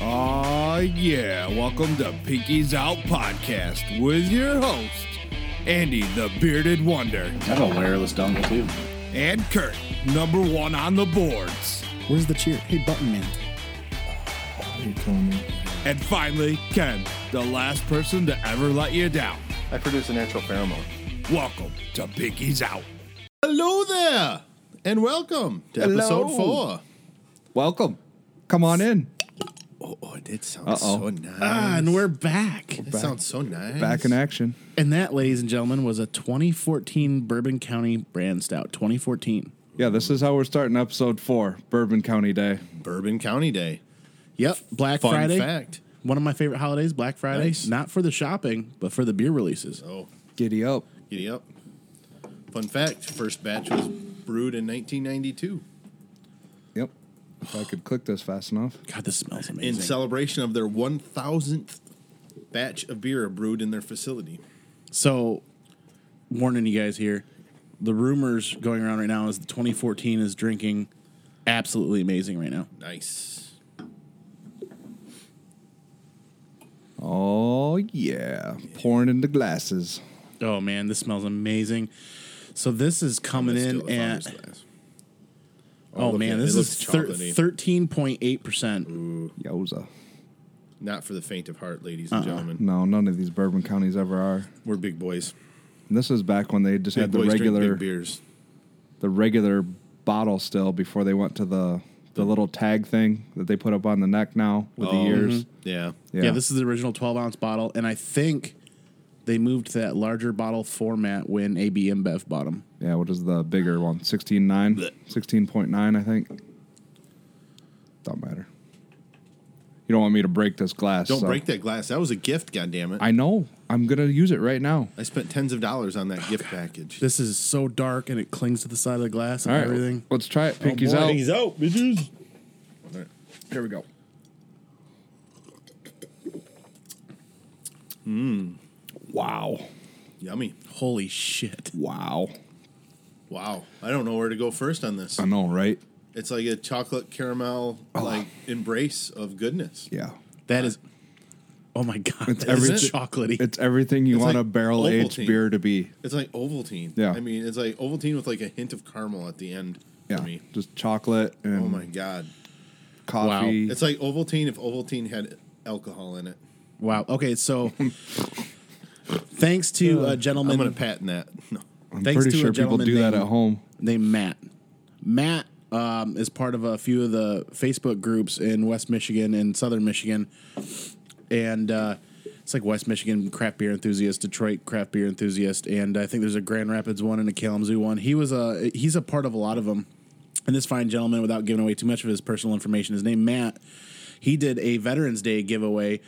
Aw, yeah. Welcome to Pinkies Out Podcast with your host, Andy the Bearded Wonder, I have a wireless dongle too. and Kurt, number one on the boards. Where's the cheer? Hey, Button Man. And finally, Ken, the last person to ever let you down. I produce a natural pheromone. Welcome to Pinkies Out. Hello there, and welcome to episode four. Welcome. Come on in. Oh, it did sound Uh-oh. so nice. Ah, and we're back. it sounds so nice. Back in action. And that, ladies and gentlemen, was a 2014 Bourbon County Brand Stout. 2014. Yeah, this is how we're starting episode four, Bourbon County Day. Bourbon County Day. Yep. Black Fun Friday. fact. One of my favorite holidays, Black Friday. Nice. Not for the shopping, but for the beer releases. Oh, Giddy up. giddy up. Fun fact: first batch was brewed in 1992 Yep. If I could click this fast enough. God, this smells in amazing. celebration of their 1,000th batch of beer brewed in their facility. so, warning you guys here the rumors going around right now is the 2014 is drinking absolutely amazing right now. Nice. Oh, yeah. Pouring into glasses. Oh, man, this smells amazing. So, this is coming Let's do in it. at. Glass. Oh, look at man, it. this It is looks thir- chocolatey. 13.8%. Yoza. Not for the faint of heart, ladies Uh-uh. and gentlemen. No, none of these bourbon counties ever are. We're big boys. And this is back when they just Big had the boys regular drink big beers. the regular bottle still before they went to the the little tag thing that they put up on the neck now with the Oh, years. Yeah. Yeah. this is the original 12 ounce bottle. And I think they moved to that larger bottle format when AB InBev bought them. Yeah, what is the bigger one? 16.9? 16.9, I think. Don't matter. You don't want me to break this glass. Don't so- break that glass. That was a gift, goddammit. I, I know. I'm going to use it right now. I spent tens of dollars on that gift package. This is so dark and it clings to the side of the glass All and right. everything. Let's try Oh, it. Pinkies out. out, bitches. Here we go. Mmm. Wow. Yummy. Holy shit. Wow. Wow. I don't know where to go first on this. I know, right? It's like a chocolate caramel Oh. like embrace of goodness. Yeah. That is. Oh my God. It's every- chocolatey. It's everything you It's want like a barrel aged Ovaltine. beer to be. It's like Ovaltine. Yeah. I mean, it's like Ovaltine with like a hint of caramel at the end Yeah. for me. Just chocolate and Oh my god. coffee. It's like Ovaltine if Ovaltine had alcohol in it. wow. Okay. So thanks Uh, to a I'm going gentleman to patent that. No. I'm thanks pretty to a sure people gentleman do that named- at home. named Matt. Matt um, is part of a few of the Facebook groups in West Michigan and Southern Michigan, and uh, it's like West Michigan craft beer enthusiast, Detroit craft beer enthusiast, and I think there's a Grand Rapids one and a Kalamazoo one. He was a he's a part of a lot of them. And this fine gentleman, without giving away too much of his personal information, his name Matt. He did a Veterans Day giveaway,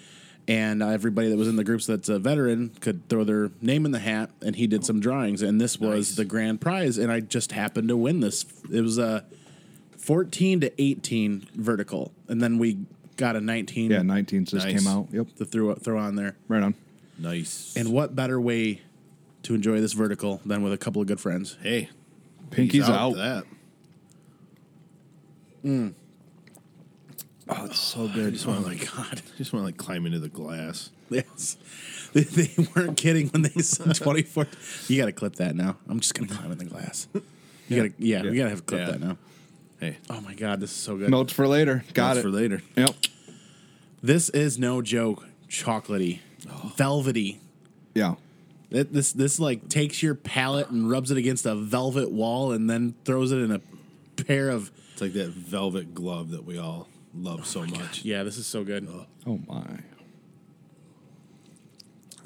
and uh, everybody that was in the groups that's a veteran could throw their name in the hat. And he did some drawings, and this was the grand prize. And I just happened to win this. It was a fourteen to eighteen vertical, and then we got a nineteen Yeah, 19 just Nice. came out. Yep. to throw throw on there. Right on. Nice. And what better way to enjoy this vertical than with a couple of good friends? hey, Pinkies he's out. to That. Oh, it's so good. Just want to like god. Just want to like climb into the glass. Yes. They, they weren't kidding when they said 24. You got to clip that now. I'm just going to climb in the glass. You gotta, yeah, we got to have clip Yeah. that now. Hey, Oh my God, this is so good. Notes for later. Got that's it. for later. Yep. This is no joke. Chocolatey, velvety. Yeah. It, this this like takes your palate and rubs it against a velvet wall and then throws it in a pair of. It's like that velvet glove that we all love so much. Yeah, this is so good. Oh my.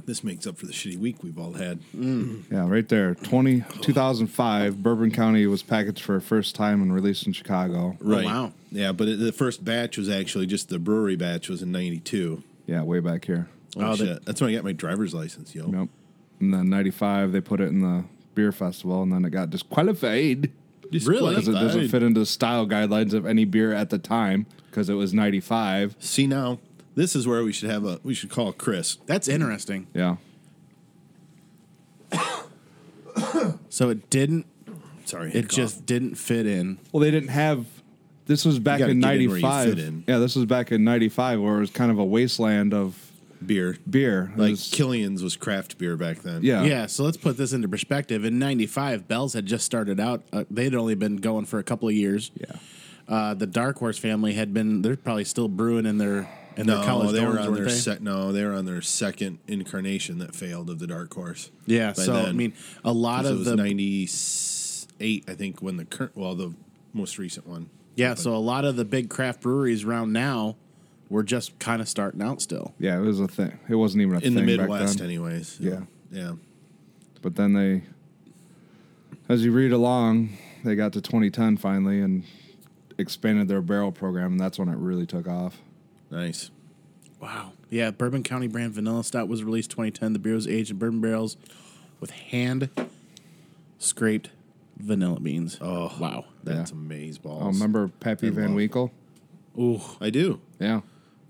This makes up for the shitty week we've all had. Mm. Yeah, right there. 20, 2005, Bourbon County was packaged for the first time and released in Chicago. Right. wow. Yeah, but it, the first batch was actually just the brewery batch was in 92. Yeah, way back here. Oh, Oh, shit. they- That's when I got my driver's license, yo. Yep. And then 95, they put it in the beer festival and then it got disqualified Really? because it doesn't Disqualified. fit into the style guidelines of any beer at the time because it was 95. See now, this is where we should have a we should call Chris. That's interesting. Yeah. So it didn't. Sorry. It cough. just didn't fit in. Well, they didn't have This was back gotta in get in where you '95. fit in. Yeah, this was back in '95, where it was kind of a wasteland of Beer. beer. It Like was- Killian's was craft beer back then. yeah, yeah, so let's put this into perspective. In '95, Bell's had just started out; uh, they'd only been going for a couple of years. yeah. Uh, the Dark Horse family had been—they're probably still brewing in their in their No, college they dorms, were on weren't their they? se- no, they were on their second incarnation that failed of the Dark Horse. yeah. by So I then. mean, a lot 'Cause it of was the ninety eight, I think, when the current well, the most recent one. yeah, so a lot of the big craft breweries around now were just kind of starting out still. Yeah, it was a thing. It wasn't even a in thing the back Midwest, then. anyways. Yeah. yeah. But then they, as you read along, they got to 2010 finally and expanded their barrel program, and that's when it really took off. Nice. Wow. Yeah, Bourbon County brand vanilla stout was released 2010. The beer was aged in bourbon barrels with hand scraped vanilla beans. Oh, wow. That's Yeah. amazeballs. I remember Pappy I Van love- Winkle. Ooh. I do. Yeah,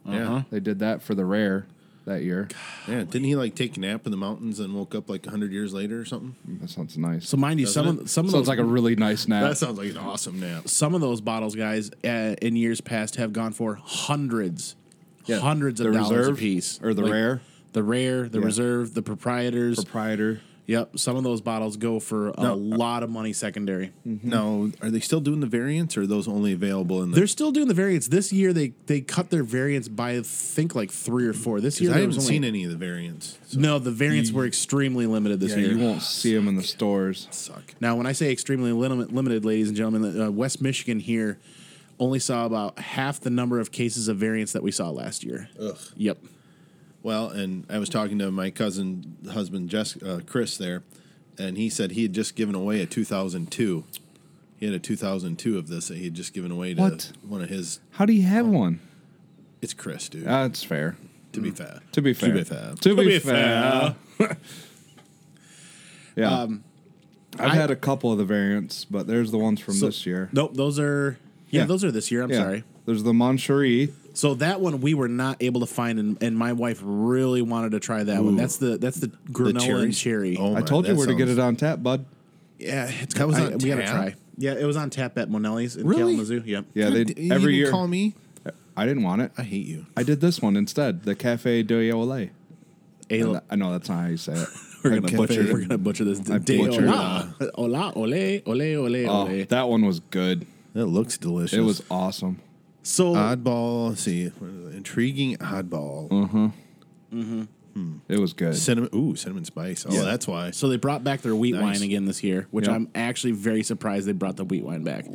Yeah. they did that for the rare that year. Yeah. Didn't he like take a nap in the mountains and woke up like hundred years later or something? That sounds nice. So mind you, Doesn't some it? of some of sounds those like a really nice nap. That sounds like an awesome nap. some of those bottles, guys, uh, in years past have gone for hundreds, Yeah. hundreds of The dollars reserve a piece, or the rare? the rare, the Yeah. reserve, the proprietors. Proprietor. yep, some of those bottles go for a lot of money secondary. Mm-hmm. No, are they still doing the variants or are those only available in the They're still doing the variants this year. They they cut their variants by I think like three or four this year. I there haven't was only- seen any of the variants. So No, the variants were extremely limited this E. Yeah, year. you won't see them in the stores. suck. Now, when I say extremely lim- limited, ladies and gentlemen, uh, West Michigan here only saw about half the number of cases of variants that we saw last year. Uh, Ugh. Yep. Well, and I was talking to my cousin husband Jess, uh, Chris there, and he said he had just given away a 2002. He had a 2002 of this that he had just given away to What? one of his. How do you have one? It's Chris, dude. That's fair. to be fair. Uh, mm, To be fair. To be fair. To be be fair. yeah. I've I- had a couple of the variants, but there's the ones from So- this year. Nope. Those are. Yeah, Yeah. those are this year. I'm Yeah. sorry. There's the Moncherie. So that one we were not able to find, and, and my wife really wanted to try that one. That's the that's the granola and cherries? cherry. Oh. I my, told you that where to get sounds- it on tap, bud. Yeah, it's, that was I- on we gotta tap? try. Yeah, it was on tap at Monelli's in Really? Kalamazoo. Yep. Yeah, they God, you every didn't year. Call me. I didn't want it. I hate you. I did this one instead, the Cafe de Olay. Ale- I know that's not how you say it. Oh. We're gonna Cafe- butcher. We're gonna butcher this. Day butchered hola, hola, ole, ole, ole, Oh, ole. that one was good. That looks delicious. It was awesome. so oddball. let's see, what is it? intriguing oddball. Mm. It was good. Cinnamon. Ooh, cinnamon spice. Oh, Yeah. that's why. so they brought back their wheat Nice. wine again this year, which Yep. I'm actually very surprised they brought the wheat wine back.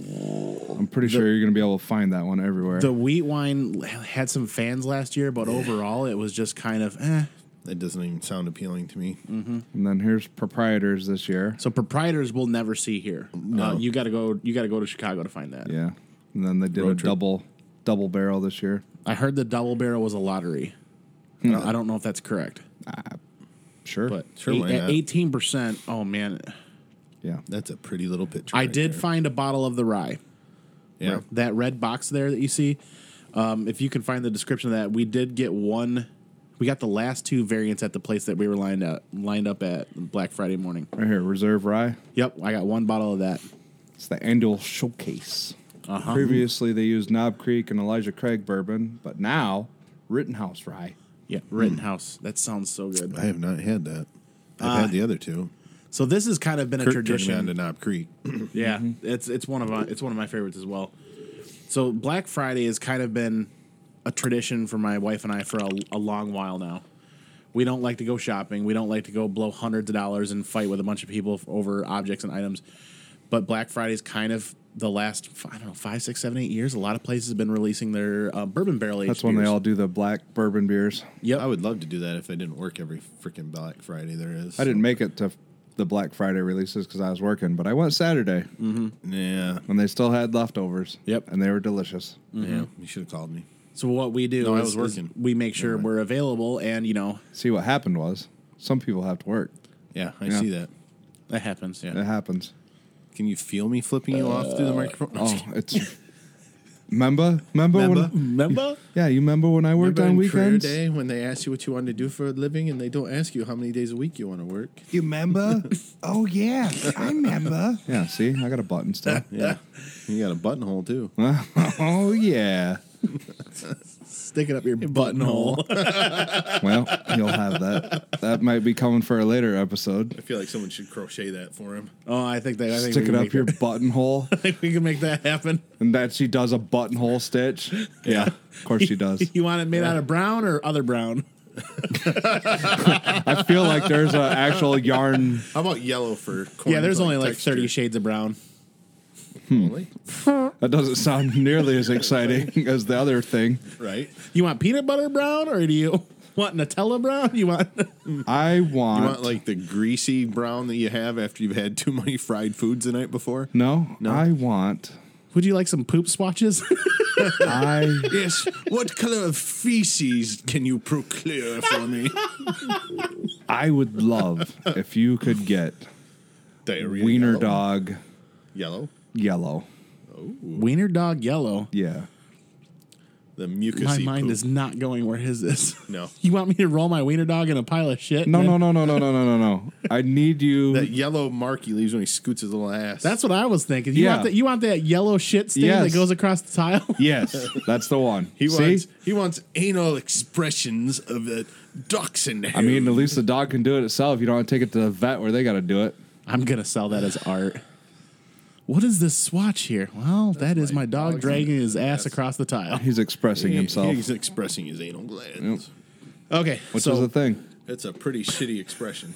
I'm pretty sure you're gonna be able to find that one everywhere. The wheat wine had some fans last year, but overall it was just kind of eh. That doesn't even sound appealing to me. Mm. and then here's proprietors this year. So proprietors we'll never see here. No, you got to go. You got to go to Chicago to find that. Yeah. And then they did a Road trip. double double barrel this year. I heard the double barrel was a lottery. I don't know if that's correct, Sure. but e, Sure, why not? eighteen percent. Oh man, yeah. That's a pretty little picture. I right did there. find a bottle of the rye. Yeah. that red box there that you see. Um, if you can find the description of that, we did get one. We got the last two variants at the place that we were lined up lined up at Black Friday morning. Right here, Reserve Rye. Yep, I got one bottle of that. It's the annual showcase. Uh-huh. Previously they used Knob Creek and Elijah Craig bourbon, but now Rittenhouse Rye. Yeah, Rittenhouse. That sounds so good. Hmm. I have not had that. Uh, I've had the other two. So this has kind of been a Kurt turned me on tradition. to Knob Creek. Yeah, it's it's one of my it's one of my favorites as well. So Black Friday has kind of been a tradition for my wife and I for a, a long while now. We don't like to go shopping. We don't like to go blow hundreds of dollars and fight with a bunch of people f- over objects and items. But Black Friday's kind of the last f- I don't know five, six, seven, eight years. A lot of places have been releasing their uh, bourbon barrel aged. That's when they beers. all do the black bourbon beers. Yep. I would love to do that if I didn't work every freaking Black Friday there is. I didn't make it to the Black Friday releases because I was working, but I went Saturday Yeah. and they still had leftovers. Mm. Yep. And they were delicious. Yeah. You should have called me. So what we do No, I is, was is working. we make sure we're available, and you know See what happened was some people have to work. Yeah, I Yeah. see that. that happens. Yeah. It happens. Can you feel me flipping you off through the microphone? Oh, it's Remember? Remember? Remember? When, Remember? yeah, you remember when I worked Remember on in career weekends? day when they ask you what you want to do for a living and they don't ask you how many days a week you want to work? You remember? oh yeah, I remember. Yeah, see, I got a button still. Yeah. you got a buttonhole too. oh yeah. Stick it up your buttonhole. Well, you'll have that. That might be coming for a later episode. I feel like someone should crochet that for him. oh, I think that. I think Stick we it can up make your that- buttonhole, I think we can make that happen. and that she does a buttonhole stitch. Yeah, of course she does. You want it made out of brown or other brown? I feel like there's an actual yarn. How about yellow for corn? Yeah, there's like only like texture? 30 shades of brown. Only? That doesn't sound nearly as exciting as the other thing. Right. You want peanut butter brown or do you want Nutella brown? You want I want, You want like the greasy brown that you have after you've had too many fried foods the night before? no, No. I want. Would you like some poop swatches? I Yes. what color of feces can you procure for me? I would love if you could get Diarrhea. wiener yellow. dog Yellow. yellow. Wiener dog yellow. Yeah. The mucusy. My mind poop. is not going where his is. No. You want me to roll my wiener dog in a pile of shit? No, man? no, no, no, no, no, no, no, no. I need you. that yellow mark he leaves when he scoots his little ass. That's what I was thinking. You Yeah. want that you want that yellow shit stain Yes. that goes across the tile? yes, that's the one. he See? wants. He wants anal expressions of the dachshund. I mean, at least the dog can do it itself. You don't have to take it to the vet where they got to do it. I'm gonna sell that as art. What is this swatch here? Well, That's my, my dog dog's dragging his ass across the tile. He's expressing He- himself, He's expressing his anal glands. Okay, which so is a thing. That's a pretty shitty expression.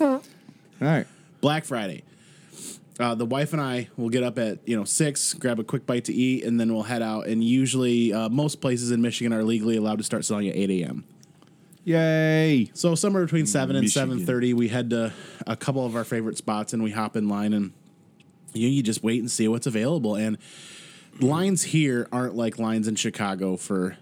All right. Black Friday. Uh, the wife and I will get up at you know six, grab a quick bite to eat, and then we'll head out. And usually, uh, most places in Michigan are legally allowed to start selling at eight a.m. Yay. So somewhere between seven and Mm, Michigan. seven thirty, we head to a couple of our favorite spots, and we hop in line, and you you just wait and see what's available. And lines here aren't like lines in Chicago for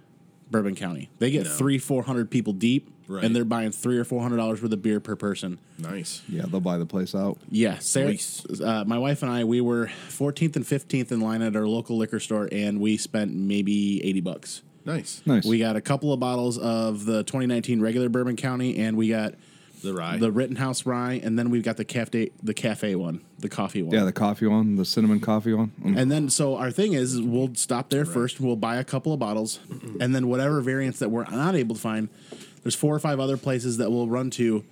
Bourbon County. They get No. three, four hundred people deep, Right. and they're buying three or four hundred dollars worth of beer per person. Nice. Yeah, they'll buy the place out. Yeah, Sarah, Nice. uh, my wife and I, we were 14th and 15th in line at our local liquor store, and we spent maybe 80 bucks. Nice. Nice. We got a couple of bottles of the 2019 regular Bourbon County, and we got The rye. the Rittenhouse Rye, and then we've got the cafe, the cafe one, the coffee one. yeah, the coffee one, the cinnamon coffee one. Mm. and then, so our thing is, is we'll stop there first. We'll buy a couple of bottles, and then whatever variants that we're not able to find, there's four or five other places that we'll run to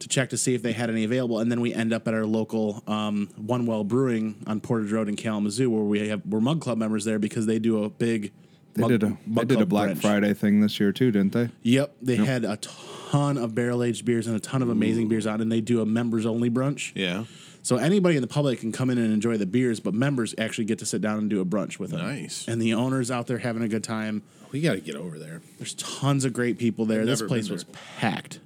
to check to see if they had any available, and then we end up at our local um, One Well Brewing on Portage Road in Kalamazoo, where we have we're Mug Club members there because they do a big. They Mug- did a they Mug did a Club Black brunch. Friday thing this year too, didn't they? Yep, they had a ton of barrel aged beers and a ton of amazing beers on, and they do a members only brunch. yeah. So anybody in the public can come in and enjoy the beers, but members actually get to sit down and do a brunch with them. Nice. And the owners out there having a good time. We got to get over there. There's tons of great people there. This never place been was there. packed.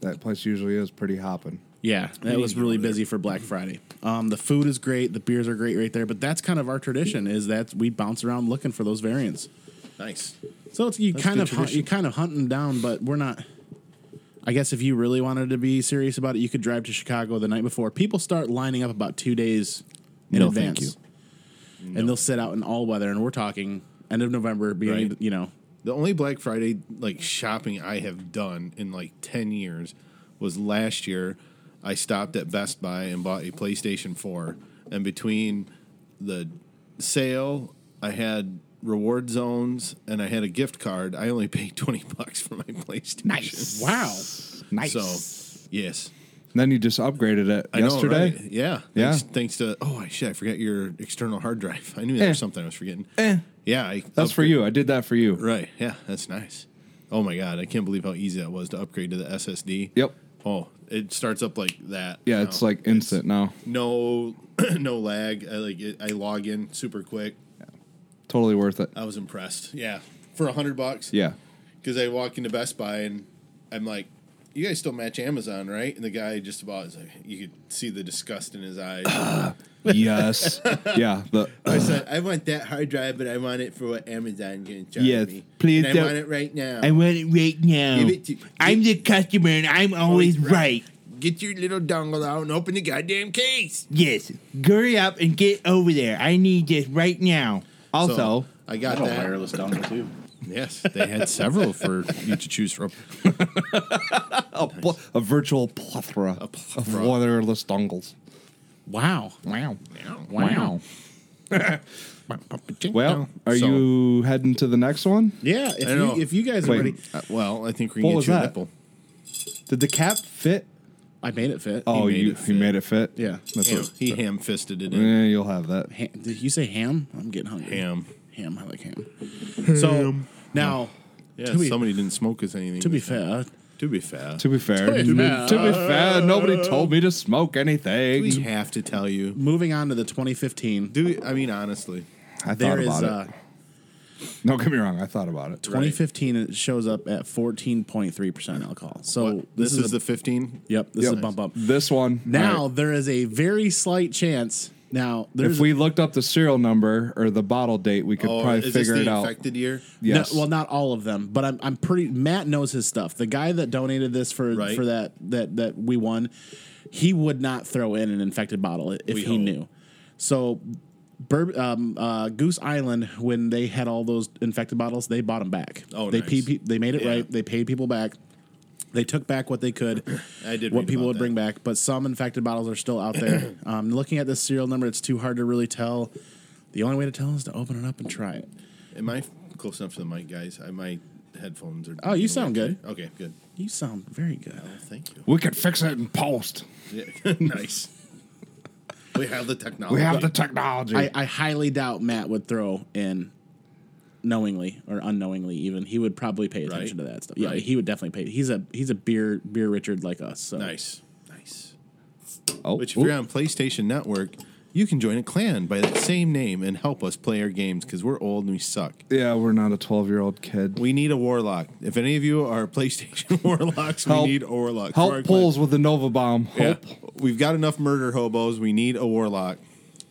That place usually is pretty hopping. Yeah, it was really busy for Black Friday. Um, the food is great, the beers are great right there, but that's kind of our tradition is that we bounce around looking for those variants. Nice. So it's, you kind good of hunt, tradition. you kind of hunt them down, but we're not. I guess if you really wanted to be serious about it, you could drive to Chicago the night before. People start lining up about two days in No, thank advance, and they'll sit out in all weather. And we're talking end of November, beginning Right. you know. The only Black Friday like shopping I have done in like ten years was last year. I stopped at Best Buy and bought a PlayStation Four, and between the sale, I had reward zones and I had a gift card. I only paid twenty bucks for my PlayStation. Wow, Nice. So, yes. then you just upgraded it I know, yesterday. right? Yeah. Yeah. Thanks, thanks to oh shit, I forgot your external hard drive. I knew there Eh. was something I was forgetting. Eh. Yeah, I That's for upgra- you. I did that for you. Right. Yeah, that's nice. Oh my god, I can't believe how easy that was to upgrade to the SSD. Yep. Oh, it starts up like that. Yeah, now. it's like instant now. no no lag. I like it, I log in super quick. Totally worth it. I was impressed. Yeah. For a hundred bucks. Yeah. Because I walk into Best Buy and I'm like, you guys still match Amazon, right? And the guy just about is like, you could see the disgust in his eyes. yes. Yeah. The I said, I want that hard drive, but I want it for what Amazon can charge Yes, me. please And I don't- want it right now. want it right now. Give it to- I'm the customer and I'm always Always right. right. Get your little dongle out and open the goddamn case. Yes. Hurry up and get over there. I need this right now. Also, So I I got got a that. wireless dongle too. Yes, they had several for you to choose from. pl- a virtual plethora, of plethora. wireless dongles. Wow. Wow. Wow. Well, are So- you heading to the next one? Yeah. If I don't know. you, if you guys are Wait. ready, Uh, well, I think we What can was get you that? an apple. Did the cap fit? I made it fit. Oh, made you it he fit. made it fit. Yeah. that's Ham. what. He ham fisted it in. Yeah, you'll have that. Ha- did you say ham? I'm getting hungry. Ham. Ham. I like ham. So now, Yeah, to be, somebody didn't smoke us anything. to be fair, to be fair, To be fair, To to be be, fair. to be fair, nobody told me to smoke anything. we have to tell you. moving on to the 2015, Do we, I mean honestly? I thought there is about uh, it. No, get me wrong. I thought about it. 2015 it shows up at 14.3 percent alcohol. So What, Oh, this, is, the a, 15. yep. This Yep. is a bump up. This one Now all there is a very slight chance. Now right, there's if we looked up the serial number or the bottle date, we could Oh, probably is figure this it the out. infected year? No, Yes. well, not all of them, but I'm I'm pretty. Matt knows his stuff. The guy that donated this for Right. for that that that we won, he would not throw in an infected bottle if We he hope. knew. So, Bur- um, uh, Goose Island, when they had all those infected bottles, they bought them back. Oh, they nice. paid pe- they made it Yeah. right. They paid people back. They took back what they could. I did what read people about would that. bring back, but some infected bottles are still out there. um, looking at this serial number, it's too hard to really tell. The only way to tell is to open it up and try it. Am I close enough to the mic, guys? I, my headphones are. Oh, you sound good. Okay, good. You sound very good. Thank you. we could fix it in post. Yeah, nice. We have the technology. We have the technology. I, I highly doubt Matt would throw in knowingly or unknowingly even. He would probably pay attention Right. to that stuff. Yeah, Right. he would definitely pay. He's a he's a beer beer Richard like us. So Nice, nice. oh, Which, if ooh. you're on PlayStation Network, you can join a clan by that same name and help us play our games because we're old and we suck. yeah, we're not a twelve-year-old kid. We need a warlock. If any of you are PlayStation warlocks, we Help. need a warlock. for our Help clan. pulls with the Nova Bomb. Yeah. Help. We've got enough murder hobos. We need a warlock.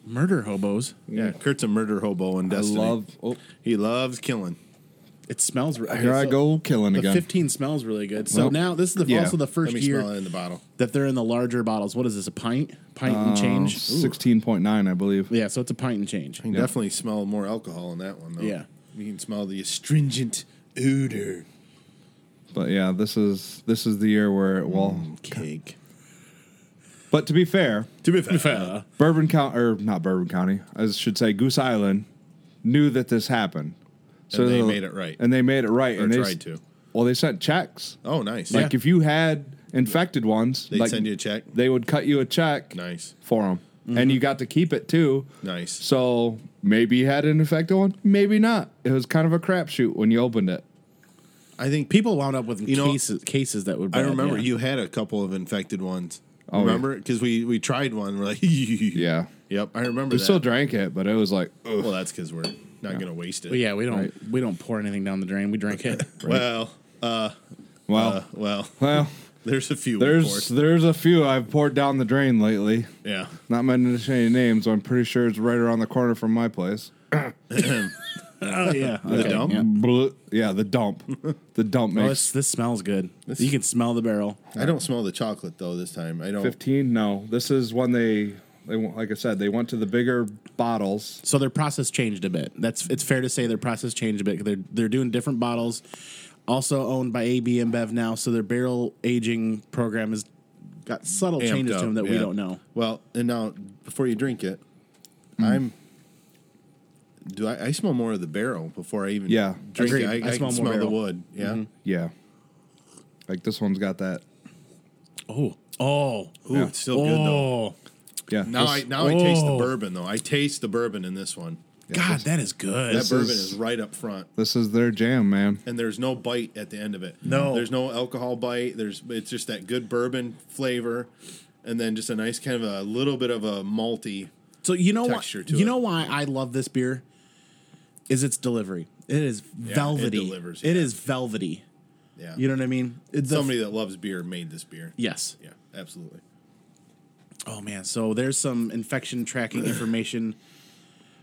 murder hobos. Yeah, Kurt's a murder hobo in I Destiny. love. Oh, He loves killing. It smells. re- here okay, I so go killing The again. fifteen smells really good. So Well, now this is the, yeah. also the Let first me year smell it in the bottle. that they're in the larger bottles. What is this? A pint? Pint and change? Ooh. Uh, Um, Sixteen point nine, I believe. Yeah, so it's a pint and change. You can definitely smell more alcohol in that one, though. Yeah. You can smell the astringent odor. But yeah, this is this is the year where Mm. it will. Cake. But to be fair, To be fair, Bourbon County or not Bourbon County, I should say Goose Island, knew that this happened. So And they they'll- made it right. And they made it right. Or and they tried s- to. Well, they sent checks. Oh, nice. Like if you had infected ones, They'd like, send you a check. They would cut you a check Nice. Mm-hmm. for them, and you got to keep it too. Nice. So maybe you had an infected one, maybe not. It was kind of a crapshoot when you opened it. I think people wound up with You know, cases cases that would. I bad, remember yeah. you had a couple of infected ones. Oh, remember? Because we, we tried one. We're like, yeah. Yeah, Yep. I remember we that. still drank it, but it was like, ugh. well, that's because we're not going to waste it. But yeah, we don't we don't pour anything down the drain. We drink it. Well, uh, well, uh, well, well. there's a few. There's reports. there's a few I've poured down the drain lately. Yeah. Not meant to any names. I'm pretty sure it's right around the corner from my place. Oh yeah, The dump? yeah. Blah. Yeah, the dump. the dump Oh, makes this, this smells good. you can smell the barrel. I don't smell the chocolate, though, this time. I don't. 15. No, this is when they they went- like I said they went to the bigger bottles. So their process changed a bit. That's it's fair to say their process changed a bit. They're they're doing different bottles, also owned by AB InBev now. So their barrel aging program has got subtle amped changes up, to them that we yeah. don't know. Hmm. Well, and now before you drink it, I'm. Do I, I smell more of the barrel before I even Yeah. drink Agreed. it? I, I, smell, can more smell the barrel. Mm-hmm. wood. Yeah, Yeah, like this one's got that. Oh oh ooh, it's still good though. oh Yeah. Now this- I now I taste the oh. bourbon though. I taste the bourbon in this one. God, that is good. That bourbon is- is right up front, this is their jam, man. and there's no bite at the end of it. No. there's no alcohol bite. There's it's just that good bourbon flavor, and then just a nice kind of a little bit of a malty. So you know why texture to you it. know why I love this beer is its delivery. It is velvety. delivers, It yeah. is velvety. Yeah, You know what I mean? It's the- somebody that loves beer made this beer. yes. yeah, absolutely. Oh man, so there's some infection tracking information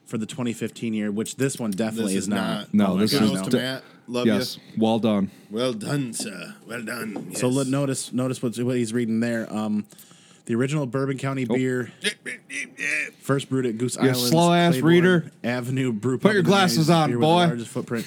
for the 2015 year, which this one definitely This is, not. No, Oh my this goodness is to de- Matt. Love yes, you. well done. Well done, sir. Well done. So yes. let notice notice what, what he's reading there. Um, The original Bourbon County beer, first brewed at Goose You Island, slow-ass reader. Avenue Brew. Put your glasses on, boy. largest footprint.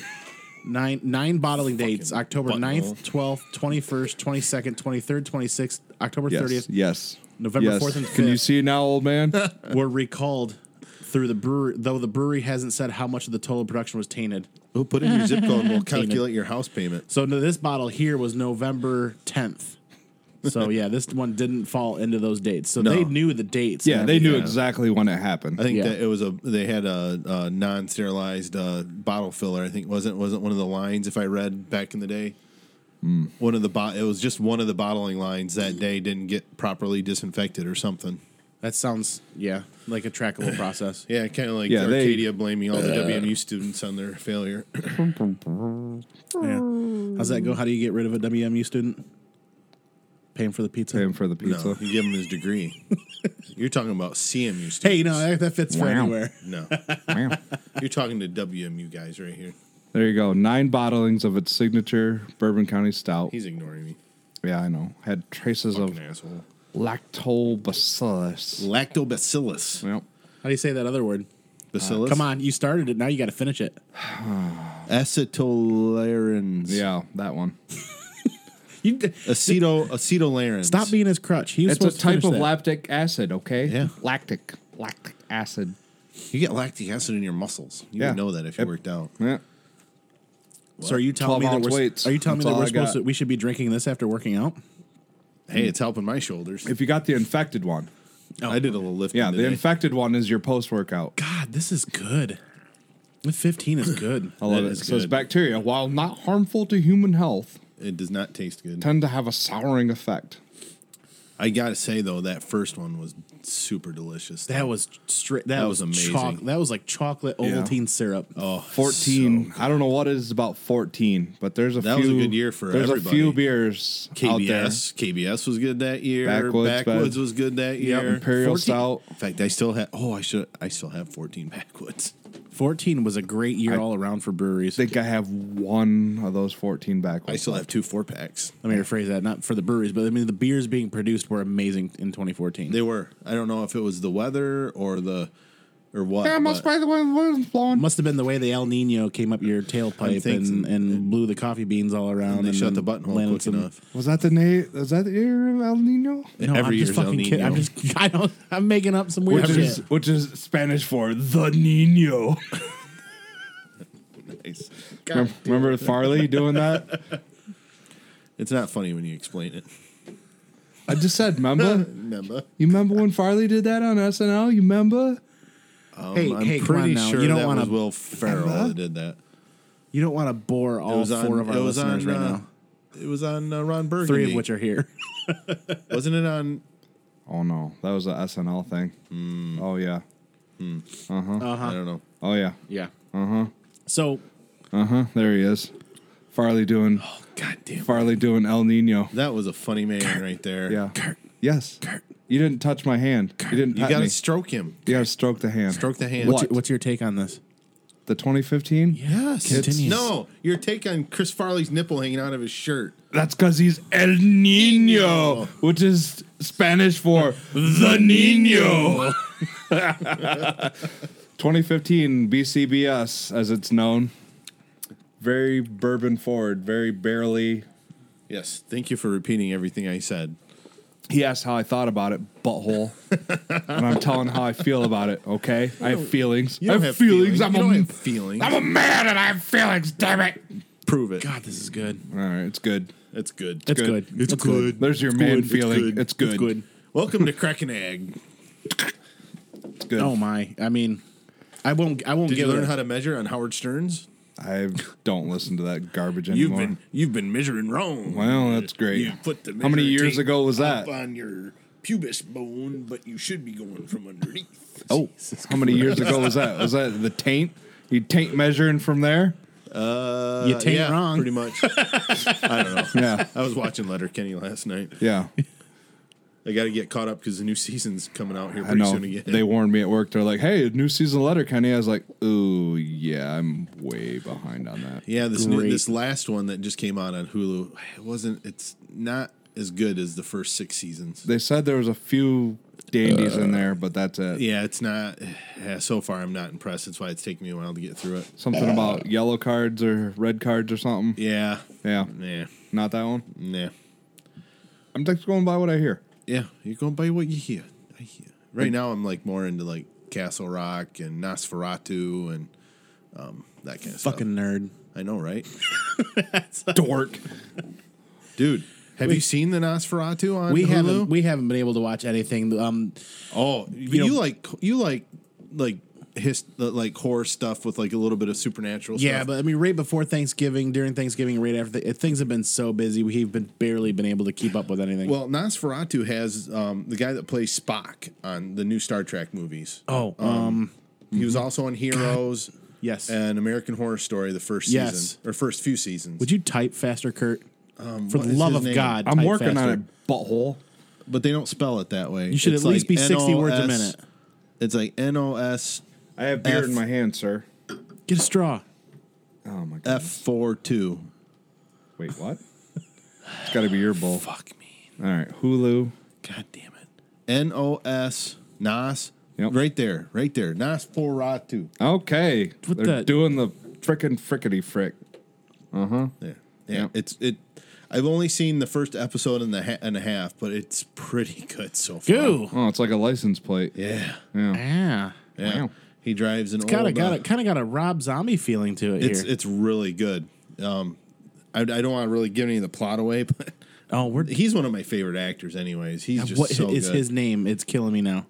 Nine nine bottling dates: October 9th, twelfth, twenty first, twenty second, twenty third, twenty sixth, October Yes. thirtieth. Yes. November yes. 4th and Can you 5th. see now, old man? Were recalled through the brewery, though the brewery hasn't said how much of the total production was tainted. We'll put in your zip code and we'll calculate your house payment. So no, this bottle here was November 10th. So yeah, this one didn't fall into those dates. So they knew the dates. yeah, and they knew everything. exactly when it happened. I think Yeah. that it was a they had a, a non-sterilized uh, bottle filler. I think wasn't wasn't one of the lines if I read back in the day. Hmm. One of the bo- it was just one of the bottling lines that day didn't get properly disinfected or something. That sounds yeah, like a trackable process. Yeah, kind of like Yeah, they- Arcadia blaming all the WMU students on their failure. How's that go? How do you get rid of a WMU student? Pay him for the pizza. Pay him for the no, pizza. you give him his degree. You're talking about CMU students. hey, you know that, that fits for Wow. anywhere. No, Wow. you're talking to WMU guys right here. There you go. Nine bottlings of its signature Bourbon County Stout. He's ignoring me. yeah, I know. Had traces of Fucking asshole. lactobacillus. Lactobacillus. Yep. How do you say that other word? Bacillus. Uh, Come on, you started it. Now you got to finish it. Acetylarins. Yeah, that one. You d- Aceto acetylarins. stop being his crutch. He was It's a supposed to type finish of that. lactic acid, okay? Yeah. Lactic. Lactic acid. You get lactic acid in your muscles. You Yeah. would know that if you Yep. worked out. Yeah. So are you telling 12 me that ounce we're weights. are you telling That's me that all we're I supposed got. to we should be drinking this after working out? Hey, it's helping my shoulders. If you got the infected one. I did a little lifting. Yeah, the today. infected one is your post workout. God, this is good. The 15 is good. I love That it. It is says good. bacteria, while not harmful to human health, it does not taste good. tend to have a souring effect. I gotta say though, that first one was super delicious. That was straight. That, That was, was amazing. Choc- that was like chocolate Ovaltine syrup. Oh, 14. I don't know what it is about 14, but there's a That was few a good year for There's everybody. a few beers out there. KBS. KBS was good that year. Backwoods, Backwoods, bud. was good that Yep, year. Imperial Stout. In fact, I still have. Oh, I should. I still have fourteen backwoods. 14 was a great year all around for breweries. I think I have one of those 14 I backwards. still have two four packs. Let me rephrase that. Not for the breweries, but I mean the beers being produced were amazing in 2014. They were. I don't know if it was the weather or the or what. Yeah, must but by the way, the wind's blowing. must have been the way the El Nino came up your tailpipe thinking- and, and blew the coffee beans all around. they shut then the buttonhole landed quick some- enough. Was that the name? Was that the year of El Nino? No, Every I'm year's just El fucking kidding. I'm Niño. just I don't I'm making up some weird Which shit. is which is Spanish for the Nino. Nice. Remember, remember Farley doing that? It's not funny when you explain it. I just said, remember? Remember? You remember when Farley did that on SNL? You remember? hey, um, I'm hey, come on pretty now. sure you don't that want was to Will Ferrell that did that. you don't want to bore all four of our listeners right uh, now. It was on uh, Ron Burgundy. Three of which are here. wasn't it on? Oh no, that was a SNL thing. Hmm. Oh yeah, Uh-huh. I don't know. oh yeah. Yeah. Uh huh. So Huh? There he is, Farley doing Oh, God damn, Farley doing El Nino. that was a funny man right there. Yeah. Yes. You didn't touch my hand. You didn't you pet got me. to stroke him. you gotta stroke the hand. Stroke the hand. what's What? your, what's your take on this? the 2015. Yes. Continues. No, your take on Chris Farley's nipple hanging out of his shirt. That's because he's El Nino, which is Spanish for the Nino. 2015 BCBS, as it's known. Very bourbon forward, very barely. Yes. Thank you for repeating everything I said. He asked how I thought about it, butthole. and I'm telling how I feel about it, okay? I have feelings. You don't I have, feelings. I'm, you don't a, have feelings. I'm a man and I have feelings, damn it. Prove it. God, this is good. All right, it's good. It's good. It's good. It's good. There's your man feeling. good. It's good. It's good. Welcome to Crack an Egg. It's good. Oh my! I mean, I won't. I won't Did give you learn it. how to measure on Howard Stearns? I don't listen to that garbage You've anymore. been you've been measuring wrong. Well, that's great. You put the How many measure years tape ago was up that? on your pubis bone, but you should be going from underneath. Oh, how many years ago was that? Was that the taint? You taint measuring from there? you taint Uh, yeah, wrong. pretty much. I don't know. Yeah, I was watching Letterkenny last night. yeah. I got to get caught up because the new season's coming out here I pretty know. soon again. They warned me at work. They're like, "Hey, new season letter, Kenny." I was like, "Ooh, yeah, I'm way behind on that." yeah, this new, Great. this last one that just came out on Hulu it wasn't. It's not. as good as the first six seasons. They said there was a few dandies in there, but that's it. Yeah, it's not. yeah, so far, I'm not impressed. That's why it's taken me a while to get through it. Something about yellow cards or red cards or something. Yeah, Yeah, nah, not that one. nah. I'm just going by what I hear. Yeah, you're going by what you hear. I hear. Right now, I'm like more into like Castle Rock and Nosferatu and um, that kind of stuff. Fucking nerd. I know, right? Dork. Dude, have you seen the Nosferatu on We Hulu? haven't we haven't been able to watch anything. Um, Oh, but you, know- like you like like his like horror stuff with like a little bit of supernatural. yeah, stuff. but I mean, right before Thanksgiving, during Thanksgiving, right after th- things have been so busy, we've been barely been able to keep up with anything. well, Nosferatu has um, the guy that plays Spock on the new Star Trek movies. oh, mm-hmm. um, uh, He was also on Heroes. Yes. and American Horror Story, the first Yes. season or first few seasons. would you type faster, Kurt? For what the Um, is love his of name? God, I'm type working faster. on it, butthole. but they don't spell it that way. You should It's at least like be 60 words a NOS. minute. It's like N O S I have beer F. in my hand, sir. Get a straw. Oh my god. F four two. Wait, what? It's got to be your bowl. Fuck me. All right, Hulu. God damn it. N O S Nas. Yep. Right there. Right there. Nosferatu. Okay, What they're the- doing the frickin' frickety frick. Yeah. Yeah. Yep. It's it. I've only seen the first episode and the ha- and a half, but it's pretty good so far. Goo. Oh, it's like a license plate. Yeah. Yeah. Ah. Yeah. Wow. He drives an Got a old. got uh, a kind of got a Rob Zombie feeling to it It's here. it's really good. Um, I, I don't want to really give any of the plot away, but oh, we're he's one of my favorite actors. Anyways, he's just what is so good. his name? It's killing me now.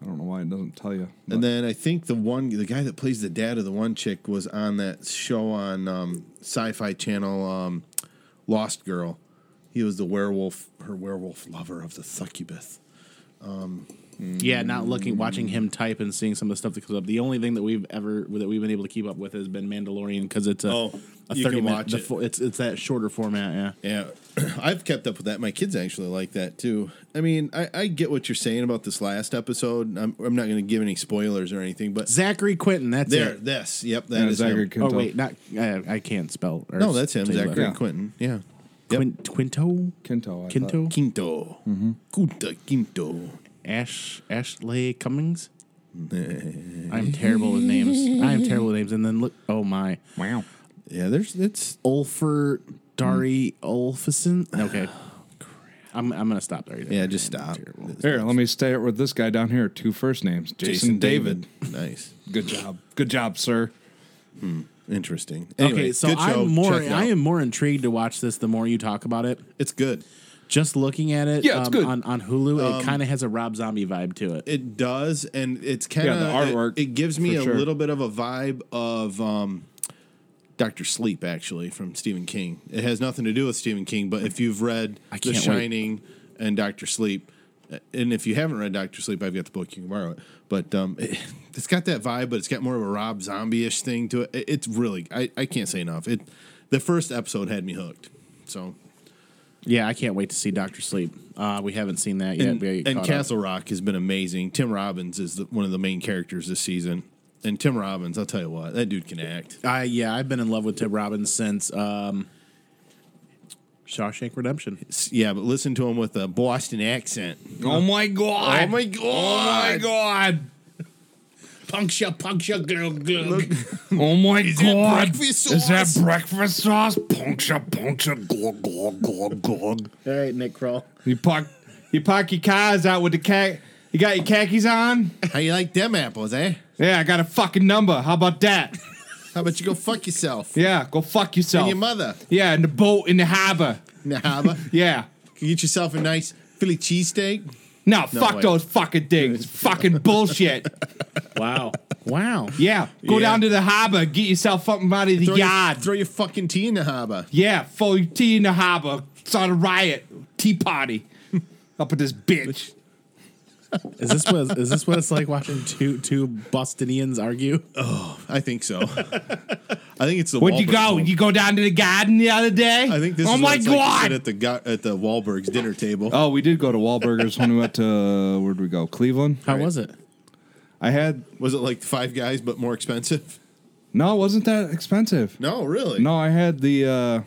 I don't know why it doesn't tell you. And then I think the one, the guy that plays the dad of the one chick was on that show on um, Sci-Fi Channel, um, Lost Girl. He was the werewolf, her werewolf lover of the succubus. Yeah, not looking, watching him type and seeing some of the stuff that comes up. The only thing that we've ever that we've been able to keep up with has been Mandalorian because it's a, Oh, a you thirty can minute. watch the it. fo- it's it's that shorter format. Yeah. Yeah, I've kept up with that. My kids actually like that too. I mean, I, I get what you're saying about this last episode. I'm, I'm not going to give any spoilers or anything, but Zachary Quinton. That's there, it. this, yep, that Yeah, is Zachary him. Oh Quinto. wait, not I, I can't spell. or No, that's him, say Zachary that. Yeah. Quinton. Yeah, Quin- Quinto. Quinto. I Quinto. thought. Quinto, Mm-hmm. Quinto, Quinto. Ash Ashley Cummings. I'm terrible with names. I am terrible with names. And then look, oh my, Wow. Yeah, there's it's Ulfer Dari Olfison. Okay, I'm I'm gonna stop there. Yeah, just stop. Here, let me stay it with this guy down here. Two first names, Jason, David. Nice. Good job. Good job, sir. Interesting. okay, Anyway, so good show. I'm more Check it out. I am more intrigued to watch this the more you talk about it. It's good. Just looking at it Yeah, it's um, good. on on Hulu, it kind of has a Rob Zombie vibe to it. It does, and it's kind Yeah, of the artwork, It, it gives me for a sure. little bit of a vibe of um, Doctor Sleep, actually, from Stephen King. It has nothing to do with Stephen King, but if you've read I The can't wait. Shining and Doctor Sleep, uh, and if you haven't read Doctor Sleep, I've got the book. You can borrow it. But um, it, has got that vibe, but it's got more of a Rob Zombie ish thing to it. It- It's really, I, I can't say enough. It the first episode had me hooked. So Yeah, I can't wait to see Doctor Sleep. Uh, we haven't seen that yet. and, We caught and up. Castle Rock has been amazing. Tim Robbins is the, one of the main characters this season, and Tim Robbins, I'll tell you what, that dude can act. I yeah, I've been in love with Tim Robbins since um, Shawshank Redemption. S- Yeah, but listen to him with a Boston accent. Oh my god. Oh my god! Oh my god. Puncture, puncture, glug, glug. Oh my god. breakfast Is that sauce? breakfast sauce? Puncture, puncture, glug, glug, glug, glug. All right, Nick Kroll. You park, you park your cars out with the cat. You got your khakis on? How you like them apples, eh? Yeah, I got a fucking number. How about that? How about you go fuck yourself Yeah, go fuck yourself. and your mother? yeah, in the boat in the harbor. Nah, how about- Yeah. you get yourself a nice Philly cheesesteak. No, fuck wait. those fucking things. fucking bullshit. Wow, wow. Yeah, go Yeah. down to the harbor, get yourself something out of the Throw yard. Your, throw your fucking tea in the harbor. yeah, throw your tea in the harbor. Start a riot, tea party, up at this bitch. Is this what is this what it's like watching two two Bostonians argue? I think so. I think it's the. Where'd you Wahlberg go? one. You go down to the garden the other day? I think this. Oh is my what it's like to god! sit at the go- at the Wahlbergs dinner table. oh, we did go to Wahlburgers when we went to uh, where'd we go? Cleveland. How was it? I had Was it like the Five Guys but more expensive? no, it wasn't that expensive. No, really. No, I had the uh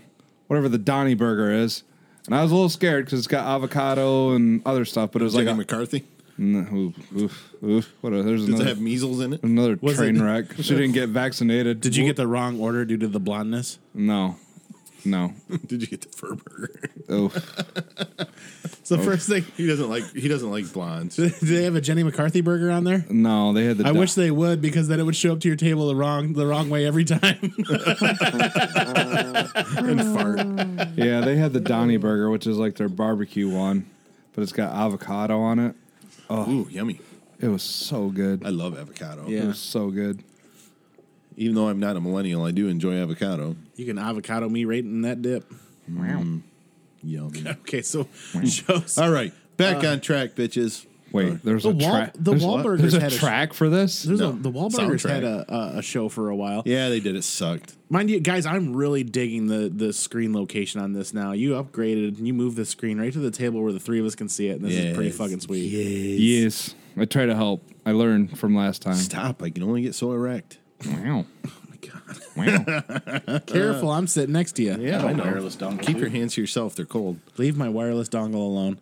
whatever the Donny burger is. And I was a little scared because it's got avocado and other stuff, but it was Jenny like, a, McCarthy. no, oof, oof, oof, what a, there's Does it another, have measles in it? another Was train it- wreck. She didn't get vaccinated. Did you get the wrong order due to the blondness? No, no. Did you get the fur burger? Oh, It's the first thing. He doesn't like. He doesn't like blondes. Do they have a Jenny McCarthy burger on there? no, they had the. I di- wish they would because then it would show up to your table the wrong the wrong way every time. and fart. Yeah, they had the Donnie Burger, which is like their barbecue one, but it's got avocado on it. Oh. Ooh, yummy. It was so good. I love avocado. Yeah. It was so good. Even though I'm not a millennial, I do enjoy avocado. you can avocado me right in that dip. Yummy. Okay, so Hmm. shows All right, back on track, bitches. Wait, Uh, there's Uh, the a Wal- track. the there's, Wahlburgers there's a had a sh- track for this. There's No. a, the Wahlburgers Soundtrack. had a, a a show for a while. yeah, they did. It sucked. Mind you, guys, I'm really digging the the screen location on this now. You upgraded and you moved the screen right to the table where the three of us can see it, and this is pretty Yes. fucking sweet. yes, I try to help. I learned from last time. Stop! I can only get so erect. Wow. Oh my god. Wow. Careful, I'm sitting next to you. Yeah, I know. wireless dongle, Keep your dude. hands to yourself. They're cold. Leave my wireless dongle alone.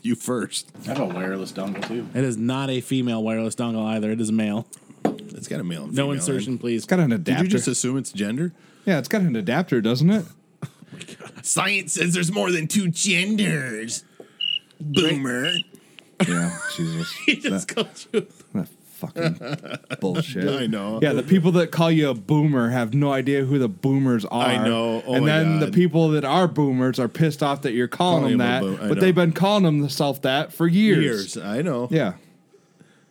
You first. I have a wireless dongle too. It is not a female wireless dongle either. It is male. It's got a male. And No female in. insertion, please. It's got an Did adapter. you just assume it's gender? yeah, it's got an adapter, doesn't it? Science says there's more than two genders. Boomer. Yeah. Jesus. just called you. That fucking bullshit. I know. Yeah, the people that call you a boomer have no idea who the boomers are. I know. Oh and my then God. the people that are boomers are pissed off that you're Calling calling, them them a that, boom- I but know. they've been calling themselves that for years. Years. I know. Yeah.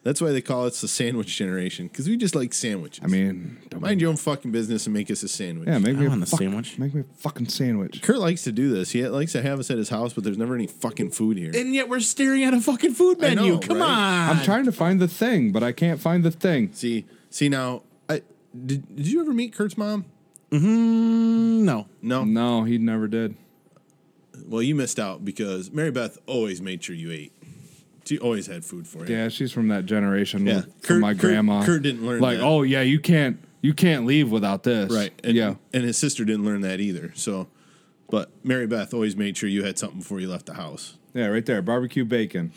That's why they call us the sandwich generation because we just like sandwiches. I mean, don't mind your own fucking business and make us a sandwich. yeah, make I me want a a sandwich. Make me a fucking sandwich. Kurt likes to do this. He likes to have us at his house, but there's never any fucking food here. And yet we're staring at a fucking food I know, menu. Come right? on. I'm trying to find the thing, but I can't find the thing. see, see now, I did. Did you ever meet Kurt's mom? No. No. No, he never did. Well, you missed out because Mary Beth always made sure you ate. She always had food for you. Yeah, she's from that generation Yeah. with- from Kurt- my Kurt- grandma. Kurt didn't learn like, that. oh yeah, you can't you can't leave without this. Right. And, yeah. And his sister didn't learn that either. So, but Mary Beth always made sure you had something before you left the house. Yeah, right there. Barbecue bacon.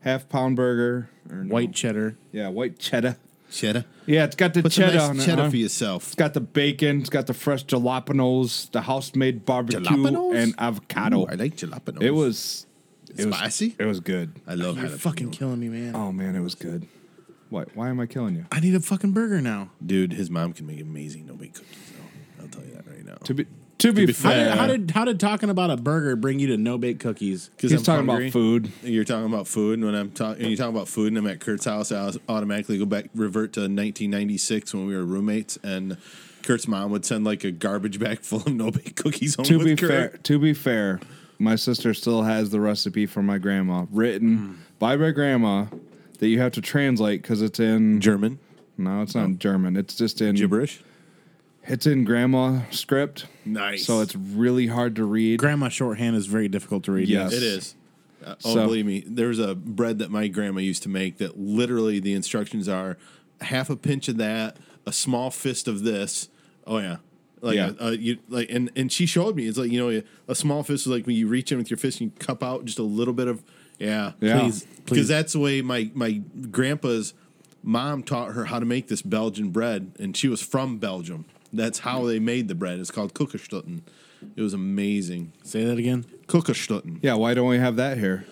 Half pound burger. Or no. White cheddar. Yeah, white cheddar. Cheddar. Yeah, it's got the Put cheddar some on nice it. cheddar huh? for yourself. It's got the bacon. It's got the fresh jalapenos, the house-made barbecue, Jalapenos? and avocado. Ooh, I like jalapenos. it was it was- Spicy? It was good. I love You're jalapeno. fucking killing me, man. Oh man, it was good. What? Why am I killing you? I need a fucking burger now. Dude, his mom can make amazing no bake cookies, though. I'll tell you that right now. To be to be, be How fair, did, fair, how did how did talking about a burger bring you to no bake cookies? Because he's talking about food. You're talking about food, and when I'm talking, and you talk about food, and I'm at Kurt's house, I aus- automatically go back, revert to 1996 when we were roommates, and Kurt's mom would send like a garbage bag full of no bake cookies home. To with be Kurt. fair, to be fair, my sister still has the recipe for my grandma written Mm. by my grandma that you have to translate because it's in German no, it's not in German. It's just in gibberish. It's in grandma script. Nice. So it's really hard to read. Grandma shorthand is very difficult to read. Yes. It is. Uh, oh, So- believe me, there's a bread that my grandma used to make that literally the instructions are half a pinch of that, a small fist of this. Oh yeah. Like, Yeah. Uh, you, like, and, and she showed me, it's like, you know, a small fist is like when you reach in with your fist and you cup out just a little bit of, yeah. Yeah. Please, Because please. that's the way my, my grandpa's mom taught her how to make this Belgian bread, and she was from Belgium. That's how they made the bread. It's called Kuchenstutten. It was amazing. Say that again. Kuchenstutten. Yeah, why don't we have that here?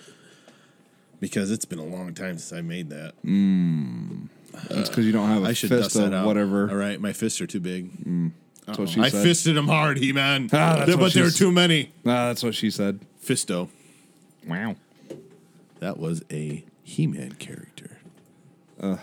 Because it's been a long time since I made that. That's because you don't have a Uh, I should fist dust that of out. whatever. All right, my fists are too big. That's what she I said. fisted them hard, he man. Ah, that's but what there were she's- too many. Nah, that's what she said. Fisto. Wow. That was a he man character. Uh.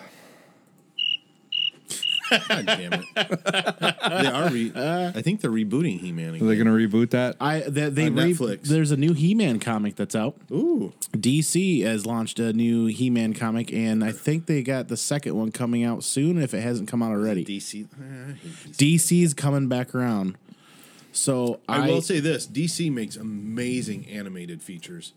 God damn it! they are. Re- Uh. I think they're rebooting He Man Are again. they going to reboot that? I they, they On re- Netflix. There's a new He-Man comic that's out. Ooh, DC has launched a new He-Man comic, and I think they got the second one coming out soon if it hasn't come out already. DC. I hate DC. DC's coming back around. So I, I will say this: DC makes amazing animated features.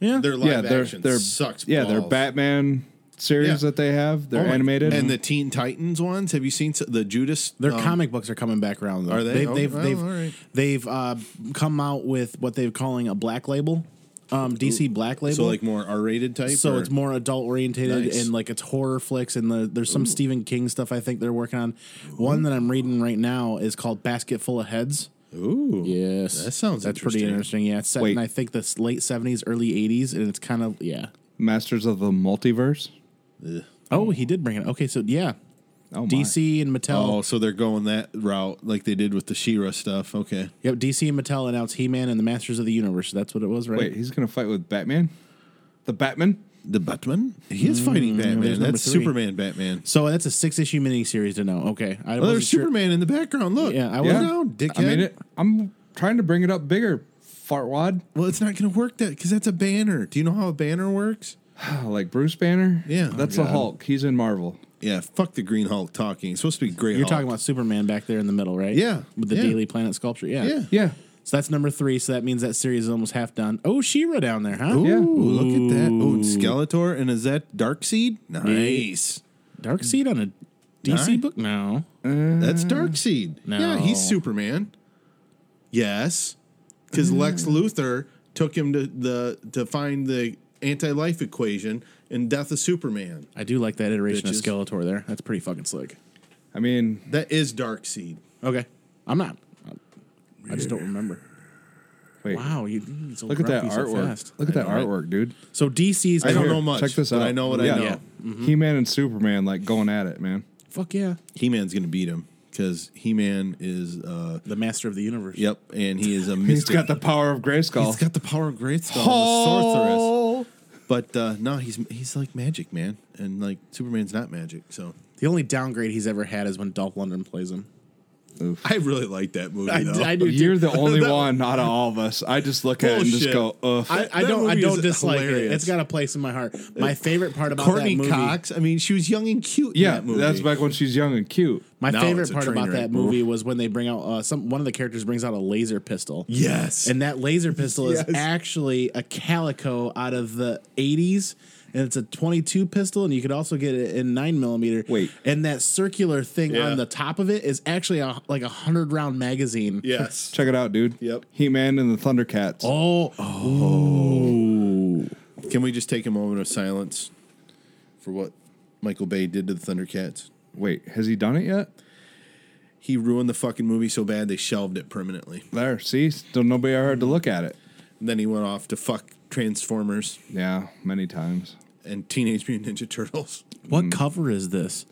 yeah, Their live yeah, they're, action they're sucks. Yeah, their balls. Batman series Yeah. that they have. They're Oh my- animated. And the Teen Titans ones. Have you seen s- the Judas? Their um, comic books are coming back around. Though. Are they? They've Oh, they've well, they've, all right. they've uh, come out with what they're calling a black label, um, DC black label. So like more R-rated type. So or- it's more adult orientated Nice. and like it's horror flicks and the, there's some Stephen King stuff I think they're working on. One that I'm reading right now is called Basket Full of Heads. Ooh. Yes, That sounds that's pretty interesting. interesting. Yeah, it's set Wait. in I think the s- late '70s, early '80s, and it's kind of yeah. Masters of the Multiverse. Oh, he did bring it. Okay, so yeah, Oh my. DC and Mattel. Oh, so they're going that route like they did with the She-Ra stuff. Okay. Yep, DC and Mattel announced He-Man and the Masters of the Universe. That's what it was, right? Wait, he's gonna fight with Batman. The Batman. The Batman? He is fighting Mm, there's Batman. number That's three. Superman Batman. So that's a six-issue miniseries to know. Okay, I Oh, wasn't there's sure. Superman in the background. Look. Yeah, I Look wasn't- down, dickhead. I mean, it, I'm trying to bring it up bigger, fartwad. well, it's not going to work that because that's a banner. Do you know how a banner works? Ah, like Bruce Banner. Yeah. that's Oh, the God. Hulk. He's in Marvel. Yeah, fuck the Green Hulk talking. It's supposed to be great. You're Hulk. talking about Superman back there in the middle, right? Oh. Yeah, with the yeah. Daily Planet sculpture. Yeah, Yeah. Yeah, So that's number three. So that means that series is almost half done. Oh, Shira down there, huh? Yeah. Ooh, look at that. Oh, and Skeletor. And is that Darkseid? Nice. Dark Seed on a DC Alright. book? No. That's Darkseid. no. Yeah, he's Superman. Yes. Because Lex Luthor took him to the to find the anti life equation in Death of Superman. I do like that iteration Bitches. of Skeletor there. That's pretty fucking slick. I mean, That is Darkseid. Okay. I'm not. I- I just don't remember. wait. Wow, you it's so Look at that grumpy so artwork. fast. Look at that right? artwork, dude. So DC's I don't Here. know much. Check this but out. I know what Yeah. I know. Mm-hmm. Yeah. He-Man and Superman like going at it, man. Fuck yeah. He Man's gonna beat him because He Man is uh The master of the universe. yep, and he is a He's mystic. got the power of Grayskull. he's got the power of Great Skull, Oh. the sorceress. But uh no, he's he's like magic, man, and like Superman's not magic. So The only downgrade he's ever had is when Dolph Lundgren plays him. I really like that movie. I, though. I do. too. You're the only one out of all of us. I just look at it and just Bullshit. go, ugh. I, I That don't. I movie don't is dislike it. hilarious. Uh, It's got a place in my heart. My favorite part about Courtney that movie. Cox. I mean, she was young and cute. yeah, in that movie. that's back when she's young and cute. My Now favorite it's a part train about wreck. that movie was when they bring out uh, some one of the characters brings out a laser pistol. Yes, And that laser pistol Yes. is actually a calico out of the 80s. And it's a 22 pistol, and you could also get it in 9 millimeter. Wait. And that circular thing Yeah. on the top of it is actually a, like a 100 round magazine. yes. Check it out, dude. Yep. He-Man and the Thundercats. Oh, Can we just take a moment of silence for what Michael Bay did to the Thundercats? Wait, has he done it yet? He ruined the fucking movie so bad they shelved it permanently. There, see, still nobody ever had to look at it. And then he went off to fuck Transformers Yeah, many times. and Teenage Mutant Ninja Turtles. what cover is this?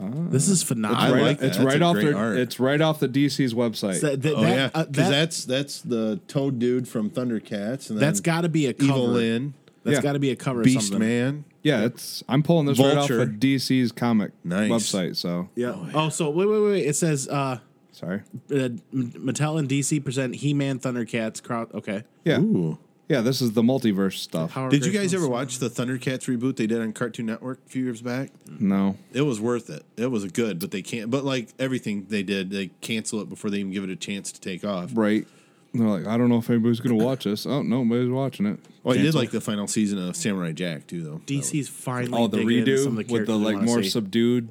Ah. this is I phenomenal. right, like that. It's That's right a off great their, art. It's right off the DC's website. That- that- Oh that- yeah, uh, because that- that's that's the Toad dude from Thundercats, and that's then got to be a cover. Evil Lyn, That's Yeah. got to be a cover. of Beast something. Man. yeah, it's. I'm pulling this right off Vulture. of DC's comic Nice. website. So Yeah. Oh, so wait, wait, wait, wait. It says uh, sorry. uh, M- Mattel and DC present He-Man, Thundercats, crowd. Okay. Yeah, Ooh. yeah. This is the multiverse stuff. Power Did you Grid- guys ever watch the Thundercats reboot they did on Cartoon Network a few years back? no, It was worth it. It was good, but they can't. But like everything they did, they cancel it before they even give it a chance to take off. right? They're like, I don't know if anybody's gonna watch this. Oh, nobody's watching it. Well, I did Cancel. like the final season of Samurai Jack too, though. DC's finally Oh, the digging into redo some of the with the characters we like wanna more see. subdued.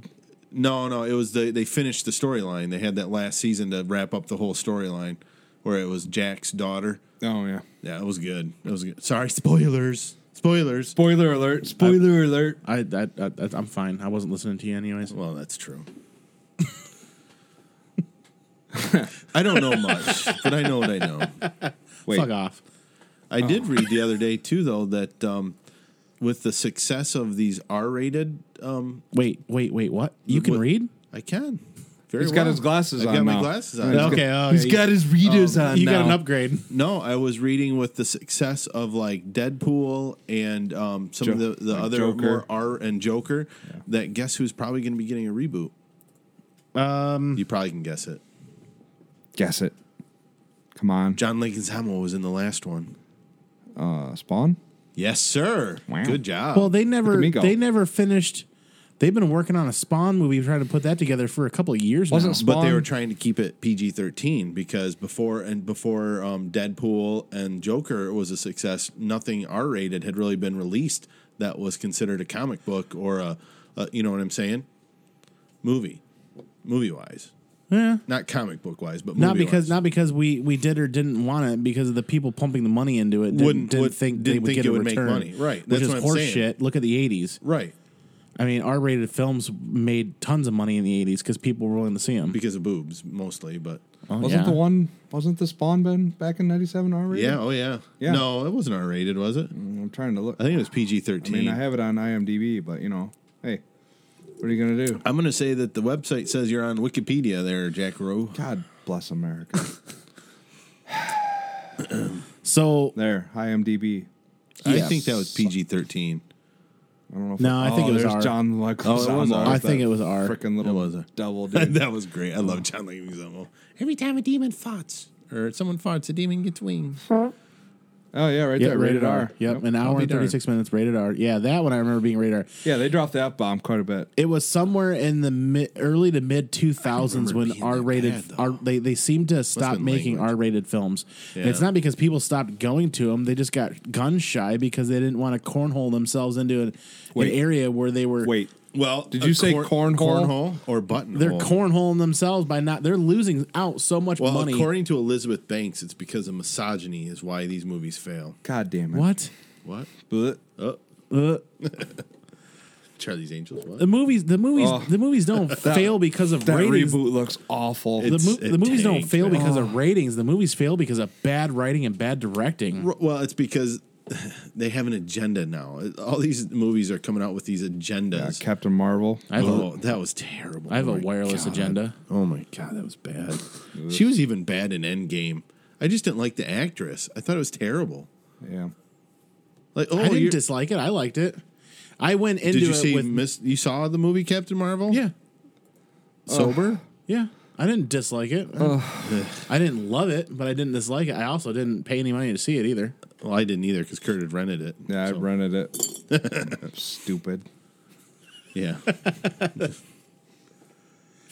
No, no, it was the they finished the storyline. They had that last season to wrap up the whole storyline, where it was Jack's daughter. Oh yeah. Yeah, it was good. It was good. Sorry, spoilers. Spoilers. Spoiler alert! Spoiler alert! I, I, I I'm fine. I wasn't listening to you anyways. Well, that's true. I don't know much, but I know what I know. Wait, Fuck off. I Oh. did read the other day too, though, that um, with the success of these R-rated, um, Wait, wait, wait. What? You can What- read? I can. Very He's got well. his glasses I've on got my now. glasses on. He's now. got- Okay, all he's right. got his readers um, on. you got now. an upgrade. No, I was reading with the success of like Deadpool and um, some of Jo- the, the like other Joker. more R and Joker. That guess who's probably going to be getting a reboot? Um, you probably can guess it. Guess it. Come on, John Lincoln's Hamill was in the last one. uh, Spawn. Yes, sir. Wow. Good job. Well, they at never me go. they never finished. They've been working on a Spawn movie, trying to put that together for a couple of years Wasn't now. Spawn- but they were trying to keep it PG thirteen because before and before um, Deadpool and Joker was a success, nothing R rated had really been released that was considered a comic book or a, a you know what I'm saying? Movie, movie wise, Yeah. not comic book wise, but Not movie-wise. because not because we, we did or didn't want it because of the people pumping the money into it didn't, Wouldn't- didn't would- think they didn't would think get it a would make return, money. Right. which That's is what I'm horse saying. shit. Look at the '80s. right I mean, R-rated films made tons of money in the '80s because people were willing to see them. because of boobs mostly, but wasn't yeah. the one? Wasn't the Spawn been back in '97 already? yeah, oh yeah. Yeah. No, it wasn't R rated, was it? I'm trying to look. I think it was PG I thirteen. mean, I have it on IMDb, but you know, hey, what are you gonna do? I'm going to say that the website says you're on Wikipedia there, Jack Rowe. God bless America. so there, IMDb. I Yes. think that was PG 13. I don't know. If No, I think it was there's R. John Oh, it was Leguizamo. R. I think it was R. Freaking little It was R. devil dude. that was great. I love John Leguizamo. Every time a demon farts or someone farts, a demon gets wings. oh yeah, right yeah, there, rated, R. Yep, an I'll hour be and darned. 36 minutes rated R. Yeah, that one I remember being rated R. Yeah, they dropped the f bomb quite a bit. It was somewhere in the mid, early to mid 2000s remember when being that bad, R-rated though. R, they they seemed to stop been making language. R-rated films. And it's Yeah. not because people stopped going to them; they just got gun shy because they didn't want to cornhole themselves into an, an Wait. area where they were. Wait, Well, Did a you say cornhole? cornhole or buttonhole? they're cornholing themselves by not. They're losing out so much Well, money. according to Elizabeth Banks, it's because of misogyny is why these movies fail. God damn it! what? What? Blech. Oh, Uh, Charlie's Angels. What? the movies, the movies, Oh. the movies don't fail because of That ratings. reboot looks awful. The, It's- mo- it the movies don't tanked, fail man. because of ratings. The movies fail because of bad writing and bad directing. R- Well, it's because they have an agenda now. All these movies are coming out with these agendas. Uh, Captain Marvel. I have a- oh, that was terrible. I have Oh a my wireless God. agenda. Oh my god, that was bad. she was even bad in Endgame. I just didn't like the actress. I thought it was terrible. Yeah. Like, oh, I didn't you're- dislike it. I liked it. I went into did you it see with Miss? You saw the movie Captain Marvel? yeah, sober. yeah. I didn't dislike it. I didn't love it, but I didn't dislike it. I also didn't pay any money to see it either. Well, I didn't either because Kurt had rented it. Yeah, So, I rented it. Stupid. yeah. And,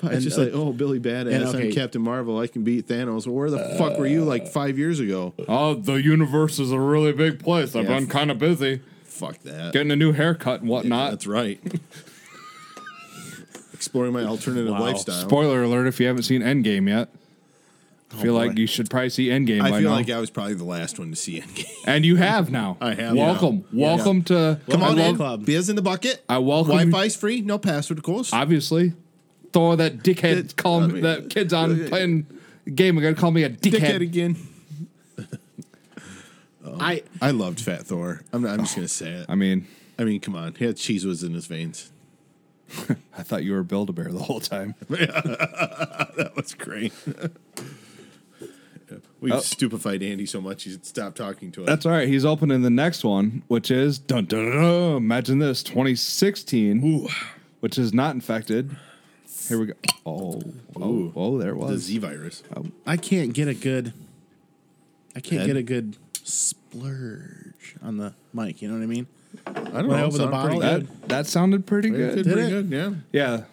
It's just uh, like, oh, Billy Badass, and okay. I'm Captain Marvel. I can beat Thanos. Where the fuck were you like five years ago? Oh, the universe is a really big place. I've Yeah. been kind of busy Fuck that. getting a new haircut and whatnot. That's right. Exploring my alternative Wow. lifestyle. Oh, Spoiler alert if you haven't seen Endgame yet. I feel like you should probably see Endgame I by feel now. like I was probably the last one to see Endgame. and you have now. I have Welcome. now. Yeah. Welcome to Come I on in. wel- club. Beers in the bucket. I welcome you- Wi-Fi's free. No password, of course. Obviously. Throw that dickhead It- call I me, mean- that kid's on playing game again. Call me a dickhead. Dickhead again. I I loved Fat Thor. I'm, not, I'm just gonna say it. I mean, I mean, come on. He had cheese was in his veins. I thought you were Build a Bear the whole time. That was great. We've stupefied Andy so much he stopped talking to us. That's all right. He's opening the next one, which is dun dun dun. dun imagine this 2016, which is not infected. Here we go. Oh, oh, oh there it the was. Z virus. I can't get a good. I can't Head? get a good splurge on the mic. You know what I mean? I don't When I know. opened the sounded pretty bottle, good. that that sounded pretty good. Did Did pretty it? good. Yeah. Yeah,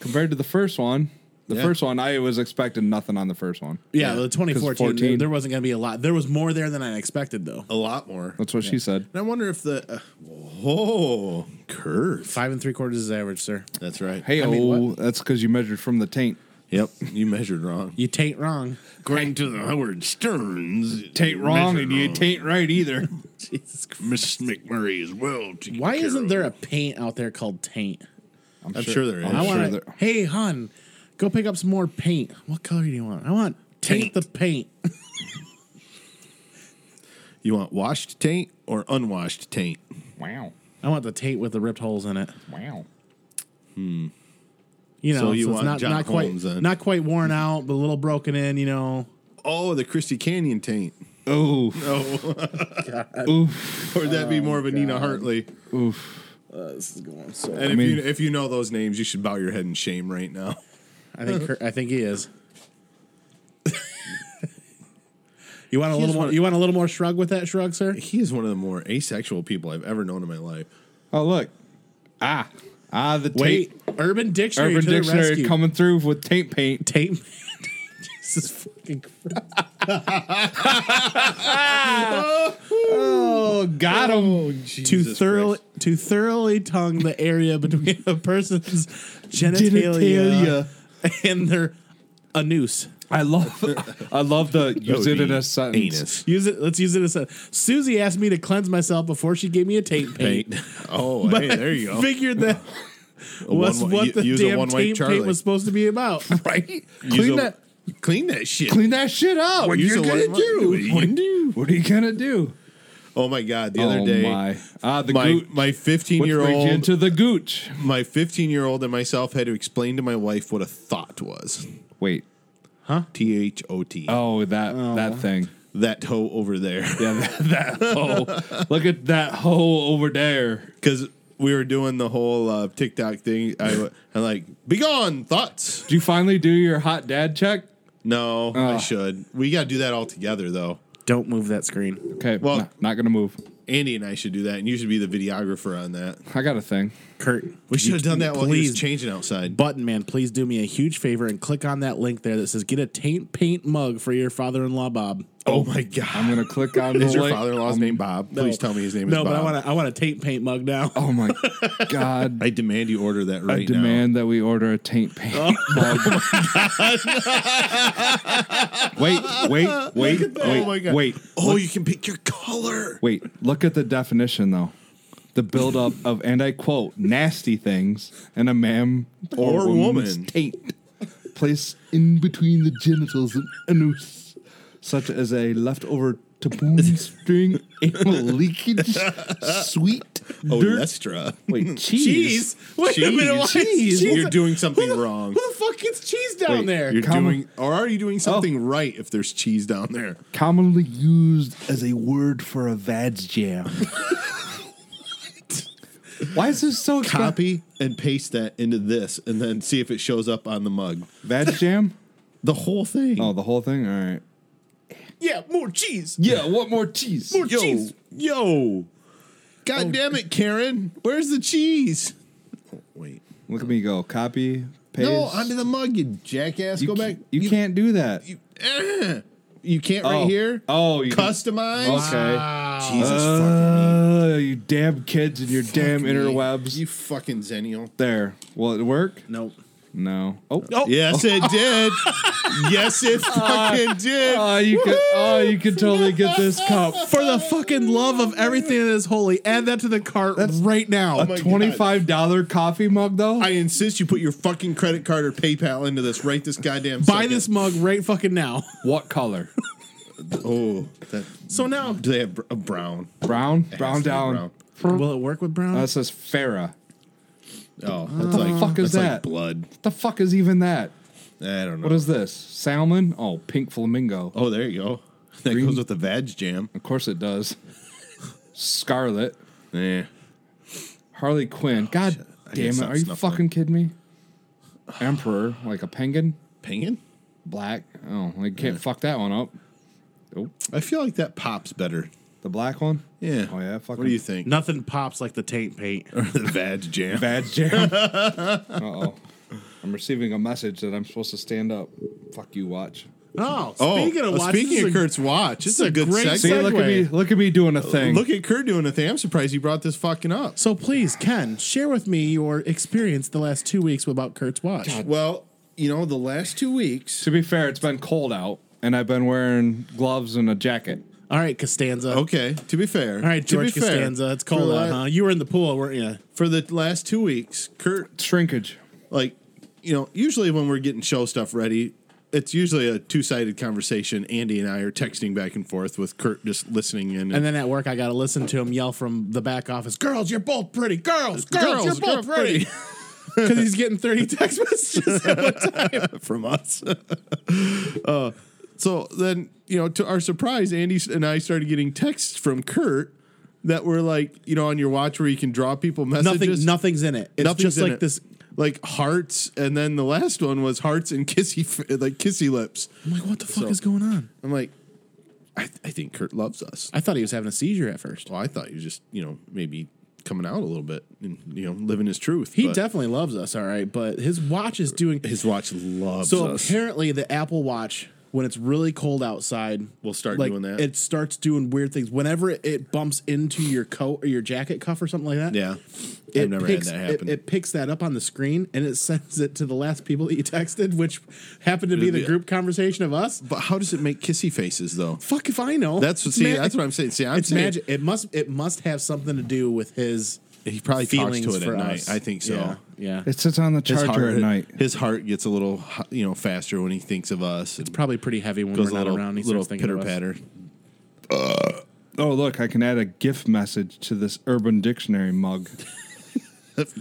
compared to the first one, the Yeah. first one I was expecting nothing on the first one. Yeah, Yeah, the 2014. 'cause There, there wasn't going to be a lot. There was more there than I expected, though. A lot more. That's what she said. And I wonder if the uh, whoa curve. Five and three quarters is average, sir. That's right. Hey, I mean, oh, that's because you measured from the taint. Yep. You measured wrong. You taint wrong. According to the Howard Stearns, Taint wrong, and you taint right either. Jesus Christ. Mrs. McMurray as well. to Why care isn't of. there a paint out there called taint? I'm sure, there is. i want sure to. there- Hey, hon, go pick up some more paint. What color do you want? I want taint, Taint. the paint. You want washed taint or unwashed taint? Wow, I want the taint with the ripped holes in it. wow. You know, So you it's want not, John not quite Holmes, then. not quite worn out, but a little broken in. You know, Oh, the Christy Canyon taint. Oh, Or would that be more of a Nina Hartley? Uh, this is going so. And if, mean- you, if you know those names, you should bow your head in shame right now. I think her, I think he is. you want a little just more? wanna- You want a little more shrug with that shrug, sir? He is one of the more asexual people I've ever known in my life. oh, look. Ah, ah, the taint. Wait, Urban Dictionary. Urban to the Dictionary rescue. coming through with taint paint. taint. Jesus fucking Christ. Oh, got him. Oh, to thoroughly to thoroughly tongue the area between a person's genitalia, and their anus. I love, I love the use it in a sentence. Anus. Use it. Let's use it as a. Susie asked me to cleanse myself before she gave me a tape paint. Paint. Oh, hey, But there you go. I figured that A was one-way- what u- the use a damn one-way tape Charlie. paint was supposed to be about. right. Clean Clean that- that. Clean that shit. Clean that shit up. What Use you a gonna one- do? What you- What are you gonna do? Oh my god! The other day, my, ah, the my gooch. my Which fifteen year brings you old into the gooch. my 15 year old and myself had to explain to my wife what a thought was. Wait, T H O T. oh that that thing. That toe over there. Yeah, that, that hoe. Oh, Look at that hoe over there. Because we were doing the whole uh, TikTok thing. I, w- I'm like, be gone, thoughts. Did you finally do your hot dad check? No, I Ah. should. We got to do that all together, though. Don't move that screen. Okay, Well- nah, not gonna move. Andy and I should do that, and you should be the videographer on that. I got a thing. Kurt, We should have done that while he was please, changing outside. Button Man, please do me a huge favor and click on that link there that says get a taint paint mug for your father-in-law Bob. oh my god! I'm gonna click on is the your link. father-in-law's name Bob? Please tell me his name is Um, No, but Bob. I want to I want a taint paint mug now. Oh my god! I demand you order that I right now. demand that we order a taint paint. Oh wait, wait, wait, wait, Oh my God. wait, Oh, you can pick your color. wait. Look at the definition though. The buildup of, and I quote, nasty things in a man or, Or woman's woman. taint placed in between the genitals and anus, such as a leftover taboon string, anal leakage, sweet Oh, dirt. Lestra. Wait, Cheese. Wait a minute, why is Cheese. cheese- You're doing something wrong. Who the fuck gets cheese down Wait, there? Oh. You're Comma. doing, or are you doing something right if there's cheese down there? commonly used as a word for a vag jam. Why is this so expensive? Copy and paste that into this, and then see if it shows up on the mug. Vag jam? The whole thing. Oh, the whole thing? All right. Yeah, more cheese. Yeah, what more cheese? More yo, cheese. yo! God Oh. damn it, Karen! Where's the cheese? Wait. Look at me go. Copy, paste. No, onto the mug, you jackass. you Go ca- back. You, can't do that. You, eh. You can't Oh. right here. Oh, you- customize. Okay. Jesus fucking. Uh, you damn kids and your damn me. interwebs. You fucking zennial. there. Will it work? Nope. No. Oh. Uh, Yes, it did. yes, it fucking did. Oh, you could. Oh, you could totally get this cup. Oh For the fucking love of everything that is holy, add that to the cart right now. my God. Twenty-five dollar coffee mug, though. I insist you put your fucking credit card or PayPal into this right this goddamn Buy second. this mug right fucking now. what color? Oh, that, So now, do they have br- a brown? Brown. It Brown has to be down. will it work with Brown? Uh, That says Farah. brown. Oh, that's like, fuck is that's that? Like blood. What the fuck is even that? I don't know. What is this? Salmon? Oh, pink flamingo. oh, there you go. That goes with the vag jam. Of course it does. Scarlet. Yeah. Harley Quinn. Oh, God shit. I damn guess it. Are that's you nothing. fucking kidding me? Emperor, like a penguin? Pingin? Black. Oh, I can't fuck that one up. Oh, I feel like that pops better. the black one? Yeah. Oh, yeah. Fucking What do you think? Nothing pops like the taint paint. the vag jam. Bad jam. uh oh. I'm receiving a message that I'm supposed to stand up. Fuck you, watch. Oh, Oh, speaking of uh, watch, speaking this of is a- Kurt's watch, it's is a, a good great segue. See, look at me. Look at me doing a thing. Look at Kurt doing a thing. I'm surprised you brought this fucking up. So please, Ken, share with me your experience the last two weeks about Kurt's watch. Well, you know, the last two weeks. To be fair, it's been cold out, and I've been wearing gloves and a jacket. All right, Costanza. Okay, to be fair. All right, to be George fair, Costanza. It's for cold the out, la- huh? You were in the pool, weren't you? For the last two weeks, Kurt Shrinkage. like you know usually when we're getting show stuff ready it's usually a two-sided conversation andy and i are texting back and forth with kurt just listening in and, And then at work, I got to listen to him yell from the back office, "Girls, you're both pretty. Girls, girls, you're both girl, pretty." Because he's getting thirty text messages. at one time. from us uh, so then you know to our surprise andy s- and i started getting texts from kurt that were like you know on your watch where you can draw people Nothing, messages nothing's in it. It's Nothing's just in like it. this. like hearts and then the last one was hearts and kissy f- like kissy lips I'm like, what the fuck So- is going on? i'm like I, I think kurt loves us I thought he was having a seizure at first. Well, I thought you were just, you know, maybe coming out a little bit and, you know, living his truth. He but definitely loves us, all right, but his watch is doing His watch loves So us. apparently, the Apple Watch when it's really cold outside, We'll start like, doing that. It starts doing weird things. Whenever it, it bumps into your coat or your jacket cuff or something like that, Yeah. it I've never picks, had that happen. It, it picks that up on the screen and it sends it to the last people that you texted, which happened to be It'll the be- group conversation of us. but how does it make kissy faces though? Fuck if I know. That's what- see, Ma- that's what I'm saying. See, I'm it's saying- magic. It must. It must have something to do with his. He probably talks feelings to it for at night. us. I think so. Yeah. yeah. It sits on the His charger heart, at night. his heart gets a little, hu- you know, faster when he thinks of us. It's Probably pretty heavy when goes we're a not little, around. He little starts thinking pitter of us. patter. Oh, look, I can add a GIF message to this Urban Dictionary mug.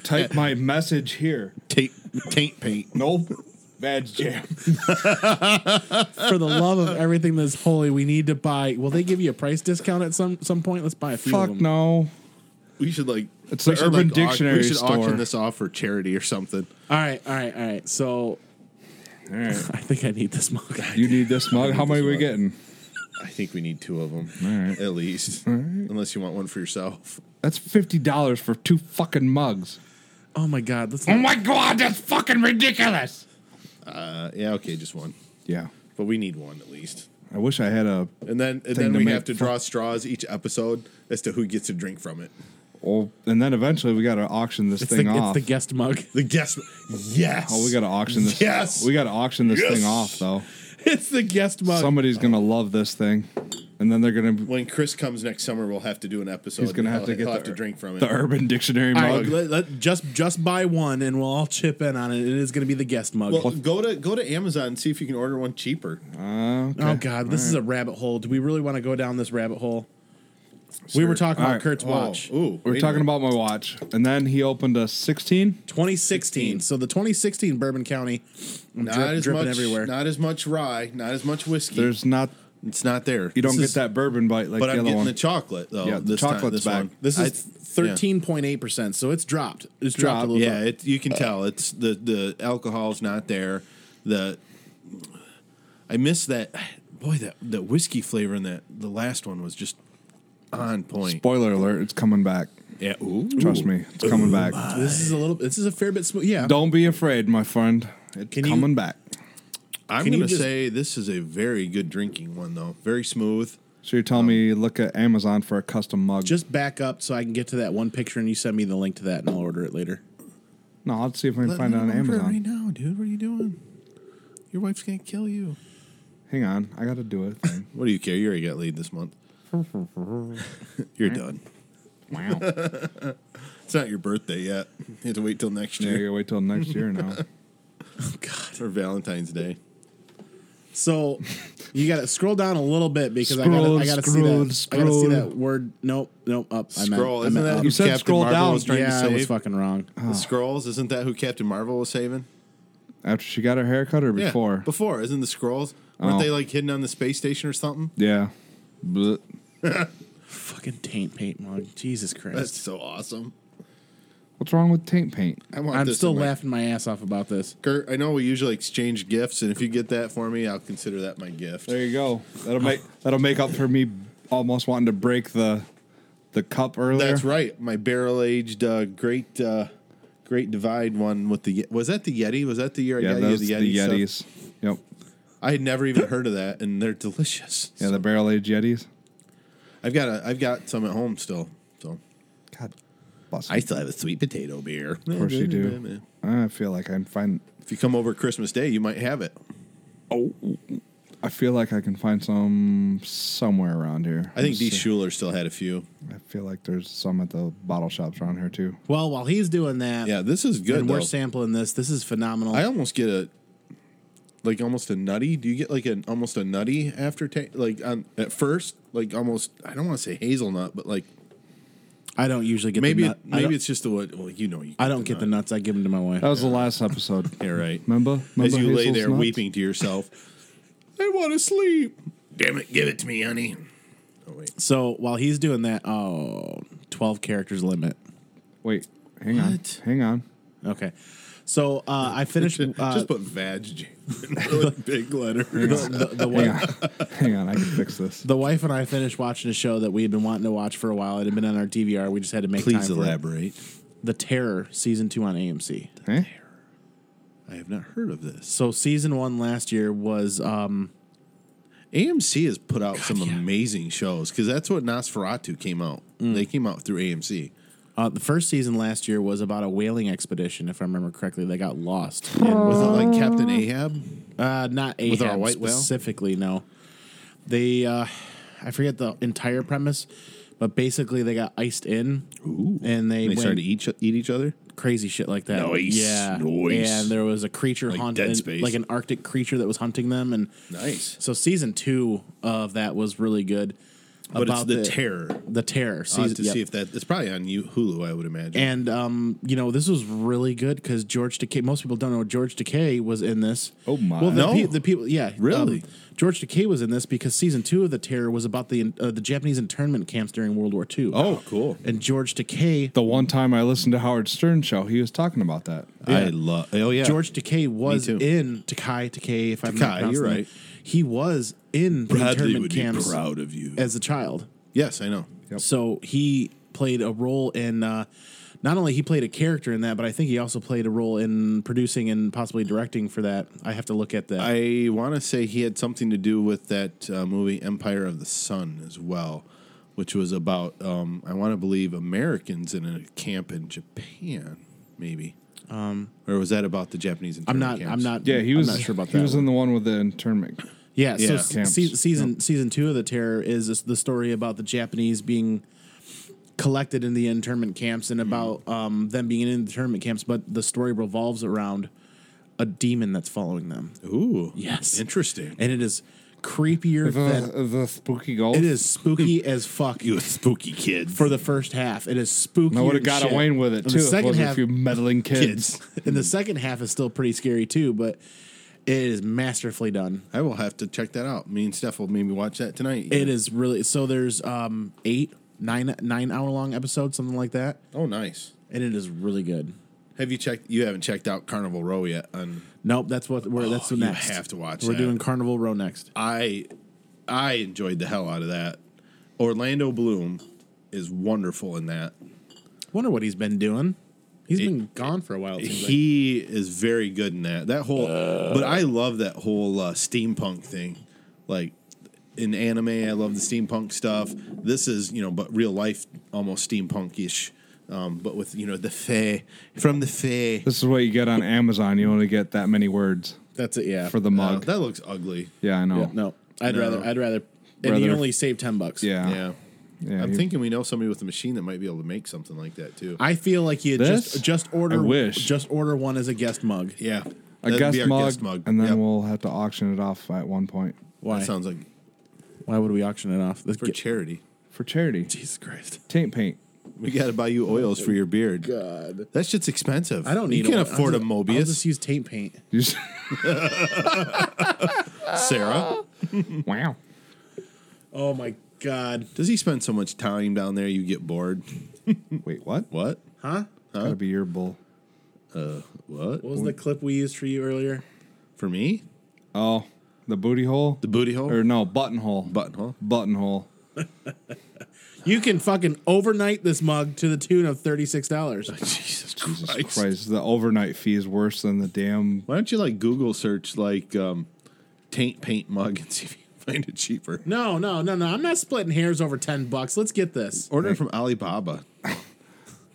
Type my message here. Taint, taint paint. Nope. Badge jam. For the love of everything that's holy, we need to buy. Will they give you a price discount at some some point? Let's buy a few of Fuck them. no. We should like It's we the should, Urban au- Dictionary We should store. auction this off for charity or something. All right, all right, all right. So All right. I think I need this mug. You need this mug? How many are we getting? I think we need two of them right. at least, unless you want one for yourself. That's $50 for two fucking mugs. Oh my god, let's. Oh my god, that's fucking ridiculous. Uh, yeah, okay, just one, Yeah. but we need one at least. I wish I had a. And then and Thing then to we make have to fun- draw straws each episode as to who gets to drink from it. Well, and then eventually we got to auction this It's thing the, it's off. the guest mug. The guest, yes. oh, we got to auction this. Yes! We got to auction this Yes! thing off, though. It's the guest mug. Somebody's going to love this thing. And then they're going to. When Chris comes next summer, we'll have to do an episode. He's going to and have to he'll- get he'll the, have to drink from it. the Urban Dictionary All mug. right, let, let- just just buy one, and we'll all chip in on it. It is going to be the guest mug. well, go to go to Amazon and see if you can order one cheaper. Uh, oh God, this is a rabbit hole. Do we really want to go down this rabbit hole? We were talking All about right. Kurt's watch, Oh, ooh, We're wait a talking minute. about my watch, and then he opened a 16. 2016. So the 2016 Bourbon County, I'm not drip- as dripping much everywhere. not as much rye, not as much whiskey. There's not it's not there. you don't This get is- that bourbon bite like But the I'm other getting one. the chocolate though. Yeah, the this time- chocolate's this back. one. this I- is 13.8 percent. So it's dropped. It's dropped, a little Yeah, bit. it, you can tell it's the the alcohol's not there. The I miss that boy that the whiskey flavor in that the last one was just on point. Spoiler alert, it's coming back. yeah, ooh. Trust me, it's coming back. This is a little. This is a fair bit smooth. Yeah. Don't be afraid, my friend. It's Can you- coming back. I'm Can you gonna just- say this is a very good drinking one though. Very smooth. So you're Oh. telling me look at Amazon for a custom mug. Just back up so I can get to that one picture, and you send me the link to that, and I'll order it later. no, I'll see if I can Let find it me on order it Amazon. right now, dude. What are you doing? Your wife's gonna kill you. Hang on, I gotta do a thing. What do you care? You already got lead this month. You're done. wow. It's not your birthday yet. You have to wait till next Yeah, you year gotta wait till next year now. or Valentine's Day. So you got to scroll down a little bit because Scroll, I got to scroll, see that. I got to see scroll. that word. Nope, nope. Up. I meant- Scroll, I isn't meant that up. You said Captain scroll Marvel down. was trying yeah, oh. to I save? was fucking wrong. The scrolls, isn't that who Captain Marvel was saving? After she got her haircut or Yeah, before? Before, isn't the scrolls? Weren't Oh. they like hidden on the space station or something? yeah. Blech. Fucking taint paint mug. Jesus Christ. That's so awesome. What's wrong with taint paint? I want I'm this still in my- laughing my ass off about this. Kurt, I know we usually exchange gifts, and if you get that for me, I'll consider that my gift. There you go. That'll make that'll make up for me almost wanting to break the the cup earlier. That's right. My barrel aged uh, great uh, great divide one with the Ye- was that the Yeti? Was that the year I Yeah, got you those the the, Yeti? stuff? Yetis. Yep. I had never even heard of that, and they're delicious. Yeah, the barrel aged Yetis. I've got a, I've got some at home still. So God, bless I I, still have a sweet potato beer. Of course you do. I feel like I'm find. If you come over Christmas Day, you might have it. I feel like I can find some somewhere around here. I think D. Let's see. Schuler still had a few. I feel like there's some at the bottle shops around here too. Well, while he's doing that, Yeah, this is good. and Though. we're sampling this, this is phenomenal. I almost get a like almost a nutty. Do you get like an almost a nutty aftertaste? Like on at first, like almost. I don't want to say hazelnut, but like I don't usually get maybe the nut. it- I don't, maybe it's just the what. Well, you know, you I don't get the nuts. I give them to my wife. That Oh. was the last episode. Yeah, right. Remember? As Remember you lay Hazel's there nuts? weeping to yourself, I want to sleep. Damn it, give it to me, honey. Oh wait, So while he's doing that, oh, 12 characters limit. Wait, hang on, What? hang on. Okay. So uh, I finished uh, just, just put vag jam in really big letters. the, the, Hang wife, on, hang on. I can fix this. the wife and I finished watching a show that we had been wanting to watch for a while. It had been on our DVR. We just had to make time for it. The Terror season two on AMC. Eh? I have not heard of this. So season one last year was um, AMC has put out some amazing shows because that's what Nosferatu came out. Mm. They came out through AMC. Uh, the first season last year was about a whaling expedition, if I remember correctly. They got lost. Was it like Captain Ahab? Uh, not Ahab With our white whale? specifically. No, they. Uh, I forget the entire premise, but basically they got iced in, and they, They went started to eat, eat each other. crazy shit like that. Nice, yeah, nice. And there was a creature Like haunting, Dead Space. like an Arctic creature that was hunting them, and Nice. so season two of that was really good. But it's the, terror. the terror I'll have season. to yep. see if that it's probably on you- Hulu, I would imagine. And um, you know, this was really good because George Takei. Most people don't know George Takei was in this. Oh, my. Well, the, No. pe- the people, yeah, Really? um, George Takei was in this because season two of the Terror was about the uh, the Japanese internment camps during World War II. oh, cool. and George Takei, The one time I listened to Howard Stern show, he was talking about that. I love. Oh yeah, George Takei was too. in Takai Takei. If I'm Takei, not pronouncing you're that. right. he was in the Bradley internment would camps be proud of you. as a child. Yes, I know. So he played a role in uh, not only he played a character in that, but I think he also played a role in producing and possibly directing for that. I have to look at that. I want to say he had something to do with that uh, movie Empire of the Sun as well, which was about um, I want to believe Americans in a camp in Japan, maybe. Um, or was that about the Japanese? I'm internment not. I'm camps? not. Yeah, he was. I'm not sure about he that. was one. in the one with the internment. yeah. Yeah. So s- se- Camps. season season two of the Terror is this, the story about the Japanese being collected in the internment camps and about um, them being in internment camps, but the story revolves around a demon that's following them, Ooh, Yes. interesting. and it is creepier uh, than The, the spooky golf. it is spooky as fuck. You a spooky kid. for the first half. It is spooky. And I would have and got shit. away with it And too. The If it second wasn't half, for you meddling kids. and the second half is still pretty scary too, but it is masterfully done. I will have to check that out. Me and Steph will maybe watch that tonight. It is really so. There's um eight, nine, nine hour long episodes, something like that, Oh, nice. and it is really good. Have you checked? You haven't checked out Carnival Row yet. On Nope, that's what we're. that's the Oh, you next. have to watch We're that. doing Carnival Row next. I, I enjoyed the hell out of that. Orlando Bloom is wonderful in that. Wonder what he's been doing. He's been gone for a while. It seems like. He is very good in that. That whole, but I love that whole uh, steampunk thing. Like in anime, I love the steampunk stuff. This is you know, but real life almost steampunkish, um, but with you know the fae from the fae. This is what you get on Amazon. You only get that many words That's it. Yeah. for the Uh, mug. that looks ugly. yeah, I know. Yeah, no, I'd No. rather. I'd rather. And Rather- you only save ten bucks. Yeah. Yeah. Yeah, I'm you- thinking we know somebody with a machine that might be able to make something like that too. I feel like you This? just just order. I wish. just order one as a guest mug. yeah. A That'd guest be our mug, guest mug. and then Yep. we'll have to auction it off at one point Why? That sounds like Why would we auction it off? Let's for get- charity. for charity. Jesus Christ. Taint paint. We got to buy you oils for your beard. God. That shit's expensive. I don't need You a- can't I'll afford a just- I'll Mobius, just use taint paint. You just- Ah. Sarah. wow. Oh my God. Does he spend so much time down there you get bored? Wait, what? What? Huh? Gotta be your bull. What? What was the clip we used for you earlier? For me? Oh, the booty hole. The booty hole? or no buttonhole. buttonhole? buttonhole. You can fucking overnight this mug to the tune of $36. Jesus Jesus Christ. the overnight fee is worse than the damn. Why don't you like Google search like um, taint paint mug and see if you can find it cheaper? No, no, no, no. I'm not splitting hairs over 10 bucks. Let's get this. Order it from Alibaba.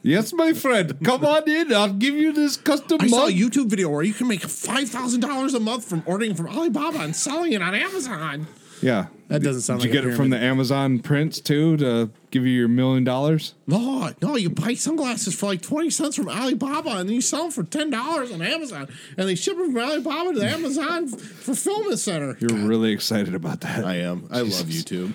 Yes, my friend, come on in. I'll give you this custom I saw a mug. YouTube video where you can make five thousand dollars a month from ordering from Alibaba and selling it on Amazon. Yeah, That doesn't sound Did you like a get it from the pyramid. Amazon prints too to give you your million dollars? No, no, you buy sunglasses for like twenty cents from Alibaba and then you sell them for ten dollars on Amazon, and they ship them from Alibaba to the Amazon fulfillment center. You're really excited about that. I am. I love YouTube.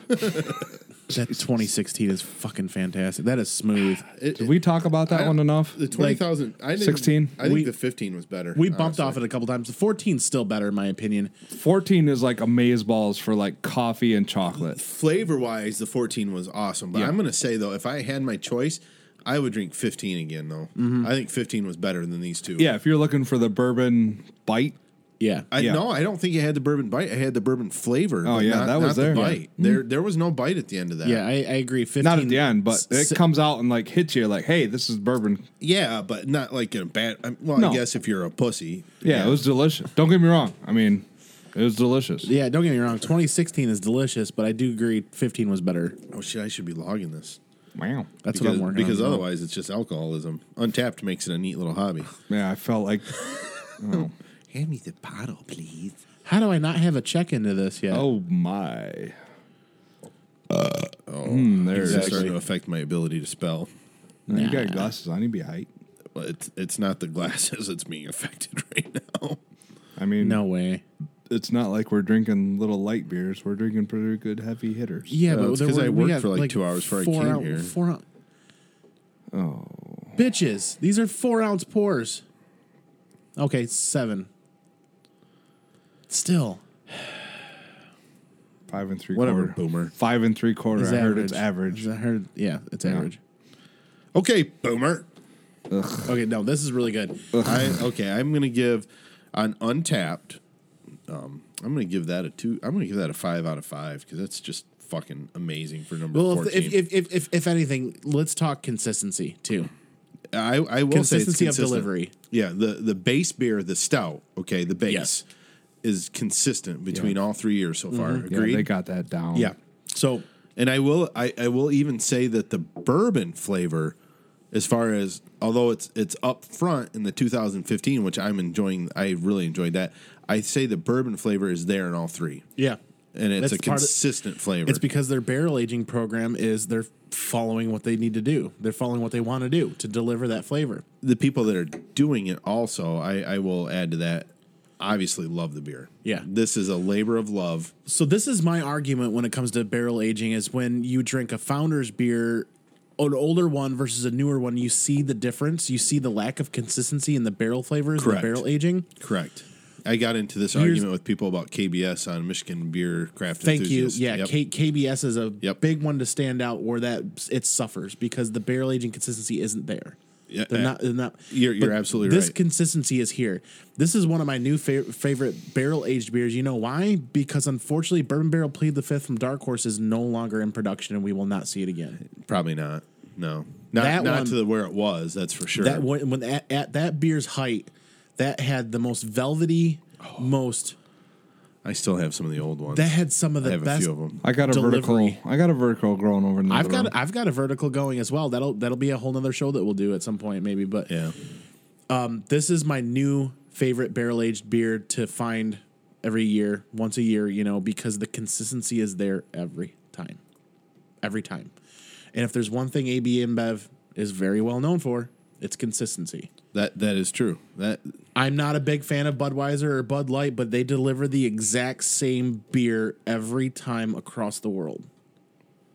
That 2016 is fucking fantastic. That is smooth. Did we talk about that I- one enough? The twenty thousand, I think 16? I think We- the fifteen was better. We bumped honestly. off it a couple times. The 14's still better, in my opinion. 14 is like amaze balls for like coffee and chocolate. flavor wise. The fourteen was awesome, but I'm gonna say though, if I had my choice, I would drink fifteen again though. I think fifteen was better than these two. Yeah, if you're looking for the bourbon bite, Yeah. I, Yeah. No, I don't think I had the bourbon bite. I had the bourbon flavor. Oh, but yeah, Mm. not, that not was the there. bite. There, there was no bite at the end of that. yeah, I, I agree. 15, not at the end, but s- it comes out and like hits you like, hey, this is bourbon. yeah, but not like in a bad. I- Well, I No. guess if you're a pussy, Yeah, it was delicious. Don't get me wrong. I mean, It was delicious. Yeah, don't get me wrong. 2016 is delicious, but I do agree 15 was better. Oh shit! I should be logging this. Wow. That's because, what I'm working because on. otherwise it's just alcoholism. Untapped makes it a neat little hobby. Yeah, I felt like, Hand me the bottle, please. How do I not have a check into this yet? oh my. Mm, there It's it is. starting to affect my ability to spell. You got glasses on, you'd be height. Well, It's it's not the glasses; it's being affected right now. I mean, no way. it's not like we're drinking little light beers. We're drinking pretty good heavy hitters. Yeah, Well, but Uh, it's there 'cause were- I we worked got, for, like, two hours before I four came ounce- here. Four ounce. Oh. Bitches. These are four ounce pours. Okay, seven. Still. Five and three Whatever, quarter. boomer. Five and three quarter. I is heard it's average. I heard, yeah, it's average. Okay, boomer. Okay, no, this is really good. I, okay, I'm gonna give on Untapped. Um, I'm gonna give that a two. I'm gonna give that a five out of five because that's just fucking amazing for number Well, fourteen. if, if, if, if, if anything, let's talk consistency too. I, I will say Consistency it's of consistent. delivery. Yeah, the the base beer, the stout. Okay, the base Yes. is consistent between all three years so far. Mm-hmm. Yeah, Agreed. they got that down. Yeah. So, and I will I, I will even say that the bourbon flavor, as far as although it's it's up front in the 2015, which I'm enjoying, I really enjoyed that. I say the bourbon flavor is there in all three, Yeah. and it's That's a part of- consistent flavor. It's because their barrel aging program is they're following what they need to do. They're following what they want to do to deliver that flavor. the people that are doing it also. I I will add to that. Obviously, love the beer. Yeah. this is a labor of love. So this is my argument when it comes to barrel aging is when you drink a founder's beer, an older one versus a newer one, you see the difference. You see the lack of consistency in the barrel flavors, and the Correct. barrel aging. Correct. I got into this Here's- argument with people about KBS on Michigan Beer Craft. Thank you. Enthusiast. Yeah, Yep. K- KBS is a Yep. big one to stand out where that it suffers because the barrel aging consistency isn't there. Yeah, they're uh, not. They're not. you're- you're but absolutely This right. consistency is here. This is one of my new fa- favorite barrel aged beers. You know why? Because unfortunately, Bourbon Barrel Plead the Fifth from Dark Horse is no longer in production, and we will not see it again. Probably not. No, not That not one- to the where it was. That's for sure. That when, when at, at that beer's height, that had the most velvety, Oh. most I still have some of the old ones. that had some of the I have a best. few of them. I got a Delivery. vertical. I got a vertical growing over in the I've room. got I've got a vertical going as well. That'll that'll be a whole nother show that we'll do at some point maybe. But yeah, this is my new favorite barrel aged beer to find every year, once a year, you know, because the consistency is there every time. Every time. And if there's one thing AB InBev is very well known for, it's consistency. that that is true. That I'm not a big fan of Budweiser or Bud Light, but they deliver the exact same beer every time across the world.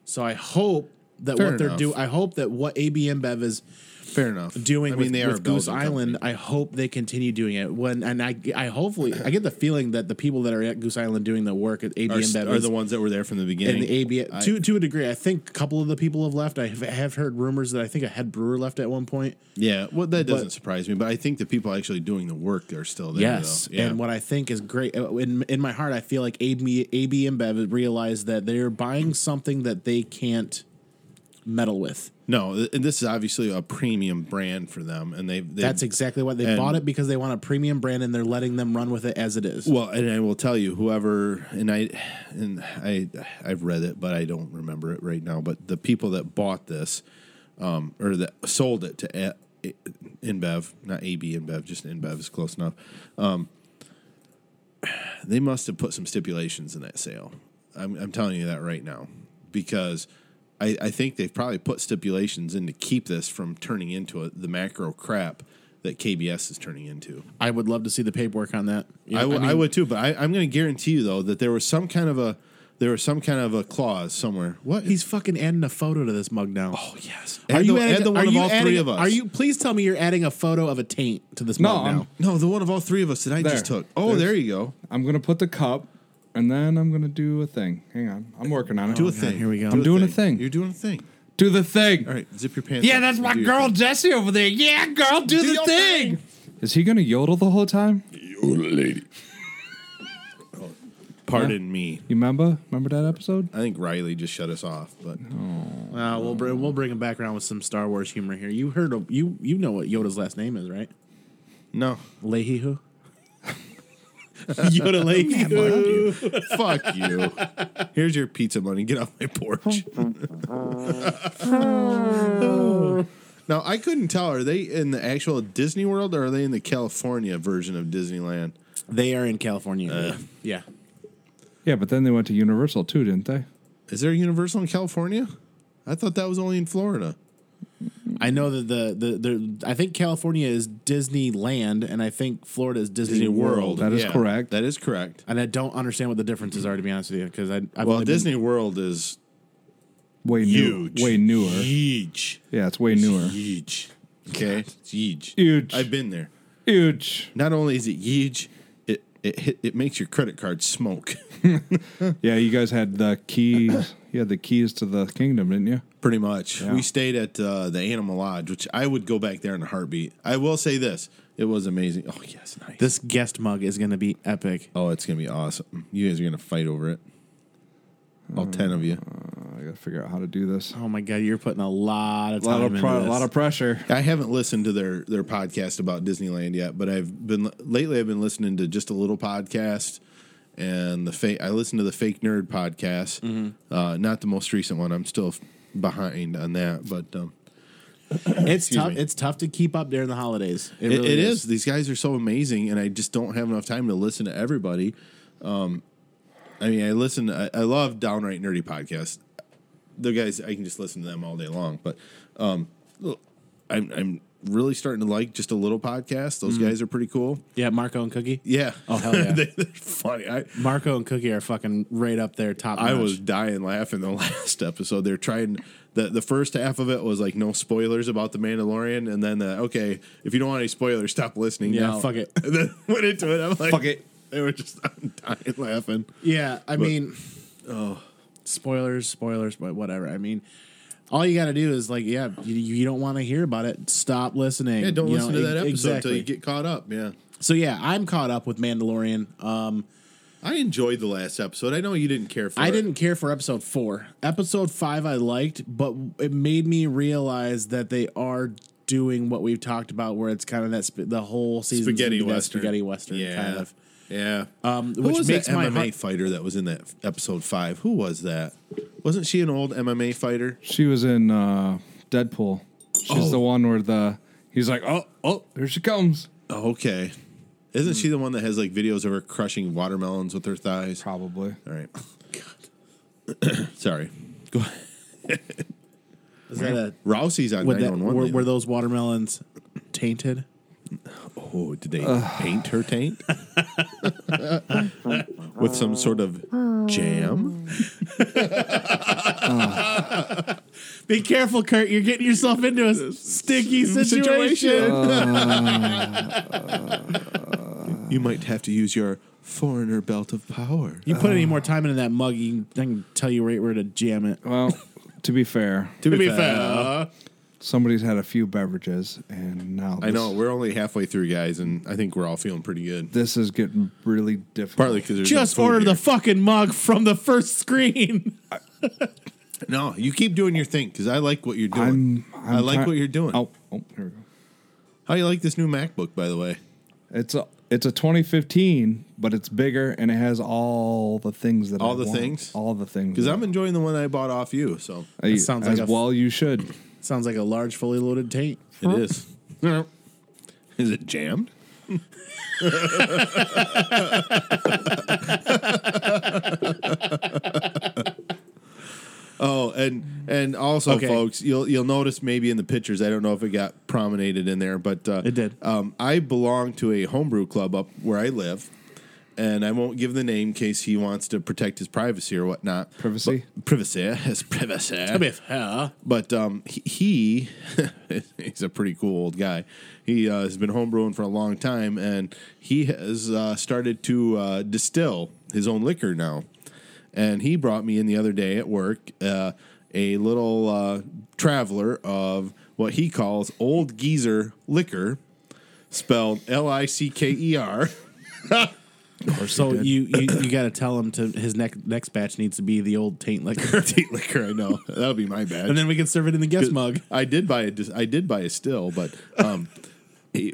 So I hope that Fair what they're enough. doing, I hope that what AB InBev is fair enough. doing I with, mean, they with are a Goose Belgian company. Island, I hope they continue doing it. When and I, I hopefully I get the feeling that the people that are at Goose Island doing the work at AB Are, s- InBev are is- the ones that were there from the and beginning. the AB I- to to a degree. I think a couple of the people have left. I have, have heard rumors that I think a head brewer left at one point. yeah, well, that doesn't But- surprise me. But I think the people actually doing the work are still there. Yes, though. yeah. and what I think is great uh, in in my heart, I feel like AB AB InBev realized that they're buying something that they can't meddle with. no, th- and this is obviously a premium brand for them, and they they That's exactly what they And- bought it because they want a premium brand, and they're letting them run with it as it is. Well, and I will tell you, whoever and I and I I've read it, but I don't remember it right now. But the people that bought this, um, or that sold it to A- A- InBev, not AB InBev, just InBev is close enough. Um, they must have put some stipulations in that sale. I'm, I'm telling you that right now because. I, I think they've probably put stipulations in to keep this from turning into a, the macro crap that KBS is turning into. I would love to see the paperwork on that. You I know, would- mean- I would too, but I, I'm going to guarantee you though that there was some kind of a there was some kind of a clause somewhere. What? He's fucking adding a photo to this mug now. oh yes. are you adding add the one are of you all three adding- of us? Are you? Please tell me you're adding a photo of a taint to this No, mug now. I'm- No, the one of all three of us that I There. just took. Oh, There's- there you go. I'm gonna put the cup, and then I'm gonna do a thing. Hang on, I'm working on it. Do a thing. here we go. Do I'm doing a thing. You're doing a thing. Do the thing. All right, zip your pants. Yeah, up that's and my do your girl thing. Jessie over there. Yeah, girl, do, the your thing. Is he gonna yodel the whole time? You lady. Oh, Pardon me. You remember? Remember that episode? I think Riley just shut us off, but Uh, we'll bring we'll bring him back around with some Star Wars humor here. You heard of, you you know what Yoda's last name is, right? no. Leahy who? Yoda Lake. Fuck you. Here's your pizza money. Get off my porch. now I couldn't tell. Are they in the actual Disney World or are they in the California version of Disneyland? They are in California. Uh. yeah. Yeah, but then they went to Universal too, didn't they? Is there a Universal in California? I thought that was only in Florida. I know that the, the the I think California is Disneyland, and I think Florida is Disney, World. That is correct. That is correct. And I don't understand what the differences are, to be honest with you, because I I've Well, only been- Disney World is Way new, huge. way newer. Huge. Yeah, it's way newer. Huge. Okay. It's huge. Huge. I've been there. Huge. Not only is it huge, it it hit, it makes your credit card smoke. Yeah, you guys had the keys. You had the keys to the kingdom, didn't you? Pretty much. We stayed at uh, the Animal Lodge, which I would go back there in a heartbeat. I will say this: it was amazing. Oh yes, nice. This guest mug is going to be epic. oh, it's gonna be awesome. You guys are gonna fight over it. All ten of you. I gotta figure out how to do this. Oh my god, you're putting a lot of A time lot of into pro- this. lot of pressure. I haven't listened to their their podcast about Disneyland yet, but I've been lately. I've been listening to just a little podcast and the fake. I listened to the Fake Nerd podcast, uh, not the most recent one. I'm still behind on that, but um, it's Excuse tough. me. It's tough to keep up during the holidays. It, It, really it is. These guys are so amazing, and I just don't have enough time to listen to everybody. Um, I mean, I listen. I, I love downright nerdy podcasts. The guys, I can just listen to them all day long. But um, look, I'm I'm really starting to like just a little podcast. Those guys are pretty cool. Yeah, Marco and Cookie. Yeah. Mm-hmm. Oh, hell yeah. they, they're funny. I Marco and Cookie are fucking right up there, top. I notch. was dying laughing the last episode. They're trying the the first half of it was like no spoilers about the Mandalorian, and then the, okay, if you don't want any spoilers, stop listening. Yeah, now. fuck it. And then went into it. I'm like, Fuck it. They were just I'm dying laughing. Yeah, I mean, oh, spoilers, spoilers, but whatever. I mean, all you got to do is like, yeah, you, you don't want to hear about it. Stop listening. Yeah, don't You listen know, to that e- episode exactly. until you get caught up. Yeah, So yeah, I'm caught up with Mandalorian. Um, I enjoyed the last episode. I know you didn't care for. I it. didn't care for episode four. Episode five I liked, but it made me realize that they are doing what we've talked about, where it's kind of that sp- the whole season spaghetti western. spaghetti western, Yeah. kind of. Yeah. Um, Who which was makes that my MMA heart- fighter that was in that episode five? Who was that? Wasn't she an old MMA fighter? She was in uh, Deadpool. She's Oh. the one where the he's like, oh, oh, there she comes. Oh, okay. Isn't Hmm. she the one that has like videos of her crushing watermelons with her thighs? Probably. All right. Sorry. Go ahead. Is that a, Rousey's on would that, 911. were, lately. were those watermelons tainted? oh, did they paint her taint? with some sort of jam? Be careful, Kurt. You're getting yourself into a sticky situation. Uh, You might have to use your foreigner belt of power. you put any more time into that mug, you can, I can tell you right where to jam it. Well, to be fair, To be, somebody's had a few beverages, and now I know, we're only halfway through, guys, and I think we're all feeling pretty good. this is getting really difficult. Partly because Just order the fucking mug from the first screen. No, you keep doing your thing because I like what you're doing. I'm, I'm I like try- what you're doing. Oh, oh, here we go. How you like this new MacBook, by the way? It's a it's a 2015, but it's bigger and it has all the things that All the I want. things? all the things. Because I'm enjoying the one I bought off you. So Hey, sounds as like a f- well. you should. Sounds like a large, fully loaded taint. it is. Is it jammed? oh, and and also, Okay. folks, you'll you'll notice maybe in the pictures. I don't know if it got promenaded in there, but uh, It did. Um, I belong to a homebrew club up where I live, and I won't give the name in case he wants to protect his privacy or whatnot. Privacy? But- privacy, his privacy. fair. But um, he, he he's a pretty cool old guy. He uh, has been homebrewing for a long time, and he has uh, started to uh, distill his own liquor now. And he brought me in the other day at work uh, a little uh, traveler of what he calls old geezer liquor, spelled L I C K E R. So you you, you got to tell him to his next next batch needs to be the old taint liquor, Tea liquor, I know that'll be my bad. and then we can serve it in the guest mug. I did buy a dis- I did buy a still, but um,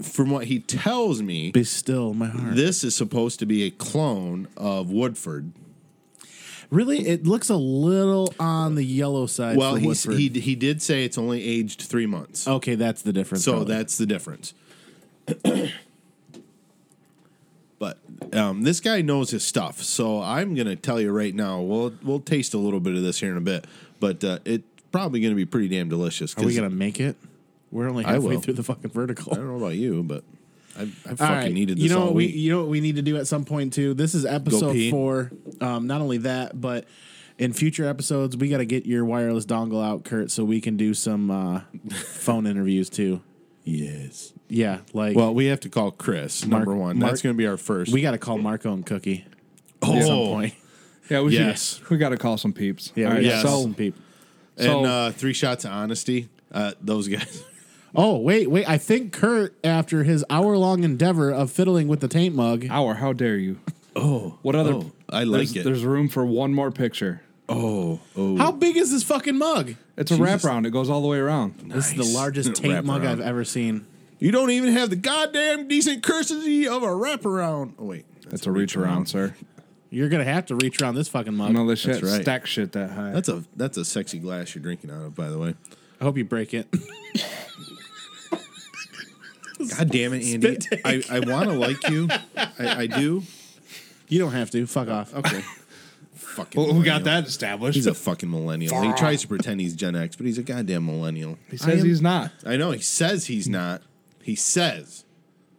from what he tells me, Be still, my heart. this is supposed to be a clone of Woodford. really, it looks a little on the yellow side. well, for he Woodford. Oh, he he did say it's only aged three months, okay. That's the difference. so probably. that's the difference. but um, this guy knows his stuff, so I'm gonna tell you right now. We'll we'll taste a little bit of this here in a bit, but uh, it's probably gonna be pretty damn delicious. are we 'cause gonna make it? We're only I halfway will. through the fucking vertical. I don't know about you, but I, I fucking All right. needed this You know all what we week. you know what we need to do at some point too. This is episode pee. four. Um, not only that, but in future episodes, we got to get your wireless dongle out, Kurt, so we can do some uh, phone interviews too. yes. Yeah, like Well, we have to call Chris number one. Mark- That's going to be our first. we got to call Marco and Cookie oh, at some point. Yeah, we should- Yes. we got to call some peeps. Yeah, All we right, got yes. some so people. and So- uh, three shots of honesty. Uh, those guys. Oh wait, wait! I think Kurt, after his hour-long endeavor of fiddling with the taint mug, hour, how dare you? Oh, what other? oh, I like there's, it. There's room for one more picture. Oh, oh, how big is this fucking mug? It's a wrap wraparound. It goes all the way around. This is the Nice. largest Wrap taint mug around. I've ever seen. you don't even have the goddamn decent courtesy of a wraparound. Oh wait, That's a reach around, sir. You're gonna have to reach around this fucking mug. And all this That's shit, right. stack shit that high. that's a that's a sexy glass you're drinking out of, by the way. I hope you break it. God damn it, Andy! I, I want to like you, I, I do. You don't have to. Fuck off. Okay, fucking. Well, we got millennial. that established. He's a fucking millennial. He tries to pretend he's Gen X, but he's a goddamn millennial. he says he's not. I know he says he's not. He says,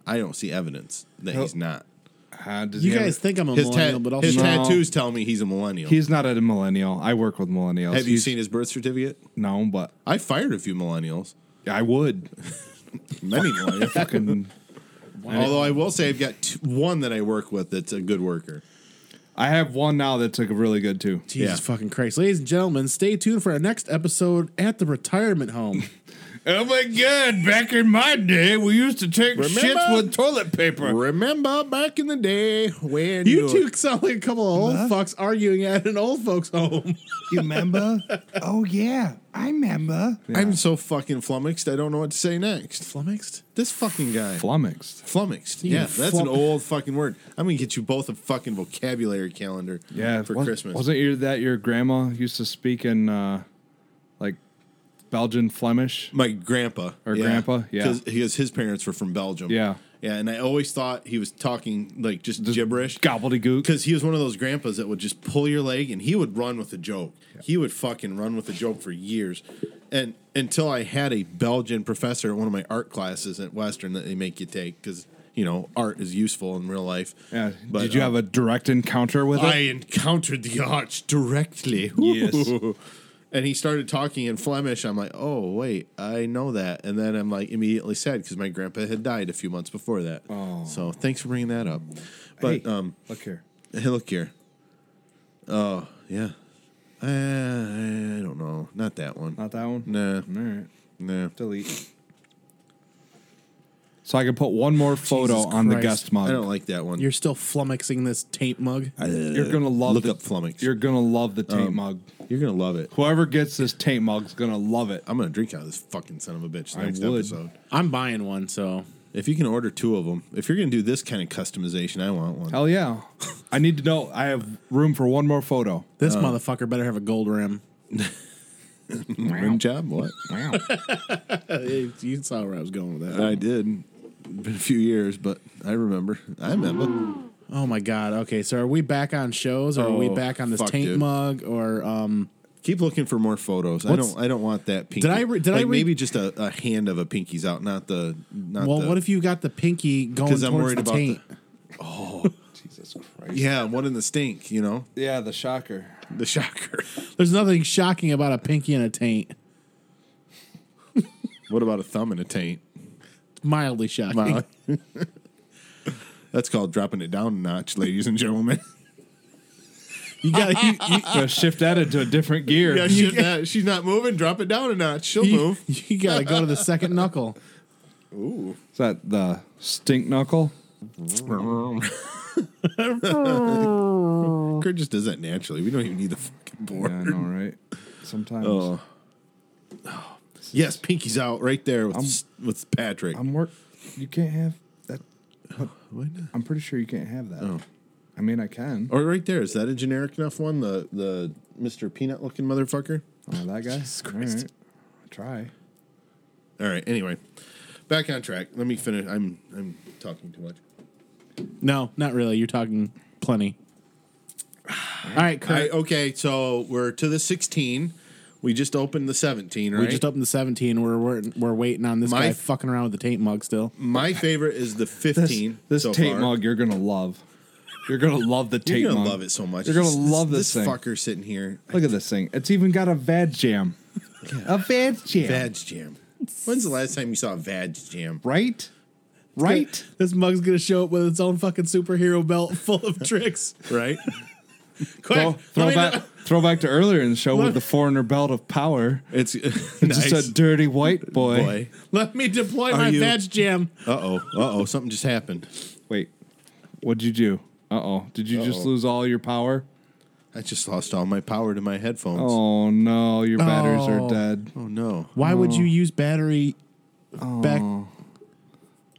I don't see evidence that he's not. How does You he ever- guys think I'm a His, ta- millennial, but also his No. tattoos tell me he's a millennial. he's not a millennial. I work with millennials. Have you He's- seen his birth certificate? No, but I fired a few millennials. I would. Many millennials. Fucking- Although I will say I've got t- one that I work with that's a good worker. I have one now that's like really good too. Jesus Yeah. fucking Christ. Ladies and gentlemen, stay tuned for our next episode at the retirement home. Oh my god, back in my day, we used to take Remember? shits with toilet paper. Remember back in the day when you two sound like a couple of old fucks arguing at an old folks home. You remember? oh yeah, I remember. I'm so fucking flummoxed. I don't know what to say next. Flummoxed? This fucking guy. Flummoxed. flummoxed. Yeah, that's flum- an old fucking word. I'm gonna get you both a fucking vocabulary calendar. Yeah, for was- Christmas. Wasn't your, that your grandma used to speak in uh, like Belgian Flemish? my grandpa Or grandpa, yeah. because his parents were from Belgium, Yeah. yeah. And I always thought he was talking like just, Just gibberish gobbledygook. because he was one of those grandpas that would just pull your leg and he would run with a joke. He would fucking run with a joke for years, and until I had a Belgian professor at one of my art classes at Western that they make you take because you know art is useful in real life. Yeah. Did you uh, have a direct encounter with I it? encountered the arts directly. Yes. And he started talking in Flemish. I'm like, oh, wait, I know that. And then I'm like immediately sad because my grandpa had died a few months before that. Oh. So thanks for bringing that up. But Hey, um, look here. hey, look here. Oh, yeah. Uh, I don't know. Not that one. Not that one. nah, All right. nah. Delete. So I can put one more photo Jesus on the Christ. guest mug. I don't like that one. You're still flummoxing this taint mug. You're gonna love Look the, up Flummox. You're gonna love the taint mug. You're going to love it. Whoever gets this taint mug's gonna love it. I'm going to drink out of this fucking son of a bitch I next would. episode. I'm buying one, so If you can order two of them, if you're going to do this kind of customization, I want one. Hell yeah! I need to know. I have room for one more photo. this motherfucker better have a gold rim. Rim job? What? Wow. you saw where I was going with that. I did. Been a few years, but I remember. I remember. Oh my god. Okay, so are we back on shows or are we Oh, back on this fuck, taint dude. mug or um Keep looking for more photos. I What's- don't. I don't want that pinky. Did I re- did I like re- maybe just a, a hand of a pinky's out, not the. Not well, the, what if you got the pinky going towards 'Cause I'm worried the about taint? Jesus Christ. Yeah, one in the stink. You know, Yeah, the shocker. the shocker. There's nothing shocking about a pinky and a taint. what about a thumb and a taint? Mildly shocking. Wow. That's called dropping it down a notch, ladies and gentlemen. You got you, you, Gotta shift that into a different gear. yeah, she, that, she's not moving. Drop it down a notch. She'll move. You gotta go to the second knuckle. Is that the stink knuckle? Kurt just does that naturally. We don't even need the fucking board. Yeah, I know, right? Sometimes Oh. Yes, Pinky's out right there with, s- with Patrick. I'm work. You can't have that. Why not? I'm pretty sure you can't have that. I mean, I can. Or right there. Is that a generic enough one? The the Mr. Peanut looking motherfucker? Oh, that guy. Jesus Christ. All right. I'll try. All right. Anyway, back on track. Let me finish. I'm I'm talking too much. No, not really. You're talking plenty. All right, Kurt. I, okay, so we're to the 16. We just opened the 17, right? We just opened the 17. We're we're, we're waiting on this My guy f- fucking around with the taint mug still. My favorite is the 15. This, this so tape far. mug you're gonna love. You're gonna love the tape You're gonna mug. love it so much. You're gonna This- love this, this thing. fucker sitting here. Look at this thing. It's even got a vad jam. a vad jam. Vag jam. When's the last time you saw a vag jam? Right? Right? This mug's gonna show up with its own fucking superhero belt full of tricks. Right? Quick, Throw, let throw me back know- throw back to earlier in the show Look. with the foreigner belt of power. It's It's nice. Just a dirty white boy. boy. Let me deploy Are my you- badge jam. Uh oh. Uh oh. Something just happened. Wait. What'd you do? Uh oh. Did you just Uh-oh. lose all your power? I just lost all my power to my headphones. Oh no, your batteries Oh. are dead. Oh, no. Why would you use battery back?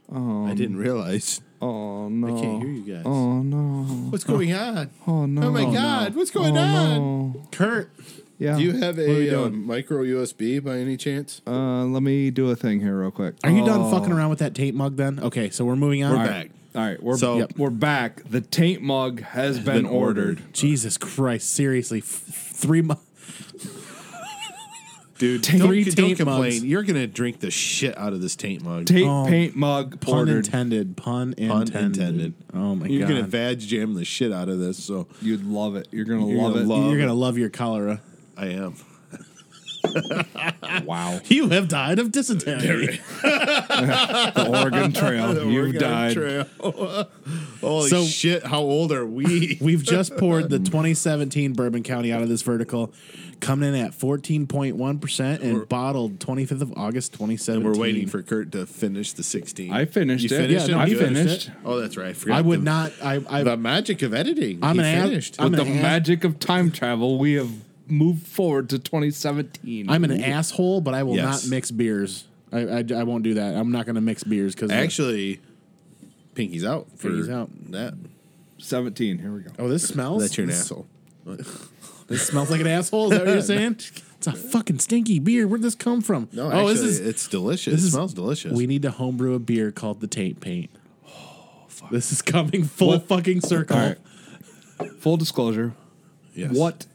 I didn't realize. Oh no. I can't hear you guys. Oh no. What's going on? Oh no. Oh my god, what's going on? Kurt, Yeah. Do you have are we a uh, doing? micro USB by any chance? Uh, let me do a thing here real quick. are you done Oh. fucking around with that taint mug then? Okay, so we're moving on. We're All back. right. All right, we're So- yep, we're back. The taint mug has been, been ordered. ordered. Jesus Christ, seriously. F- three mu- Dude, don't- don't, Three don't taint complain. mugs. You're gonna drink the shit out of this taint mug. Taint Oh. paint mug Pun ordered. intended. Pun intended. intended. Oh my You're god. gonna vag jam the shit out of this. So You'd love it. You're gonna You're love gonna it. love You're gonna love your cholera. I am. wow. You have died of dysentery. The Oregon Trail. We're gonna You've died. trail. Holy So- shit! How old are we? We've just poured the 2017 Bourbon County out of this vertical, coming in at 14.1% and bottled 25th of August 2017. We're waiting for Kurt to finish the 16. I finished You it. Finished Yeah, no, it? I he Good. finished finished. Oh, that's right. I forgot I would the- not. I. I The magic of editing. I'm He an ad- finished. I'm With the gonna ask- magic of time travel, we have moved forward to 2017. I'm an asshole, but I will Yes. not mix beers. I, I, I won't do that. I'm not going to mix beers because Actually, Pinky's out. For Pinky's out. That 17. Here we go. oh, this smells. that's your this, asshole. This smells like an asshole. Is that what you're saying? It's a fucking stinky beer. Where'd this come from? No, oh, actually, this is. it's delicious. this it is- smells delicious. We need to homebrew a beer called the Taint Paint. Oh, This is coming full What- fucking circle. All right. Full disclosure. Yes. What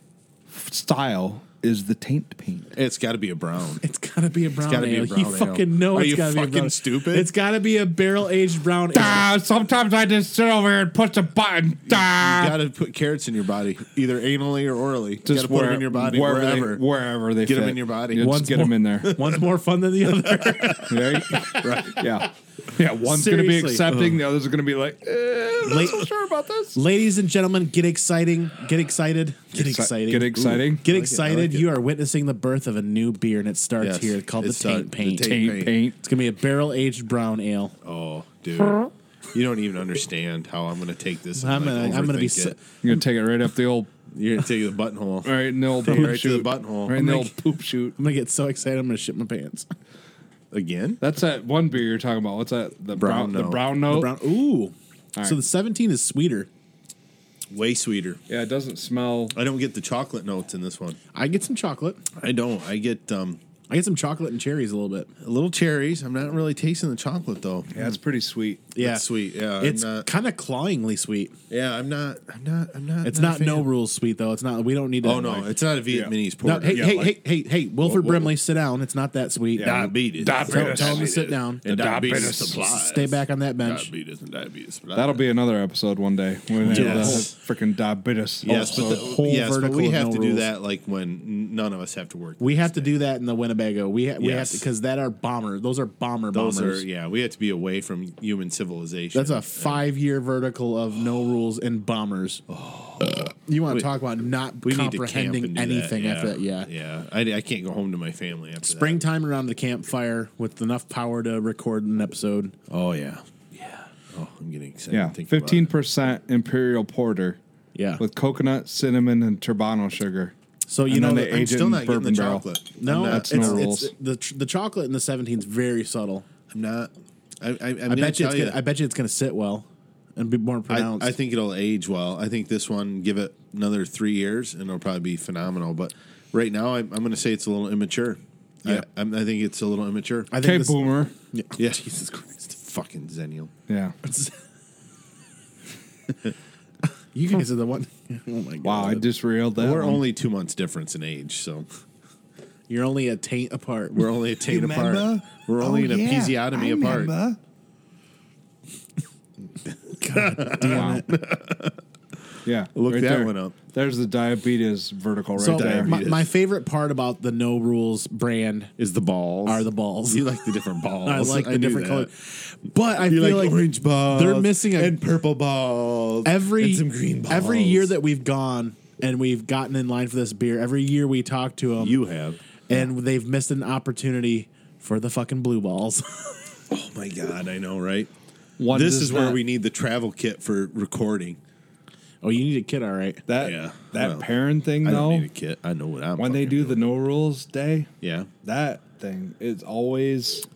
f- style is the taint paint? It's got to be a brown. It's gotta be a brown gotta be a ale. brown you ale. fucking know Are it's you gotta be a fucking brown- stupid? It's gotta be a barrel aged brown ale. Uh, sometimes I just sit over here and push a button. Uh, Ah. You got to put carrots in your body, either anally or orally. You got to just put where, them in your body wherever, wherever. They, wherever they Get 'em fit. in your body. Yeah, just One's get more- them in there. One's more fun than the other. Right? Yeah, Uh-huh. yeah. One's gonna be Seriously. accepting. The other's gonna be like, eh, I'm not Late- so sure about this. Ladies and gentlemen, get exciting. Get excited. Get Exci- excited. Get exciting. Get like it, I excited. like it. you are witnessing the birth of a new beer, and it starts Yes, here called it the start- Taint Paint. the Taint- Taint paint. It's gonna be a barrel aged brown ale. oh, dude. You don't even understand how I'm gonna take this. and, I'm like, gonna- I'm gonna be overthink so- it. You're gonna take it right up the old, You're gonna take the buttonhole. right in the old Take it poop right to the chute, buttonhole. right in the I'm old like- poop chute. I'm gonna get so excited. I'm gonna shit my pants. Again? That's that one beer you're talking about. What's that? The Brown brown, the note. brown note. The brown. Ooh. Oh. So All right. the 17 is sweeter. Way sweeter. yeah, it doesn't smell. I don't get the chocolate notes in this one. I get some chocolate. I don't. I get um I get some chocolate and cherries a little bit. little cherries. I'm not really tasting the chocolate though. Yeah, it's pretty sweet. Yeah, It's sweet, yeah, I'm it's not- kind of clawingly sweet. Yeah, I'm not. I'm not. I'm not. It's a not fan. no rules sweet though. It's not. We don't need to. Oh no, it's not a Vietnamese No, pork. hey, Yeah, hey, like- hey, hey, hey, Wilford Whoa, whoa. Brimley, sit down. It's not that sweet. Diabetes. Tell, tell him to sit down. And The diabetes, diabetes supplies. Stay back on that bench. Diabetes and diabetes supplies. That'll be another episode one day. When Yes. yes. freaking diabetes. Yes, but, Also, the, whole yes but vertical we of have no to do rules. that like when none of us have to work. We have to do that in the Winnebago. We ha- we have Yes. to because that are bomber. Those are bomber Those bombers. are yeah. We have to be away from human civilization. That's a five year vertical of no rules and bombers. you want to talk about not we need to camp comprehending and do anything that. after that? Yeah. yeah. I, I can't go home to my family after That. Springtime around the campfire with enough power to record an episode. Oh yeah, yeah. Oh, I'm getting excited. Yeah, thinking about fifteen it. Ah. percent imperial porter. Yeah. with coconut, cinnamon, and turbano sugar. So you And know then that they I'm age it still in not getting the bourbon barrel. chocolate. No, I'm not, it's, no it's- rules. the the chocolate in the 17 is very subtle. I'm not. I, I, I bet you, it's gonna, I bet you it's gonna sit well and be more I, pronounced. I think it'll age well. I think this one, give it another three years, and it'll probably be phenomenal. But right now, I'm, I'm going to say it's a little immature. Yeah. I, I'm, I think it's a little immature. I Okay, this- boomer. Yeah. yeah, Jesus Christ, fucking Zenial. Yeah. You guys are the one. oh my god! Wow, I just reeled that. We're one. only two months difference in age, so You're only a taint apart. we're only a taint apart. We're only an episiotomy apart. Wow. yeah. Look that there. one up. There's the diabetes vertical right so there. my, Diabetes. my favorite part about the no rules brand Is the balls are the balls. You like the different balls. I like the knew different color, that. but I You feel like, like orange balls. they're missing a- and purple balls. every and some green balls. every year that we've gone and we've gotten in line for this beer. Every year we talk to them, you have. and they've missed an opportunity for the fucking blue balls. Oh my god, I know, right? One this does is where not- we need the travel kit for recording. oh, you need a kid, all right. that Yeah, that well, parent thing I though. don't need a kit. I know what I'm. when they fucking do the doing. no rules day, yeah, that thing is always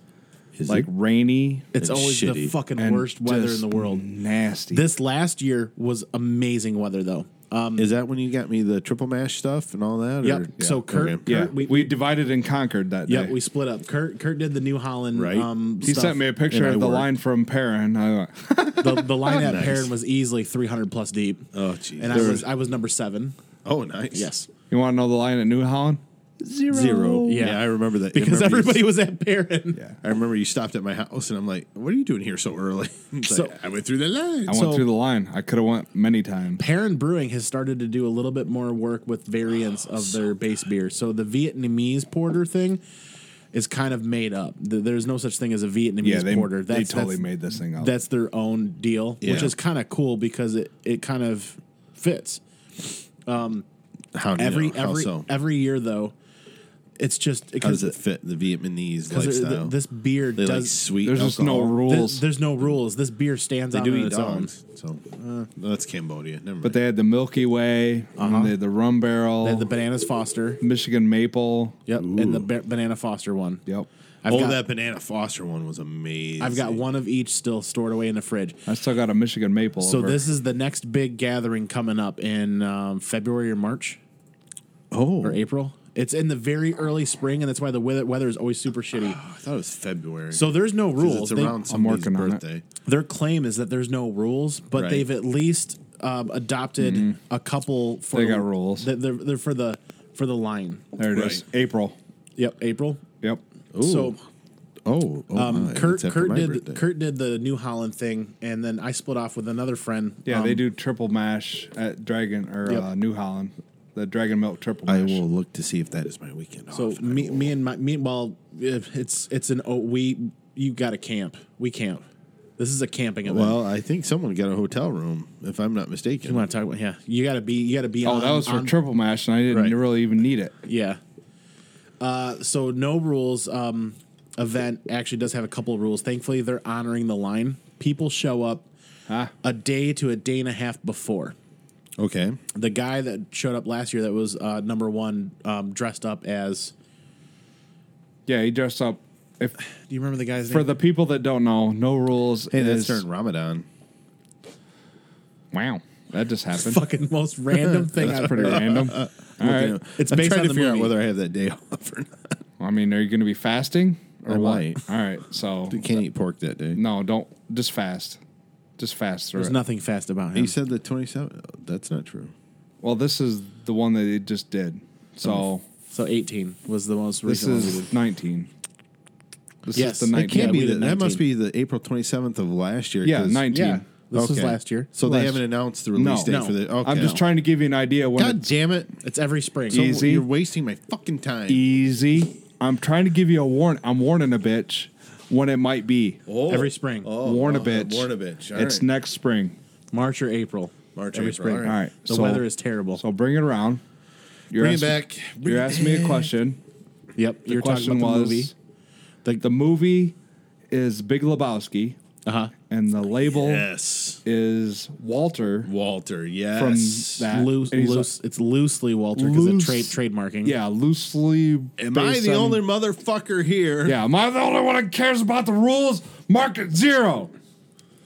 Is like it? rainy It's, It's always the shitty. fucking and worst weather in just the world. Nasty. This last year was amazing weather though. Um, is that when you got me the triple mash stuff and all that? Yep. or- So Kurt- Okay. yeah, Kurt, we- we, divided and conquered that yeah, day. we split up. Kurt Kurt did the New Holland. Right. Um, he stuff. sent me a picture and I of the worked. line from Perrin. I went, the, the line at Oh, Nice. Perrin was easily 300 plus deep. Oh jeez. and I There was I was number seven. Oh nice. Yes. you want to know the line at New Holland? Zero. Zero. Yeah. I remember that Because I remember you- everybody was at Perrin. Yeah. I remember you stopped at my house and I'm like, "What are you doing here so early?" It's So- like, I went through the line. I went So- through the line. I could have went many times. Perrin Brewing has started to do a little bit more work with variants Oh, of their base beer. So the Vietnamese porter thing is kind of made up. Th- There's no such thing as a Vietnamese Yeah, they, porter. they totally that's, made this thing up. That's their own deal, which Yeah. is kind of cool because it, it kind of fits. How do you Every know? How every so? every year though, it's just How because does it fit the Vietnamese because lifestyle? this beer they like does sweet. There's just no alcohol. Th- rules. there's no rules. This beer stands They out do on eat its dogs. So uh, that's Cambodia. Never mind. but they had the Milky Way, and then they had the Rum Barrel, own. Uh-huh. They had the bananas Foster, Michigan Maple. yep, and the ba- banana Foster one. Yep. I've oh, got that banana Foster one was amazing. I've got one of each still stored away in the fridge. I still got a Michigan Maple. So over. this is the next big gathering coming up in um, February or March Oh, or April. It's in the very early spring, and that's why the weather, weather is always super shitty. I thought it was February. So there's no 'Cause rules. It's They- around somebody's working on it. birthday. their claim is that there's no rules, but Right. Mm-hmm. they've at least um, adopted a couple for They got rules. They're, they're for the for the line. there it is. Right. April. Yep, April. Yep. So Oh, oh Um, my, Kurt it's after Kurt my did birthday. Kurt did the New Holland thing, and then I split off with another friend. Yeah, Um, they do triple mash at Dragon or Yep. uh, New Holland. The Dragon Milk triple mash. I will look to see if that is my weekend. So off. I me, will. me and my me well, if it's it's an oh, we you got to camp. We camp. This is a camping event. Well, I think someone got a hotel room, if I'm not mistaken. you want to talk about yeah? You got to be you got to be. Oh, on, that was for on- triple mash, and I didn't Right. really even need it. Yeah. Uh, so no rules um, event actually does have a couple of rules. Thankfully, they're honoring the line. People show up Huh? a day to a day and a half before. Okay. the guy that showed up last year that was uh, number one um, dressed up as Yeah, he dressed up. If do you remember the guy's for name the people that don't know, no rules. Hey, that's is, during Ramadan. Wow, that just happened. fucking most random thing That's I've pretty random. All right. You know, It's I'm based trying on to the figure movie. out whether I have that day off or not. I mean, are you going to be fasting or I what? might. All right. So You can't eat pork that day. no, don't just fast. Just fast through there's it. nothing fast about him He said the 27. oh, That's not true. well, this is the one that it just did. So so 18 was the most this recent one we did. is 19. This Yes, is it the It can't 19. Yeah, we be did that. That 19. must be the April 27th of last year. Yeah, 'cause- 19. yeah this was Okay. last year So Last- they haven't announced the No, release date No. for the. Okay. I'm just trying to give you an idea when God it's damn it! it's every spring So Easy. E- You're wasting my fucking time. easy. I'm trying to give you a warn. I'm warning a bitch when it might be. Oh. every spring. warn a uh, bitch. warn a bitch. All it's right. next spring. march or april March, every April, spring all All right. the so- weather is terrible So bring it around. You're Bring it asking- back. Bring You're it asking me a back. question. yep The you're talking question about the was movie the, movie is Big Lebowski. Uh-huh. and the label Yes. is Walter. Walter, yes. that- Loose, and he's loose. it's loosely Walter because of Loose. trade trademarking. Yeah, loosely. Am I based the on- only motherfucker here? Yeah, am I the only one that cares about the rules? Market zero.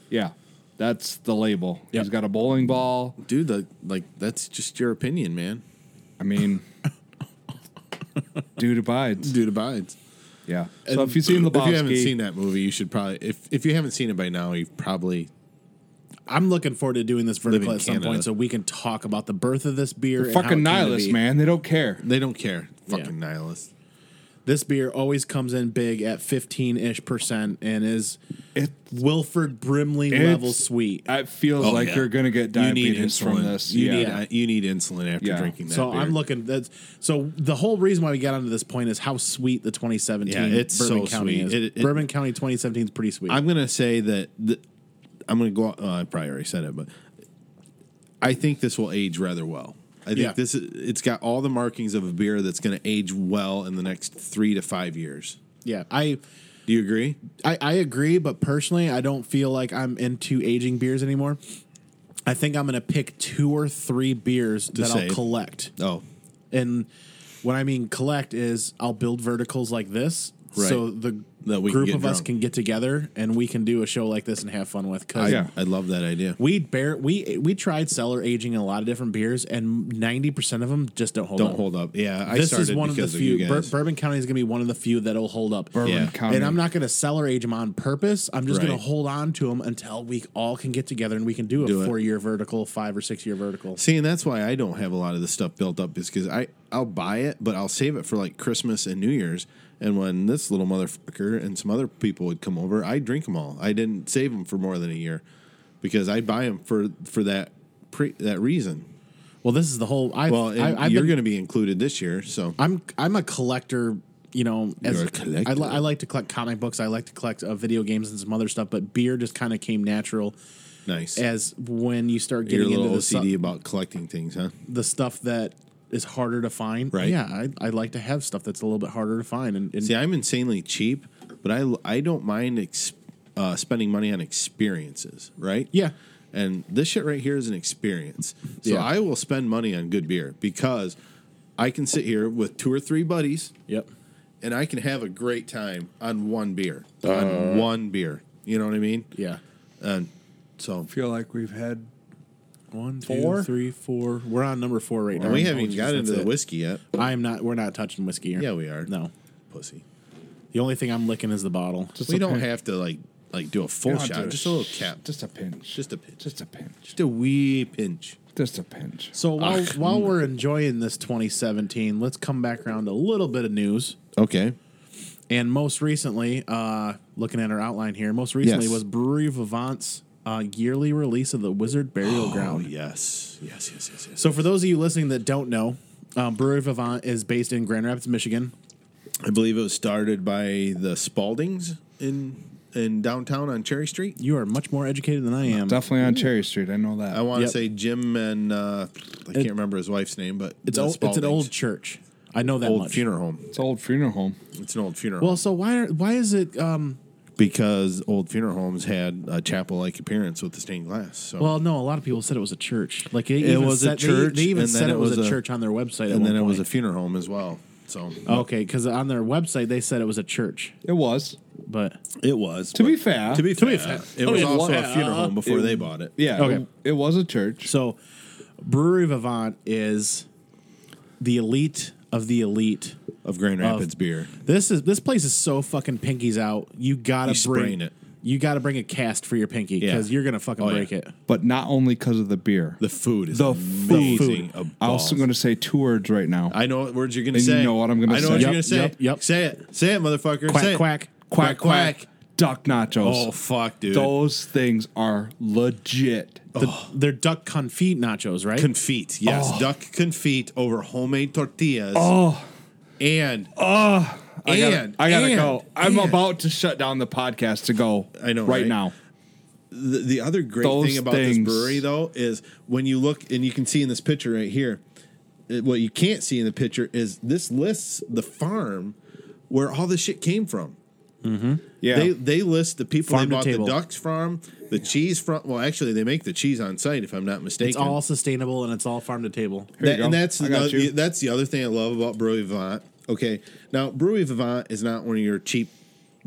Yeah, that's the label. Yep. He's got a bowling ball. Dude, the, like that's just your opinion, man. I mean, dude abides. Dude abides. Yeah. So if you've seen the if you haven't Lebowski- seen that movie, you should probably if if you haven't seen it by now, you've probably I'm looking forward to doing this in vertical at some Canada. point so we can talk about the birth of this beer. and how it fucking came to nihilist, be. man. They don't care. they don't care. Fucking nihilist. This beer always comes in big at 15 ish percent and is It Wilford Brimley level sweet. it feels Oh, like yeah. you're gonna get You need diabetes from insulin. this. You yeah. need uh, you need insulin after Yeah. drinking that. So beer. I'm looking. That's so the whole reason why we got onto this point is how sweet the 2017 Yeah, it's Bourbon so County sweet. is. It- it- Bourbon County 2017 is pretty sweet. I'm gonna say that the, I'm gonna go. Uh, I probably already said it, but I think this will age rather well. I think Yeah. this is, it's got all the markings of a beer that's gonna age well in the next three to five years. yeah, I, Do you agree? I I agree, but personally, I don't feel like I'm into aging beers anymore. I think I'm gonna pick two or three beers that save. I'll collect. Oh, And what I mean collect is I'll build verticals like this. Right. So the That we can group get of us drunk. can get together and we can do a show like this and have fun with. Cause I, Yeah. I love that idea. we bear we we tried cellar aging in a lot of different beers and ninety percent of them just don't hold Don't up. hold up. Yeah, I this started is one of the because you few. Bur- guys. Bourbon County is going to be one of the few that'll hold up. Bourbon Yeah. County. And I'm not going to cellar age them on purpose. I'm just going Right. to hold on to them until we all can get together and we can do a Do it. four year vertical, five or six year vertical. See, and that's why I don't have a lot of this stuff built up is because I I'll buy it, but I'll save it for like Christmas and New Year's. And when this little motherfucker and some other people would come over, I drink them all. I didn't save them for more than a year because I buy them for for that pre, that reason. Well, this is the whole. I've, Well, and I, I've you're been- going to be included this year, so I'm I'm a collector. You know, as You're a collector. I, li- I like to collect comic books. I like to collect uh, video games and some other stuff. But beer just kind of came natural nice. as when you start You're a getting into little the, OCD su- about collecting things, huh? the stuff that is harder to find. Right. Yeah, I, I like to have stuff that's a little bit harder to find. And, and See, I'm insanely cheap, but I I don't mind ex, uh, spending money on experiences, right? Yeah. And this shit right here is an experience. So Yeah. I will spend money on good beer because I can sit here with two or three buddies yep. and I can have a great time on one beer, on one beer. You know what I mean? Yeah. So feel like we've had One, two, Four? three, four. We're on number four right now. we haven't even got That's into the it. whiskey yet. I am not. We're not touching whiskey here. Yeah, we are. No. Pussy. The only thing I'm licking is the bottle. just we a don't pinch. have to like like do a full Don't do shot, just a little cap, just, Just a pinch. a pinch, Just a pinch. just a wee pinch. Just a pinch. So while while we're enjoying this 2017, let's come back around to a little bit of news. Okay. And most recently, uh, looking at our outline here, most recently Yes. was Brewery Vivant's uh, yearly release of the Wizard Burial Oh Ground. yes, yes, yes, yes, yes. So, for those of you listening that don't know, um, Brewery Vivant is based in Grand Rapids, Michigan. I believe it was started by the Spaldings in in downtown on Cherry Street. You are much more educated than I am. Definitely on Cherry Street. I know that. Mm. I want to Yep. say Jim and uh, I can't remember his wife's name, but It's, the old, it's an Spaldings. old church. I know that old much. funeral home. it's an old funeral home. It's an old funeral Well, home so why are, why is it? Um, because old funeral homes had a chapel like appearance with the stained glass. So well, no, a lot of people said it was a church. Like they even was a said- they- church, They, even and then said it it was, was a, a- church on their website. and then it was a funeral home as well. So okay, because on their website they said it was a church, It was. but it was To be but- fair. Oh, to be fair, it I was mean, also what- a funeral home before it- they bought it. Yeah. Okay. It, it was a church. so Brewery Vivant is the elite of the elite. of Grand Rapids beer. This is this place is so fucking pinkies out. You gotta You bring sprain it. You gotta bring a cast for your pinky Yeah. because you're gonna fucking Oh, yeah. break it. But not only because of the beer. The food is The amazing. food. A I'm also ball. going to say two words right now. I know what words you're gonna And you say. know what I'm gonna I know say. what Yep, you're gonna say. yep, yep. Say it. Say it, motherfucker. Quack, say it. quack. quack, quack, Duck nachos. Oh fuck, dude. Those things are legit. The, They're duck confit nachos, right? Confit, yes, duck confit over homemade tortillas. Oh. and I gotta, and I gotta and- go. I'm and about to shut down the podcast to go. I know, right, right? now. The, the other great Those thing about things. this brewery, though, is when you look and you can see in this picture right here, it- what you can't see in the picture is this lists the farm where all this shit came from. Yeah. They they list the people Farm they to bought table. the ducks from, the cheese from. Well, actually, they make the cheese on site, if I'm not mistaken. It's all sustainable and it's all farm to table. Here you That- and go. that's I the, got other- you. that's the other thing I love about Brewery Vivant. Okay, now Brewery Vivant is not one of your cheap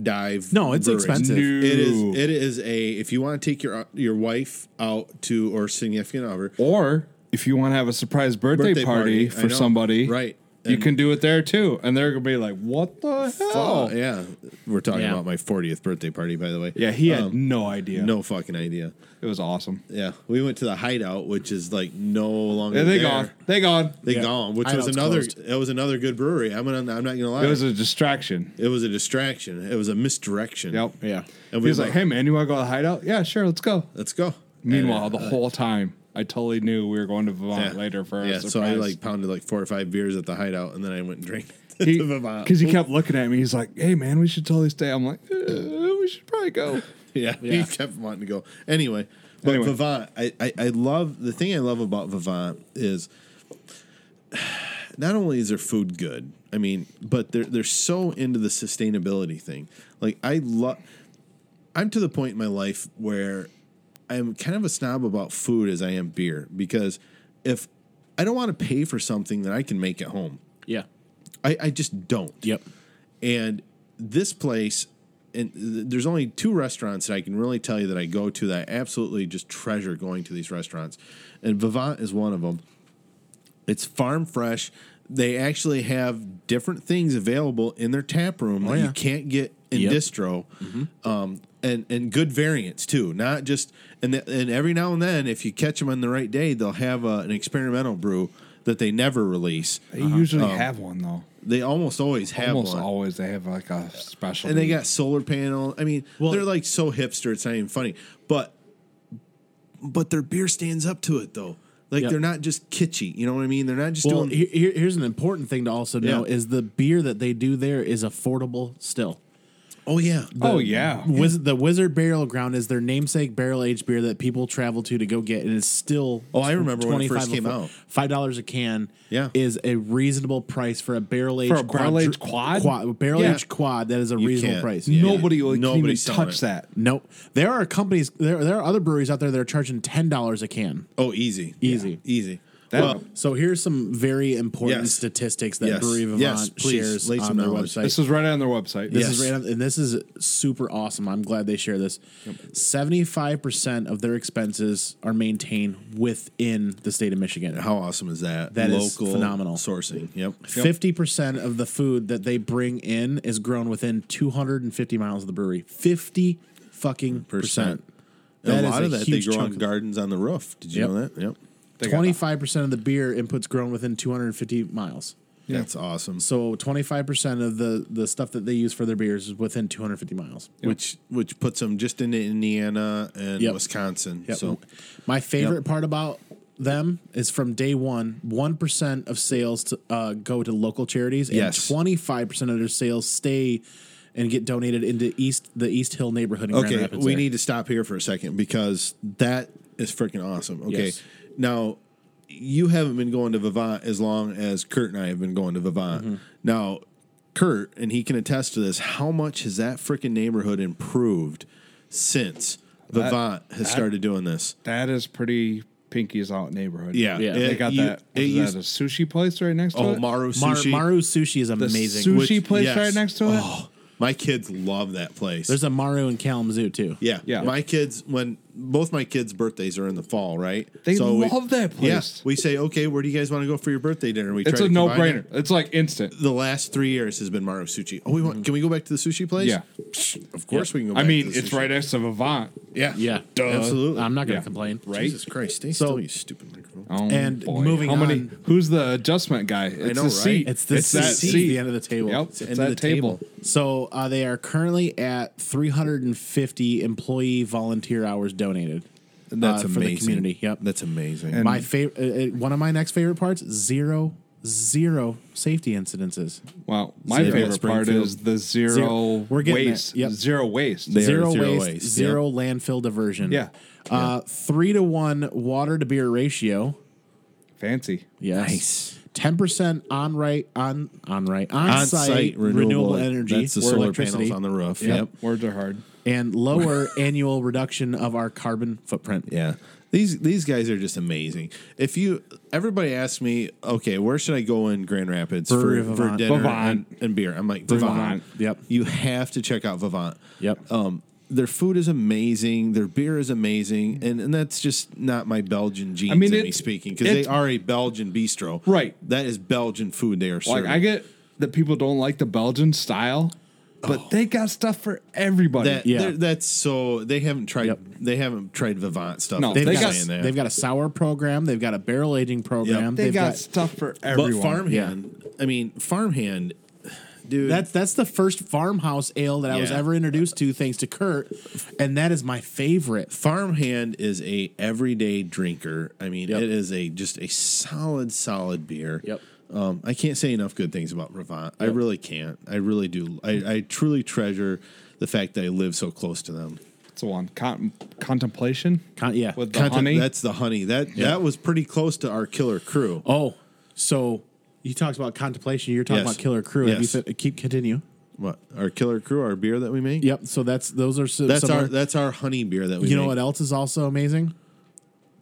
dive. No, it's breweries. expensive. No. It is. It is a. If you want to take your your wife out to or significant other or if you want to have a surprise birthday, Birthday party, party, I for know. somebody, Right. You And- can do it there too, and they're gonna be like, "What the hell?" Oh yeah, we're talking Yeah. about my 40th birthday party, by the way. Yeah, he had Um, no idea. no fucking idea. it was awesome. Yeah, we went to the hideout, which is like no longer. Yeah, they there. gone. They gone. They Yeah. gone. Which Hideout's was another. closed. That was another good brewery. I'm gonna, I'm not gonna lie. It was a distraction. it was a distraction. It was a misdirection. Yep. Yeah. He And we was like, were- "Hey man, you want to go to the hideout? Yeah, sure, let's go." Let's go. Meanwhile, And, the uh, whole time, I totally knew we were going to Vivant later for yeah. a surprise. So I like pounded like four or five beers at the hideout, and then I went and drank at the Vivant. because he, kept looking at me. He's like, "Hey man, we should totally stay." I'm like, "Uh, "We should probably go." Uh-huh. Yeah, Yeah. he kept wanting to go. Anyway, but Anyway. Vivant, I, I, I love the thing I love about Vivant is not only is their food good, I mean, but they're they're so into the sustainability thing. Like I love, I'm to the point in my life where I'm kind of a snob about food as I am beer because if I don't want to pay for something that I can make at home, Yeah. I, I just don't Yep. and this place and th- there's only two restaurants that I can really tell you that I go to that I absolutely just treasure going to these restaurants, and Vivant is one of them. It's farm fresh. They actually have different things available in their tap room that Oh, yeah. you can't get in Yep. Mm-hmm. distro, um, and and good variants too. Not just and th- and every now and then, if you catch them on the right day, they'll have uh, an experimental brew that they never release. They usually have one though. They almost always Um, have Almost one. always they have like a special. And they got solar panel. I mean, they're like so hipster. It's not even funny. But but their beer stands up to it though. Like Yep. they're not just kitschy. You know what I mean? They're not just Well, doing. he- here, here's an important thing to also know Yeah. is the beer that they do there is affordable still. oh yeah. oh yeah, Wiz- the Wizard Barrel Ground is their namesake barrel aged beer that people travel to to go get, and it's still Oh, I remember when it first came out. Five dollars a can, Yeah. is a reasonable price for a barrel aged For a barrel-aged quad? barrel aged Yeah. quad. That is a reasonable can't- price. yeah. nobody will Nobody even selling touch it. that. Nope. There are companies. There, there are other breweries out there that are charging ten dollars a can. Oh easy. Easy. Yeah, easy. That- well, So here's some very important Yes. statistics that Yes. Brewery Vivant Yes, please, shares lay on some their knowledge. website. This was right on their website. This Yes. is random, and this is super awesome. I'm glad they share this. Seventy-five percent of their expenses are maintained within the state of Michigan. how awesome is that? That is phenomenal. sourcing. Yep. Fifty percent of the food that they bring in is grown within 250 miles of the brewery. Fifty fucking percent. Percent. That And a is lot a of that they huge grow on chunk. gardens on the roof. Did you Yep. know that? Yep. They got- Twenty-five percent of the beer inputs grown within 250 miles. That's awesome. So 25 percent of the the stuff that they use for their beers is within 250 miles. Which which puts them just into Indiana and Yep. Wisconsin. Yep. So my favorite part about them is from day one, one percent of sales to, uh, go to local charities, Yes. and twenty five percent of their sales stay and get donated into East the East Hill neighborhood. In Grand Okay, Rapids we there. need to stop here for a second because that is freaking awesome. Okay, Yes. now you haven't been going to Vivant as long as Kurt and I have been going to Vivant. Mm-hmm. Now, Kurt, and he can attest to this, how much has that freaking neighborhood improved since Vivant has started doing this? that is pretty pinkies out neighborhood. Yeah, Yeah. it- they got you- that. It is used, that a sushi place right next to oh, it? Maru Mar- Sushi. Maru Sushi is the amazing. sushi which- place yes. right next to it. Oh, my kids love that place. There's a Maru in Kalamazoo too. Yeah. Yeah. My kids, when both my kids' birthdays are in the fall, right? They we- love that place. Yeah, we say, okay, where do you guys want to go for your birthday dinner? We it's try a to no combine brainer. it. It's like instant. The last three years has been Mario Sushi. Oh, we want, can we go back to the sushi place? Yeah. Psh, Of course we can go I back mean, to the it's sushi. right next to Vivant. Yeah. Yeah, Absolutely. I'm not gonna Yeah. complain. Right? Jesus Christ. Stay So- still, you stupid microphone. Oh, And moving How many? on- Who's the adjustment guy? It's know, the right? seat. It's the seat, that at the end of the table. Yep, It's it's, the end of that the table. table. So uh, they are currently at 350 employee volunteer hours donated. uh, for the community. Yep. That's amazing. my favorite, uh, one of my next favorite parts: zero, zero safety incidences. Wow, my Zero. favorite part Springfield. is the 0 Zero. We're getting waste. it. Yep. Zero waste. They are zero, zero waste, waste, zero landfill diversion. Yeah. Uh, three to one water to beer ratio. Fancy. Yes. Nice. ten percent on right on on right on site On-site renewable, energy That's the or solar electricity panels on the roof. Yep. Words are hard. and lower annual reduction of our carbon footprint. Yeah. These these guys are just amazing. If you everybody asks me, okay, where should I go in Grand Rapids Brewery for, for Vivant. dinner Vivant. and, and beer? I'm like Vivant. Vivant. Yep. You have to check out Vivant. Yep. Um, their food is amazing. Their beer is amazing, and and that's just not my Belgian genes. I mean, mean, in me it- speaking because they it- are a Belgian bistro. Right. That is Belgian food. They are Like serving. I get that people don't like the Belgian style, but Oh. they got stuff for everybody. that. Yeah. they're- That's so they haven't tried. Yep. They haven't tried Vivant stuff. No, they They've They got, got- saying that. they've got a sour program. They've got a barrel aging program. they They've got, stuff for everyone. but farmhand. I mean, farmhand, dude. That's that's the first farmhouse ale that I was Yeah. ever introduced to, thanks to Kurt, and that is my favorite. Farmhand is a everyday drinker. I mean, it is a just a solid, solid beer. Yep. Um, I can't say enough good things about Ravant. I Yep. really can't. I really do. I, I truly treasure the fact that I live so close to them. That's the one. Con- contemplation. Con- yeah. With the Content- honey. That's the honey. That that was pretty close to our killer crew. Oh, so you talked about contemplation. You're talking Yes. about Killer Crew. Have you Yes. said, keep continue. What our killer crew? Our beer that we make. Yep. So that's those are some, That's some our of- that's our honey beer that we. you make. know what else is also amazing?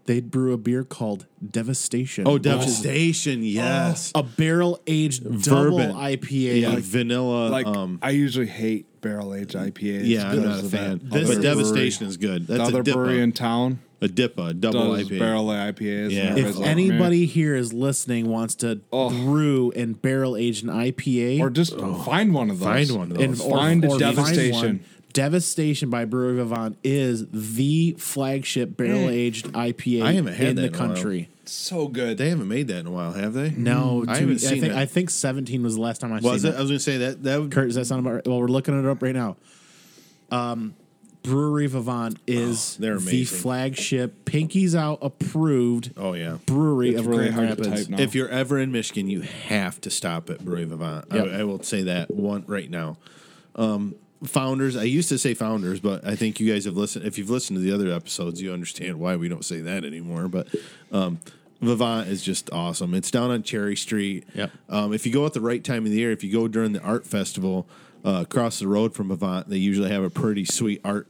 They brew a beer called Devastation. Oh, which is devastation! Yes. A barrel aged double Bourbon. IPA. yeah, vanilla. Like um, I usually hate barrel aged IPAs. yeah, I'm because not a of fan. that other But devastation brewery- is good. The That's other a dipper. brewery in town A DIPA, a double does IPA. barrel IPAs. and Yeah. If everybody's If like, anybody here is listening wants to Oh. brew and barrel age an IPA "Meh." or just find one of those. Oh. Find one of those. and Those or, find or devastation. one, Devastation by Brewery Vivant is the flagship barrel aged IPA Hmm. I haven't had in that the in a while. country. so good. They haven't made that in a while, have they? No, I to- haven't seen I think it. I think 17 was the last time I was seen it? I was going to say that. That would, Kurt, does that sound about right? Well, we're looking it up right now. Um, Brewery Vivant is Oh, they're the amazing. flagship Pinkies Out approved Oh yeah. brewery It's of really Grand hard to Rapids. type now. If you're ever in Michigan, you have to stop at Brewery Vivant. Yep. I, I will say that one right now. Um, founders, I used to say founders, but I think you guys have listened. If you've listened to the other episodes, you understand why we don't say that anymore. But um, Vivant is just awesome. It's down on Cherry Street. Yep. Um, if you go at the right time of the year, if you go during the art festival uh, across the road from Vivant, they usually have a pretty sweet art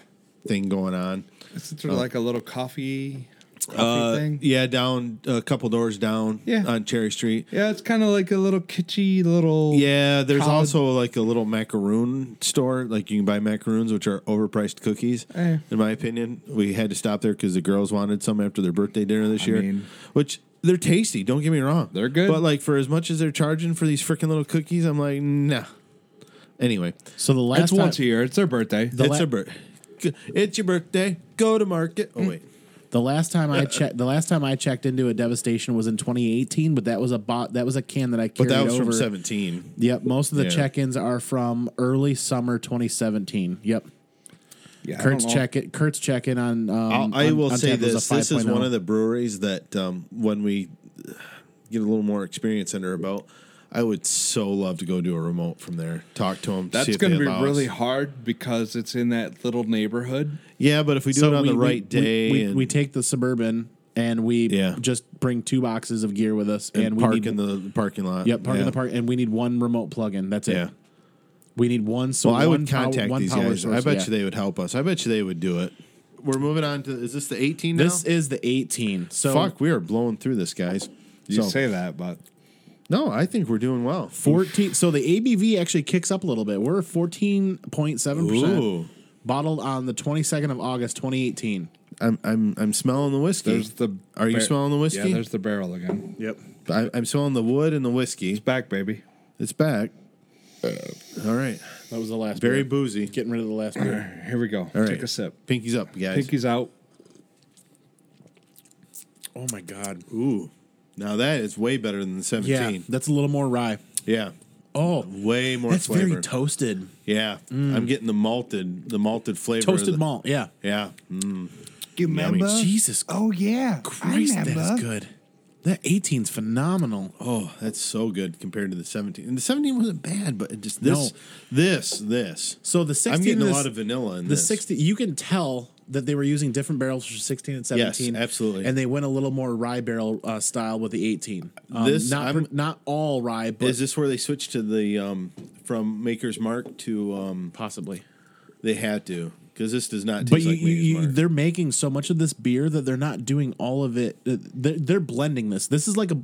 thing going on. It's sort of like a little coffee, coffee Oh. Uh, thing. Yeah, down a couple doors down Yeah. on Cherry Street. Yeah, it's kind of like a little kitschy little. Yeah, there's College- also like a little macaroon store. Like you can buy macaroons, which are overpriced cookies. Eh. In my opinion, we had to stop there because the girls wanted some after their birthday dinner this year, mean- which they're tasty. Don't get me wrong, They're good. But like for as much as they're charging for these freaking little cookies, I'm like, nah. Anyway, So the last it's time, once a year. It's their birthday. The it's la- a birth. It's your birthday. Go to market. Hmm. Oh wait, the last time Uh, I checked, the last time I checked into a Devastation was in 2018, but that was a bot, that was a can that I but carried that was over. from 17. Yep, most of the Yeah. check-ins are from early summer 2017. Yep. yeah, I don't Kurt's know. check it. Kurt's check in on. Um, I'll, I on- will on say tap was a oh. this: this is 5.0. one of the breweries that um, when we uh, get a little more experience under our belt, I would so love to go do a remote from there, talk to them. That's going to be really hard because it's in that little neighborhood. Yeah, but if we do it on the right we- day, We, and we take the suburban and we Yeah. just bring two boxes of gear with us, and, and we park need in the parking lot. yep, park yeah. in the park, and we need one remote plug-in. That's it. Yeah. We need one. So Well, I one would pow- contact one these power guys. Source, I bet yeah. you they would help us. I bet you they would do it. We're moving on to is this the 18 now? This is the 18. So Fuck, we are blowing through this, guys. You So- say that, but no, I think we're doing well. 14. So the ABV actually kicks up a little bit. We're 14.7 Ooh. percent bottled on the 22nd of August, 2018. I'm I'm I'm smelling the whiskey. there's the. Are you smelling the whiskey? Yeah, there's the barrel again. Yep. I, I'm smelling the wood and the whiskey. It's back, baby. It's back. All right. That was the last. Very beer. boozy. Getting rid of the last beer. Here we go. All right. Take a sip. Pinky's up, guys. Pinky's out. Oh my god. Ooh. Now that is way better than the Yeah, 17. that's a little more rye. Yeah. Oh, Way more that's flavor. very toasted. yeah. I'm getting the malted, the malted flavor. of Toasted the- malt, yeah. Yeah. Mm. You remember? Jesus Oh, yeah. Christ, that is good. That 18's phenomenal. Oh, that's so good compared to the 17. And the 17 wasn't bad, but it just this, No. this, this. So the 16 I'm getting a is- lot of vanilla in the this. 60 you can tell that they were using different barrels for 16 and 17. absolutely. And they went a little more rye barrel uh, style with the 18. Um, This- not I'm- per- not all rye, but Is this where they switched to the um, from Maker's Mark to um, possibly. they had to because this does not taste But you, like you, Maker's you, Mark. they're making so much of this beer that they're not doing all of it. They're, they're blending this. This is like a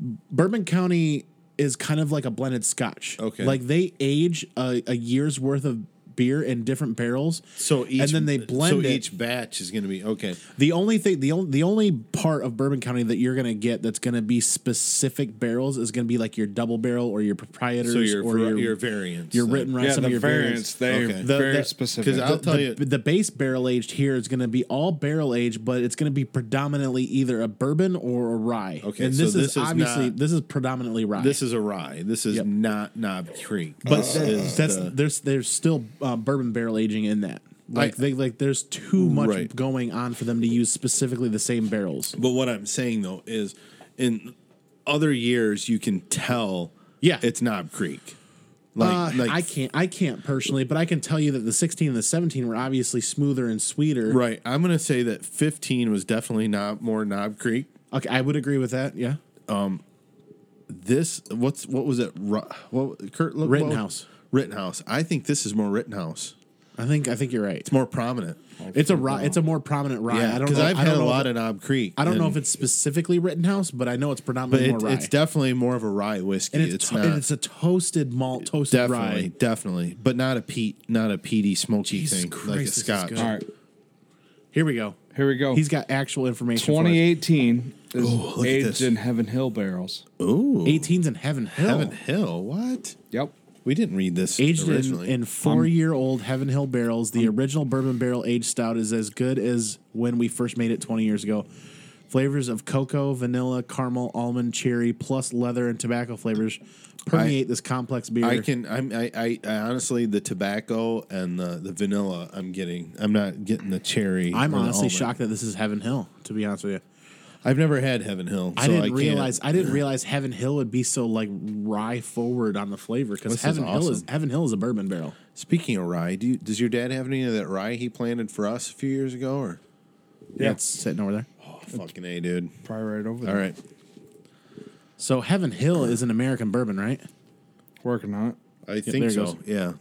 Bourbon County is kind of like a blended Scotch. Okay. like they age a, a year's worth of beer in different barrels. So each and then they blend So it. each batch is going to be okay. The only thing, the only the only part of Bourbon County that you're gonna get that's gonna be specific barrels is gonna be like your double barrel or your proprietors So your or your your, your, variants, uh, written right. yeah, some the of your variants, variants. they Okay. The- very the- specific. Because I'll tell you, The, the base barrel aged here is going to be all barrel aged, but it's going to be predominantly either a bourbon or a rye. Okay, and so this this is is obviously not- this is predominantly rye. this is a rye. This is Yep. not Knob Creek. but This that- is that's uh, the- there's there's still uh, bourbon barrel aging in that. Like I- they like there's too much Right. going on for them to use specifically the same barrels. But what I'm saying though is, in other years you can tell, Yeah. it's Knob Creek. Like, Uh, I can't I can't personally, but I can tell you that the 16 and the 17 were obviously smoother and sweeter. Right, I'm gonna say that 15 was definitely not more Knob Creek. Okay, I would agree with that. Yeah. This what's what was it? Ru- What Kurt look, what- Rittenhouse. Rittenhouse. I think this is more Rittenhouse. I think I think you're right. It's more prominent. It's a rye, it's a more prominent rye. Yeah, I don't because know- I've I don't had a know if lot it- of Knob Creek. I don't know and- if it's specifically Rittenhouse, but I know it's but predominantly it, more rye. it's definitely more of a rye whiskey. and it's, it's to- not. and it's a toasted malt, toasted Definitely, rye. definitely, but not a peat, not a peaty, smoky Jesus thing Christ, like a this is Scotch. good. all right, Here we go. here we go. He's got actual information. Twenty eight, 2018 is look at aged this. in Heaven Hill barrels. Ooh, 18s in Heaven Hill. Heaven Hill. What? Yep. We didn't read this Aged in, originally. Um, in four-year-old Heaven Hill barrels, the original bourbon barrel aged stout is as good as when we first made it 20 years ago. Flavors of cocoa, vanilla, caramel, almond, cherry, plus leather and tobacco flavors permeate this complex beer. I can. I'm. I, I. I honestly, the tobacco and the the vanilla. I'm getting. I'm not getting the cherry. I'm or the honestly almond. shocked that this is Heaven Hill. To be honest with you, I've never had Heaven Hill. I so didn't can't- realize I didn't realize Heaven Hill would be so like rye forward on the flavor because This is Heaven Hill is awesome. Heaven Hill is a bourbon barrel. Speaking of rye, do you, does your dad have any of that rye he planted for us a few years ago? Or Yeah, it's sitting over there. oh, fucking a, dude. Probably right over All there. right. So Heaven Hill is an American bourbon, right? Working on it. I there think it so. goes. Yeah.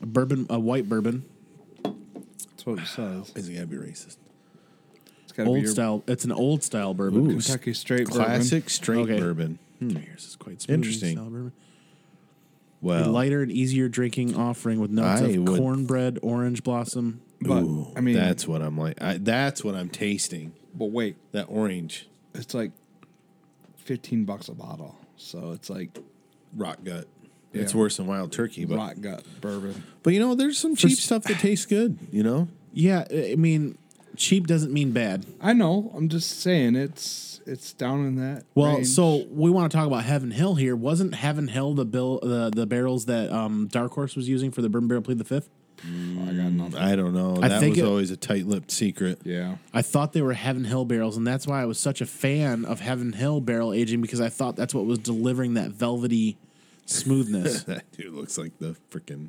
A bourbon, a white bourbon, That's what it says. Is it gotta be racist? It's got to be old your style. It's an old style bourbon. Kentucky straight Classic straight Okay. bourbon. Hmm. Yours is quite smooth Interesting. style bourbon. A Well, lighter and easier drinking offering with notes I of would- cornbread, orange blossom. bourbon. ooh, But I mean, that's what I'm like. I, that's what I'm tasting. but wait, That orange it's like 15 bucks a bottle. So it's like rock gut. It's Yeah. worse than wild turkey, but rot gut bourbon. But you know, there's some cheap Just- stuff that tastes good. You know, Yeah, I I mean, cheap doesn't mean bad. I know. I'm just saying it's it's down in that. Well, range. so we want to talk about Heaven Hill here. Wasn't Heaven Hill the bill the, the barrels that um, Dark Horse was using for the Bourbon Barrel Plead the Fifth? Oh, I got nothing. I don't know. I That think was it- always a tight-lipped secret. Yeah. I thought they were Heaven Hill barrels, and that's why I was such a fan of Heaven Hill barrel aging because I thought that's what was delivering that velvety smoothness. That dude looks like the freaking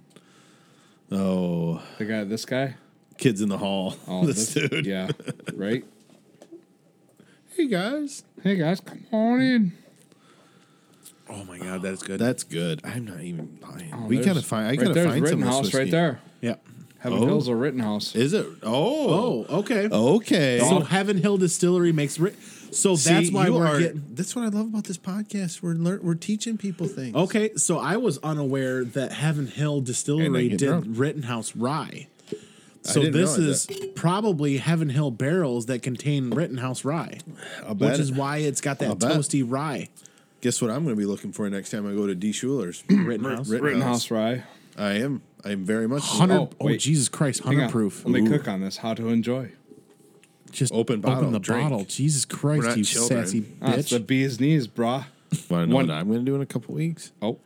oh The guy, this guy. kids in the hall. Oh, this, dude. Yeah. Right. Hey guys, Hey guys, come on in. oh my god, that is good. that's good. I'm not even lying. Oh, we there's- gotta find. I right gotta there's find some of this Rittenhouse right whiskey. there. yeah. Heaven Oh. Hills or Rittenhouse. Is it? Oh, Oh, okay. okay. So Heaven Hill Distillery makes ri- so See, that's why you we're are- getting. That's what I love about this podcast. We're lear- we're teaching people things. Okay, so I was unaware that Heaven Hill Distillery get did drunk. Rittenhouse Rye. So didn't this is realize probably Heaven Hill barrels that contain Rittenhouse Rye, I'll which bet is it. why it's got that I'll bet. toasty rye. Guess what I'm going to be looking for next time I go to D. Schuler's. Rittenhouse. Rittenhouse rye. I am. I am very much Hundred. Oh, Oh, wait. Jesus Christ! Hang Hundred on. proof. Let me cook on this. How to enjoy. Just Open bottle, Open the drink. bottle. Jesus We're Christ! not You children. sassy Ah, it's bitch. the bee's knees, brah. Want to know One- what I'm going to do in a couple weeks? Oh.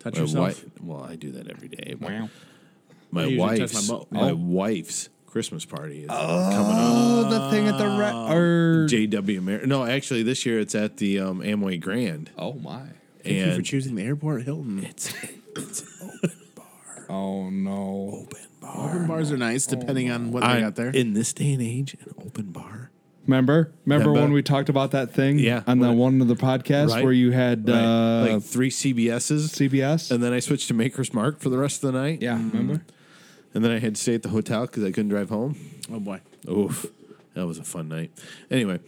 Touch My yourself. wife. Well, I do that every day. but Wow. My I usually touch wife's my butt. my Oh. wife's Christmas party is Oh, the thing at the Um, er. right. Or. JW. Mar- no, actually, this year it's at the um, Amway Grand, oh my. Thank you for and choosing the airport Hilton. it's it's Oh no. open bar. Open bars are nice depending on what they I'm- got there. In this day and age, an open bar. Remember? Remember Remember? when we talked about that thing? Yeah. On the Right. one of the podcasts Right. where you had uh, like three CBSs, CBS? and then I switched to Maker's Mark for the rest of the night. yeah, remember? and then I had to stay at the hotel because I couldn't drive home. oh boy. Oof, that was a fun night. Anyway,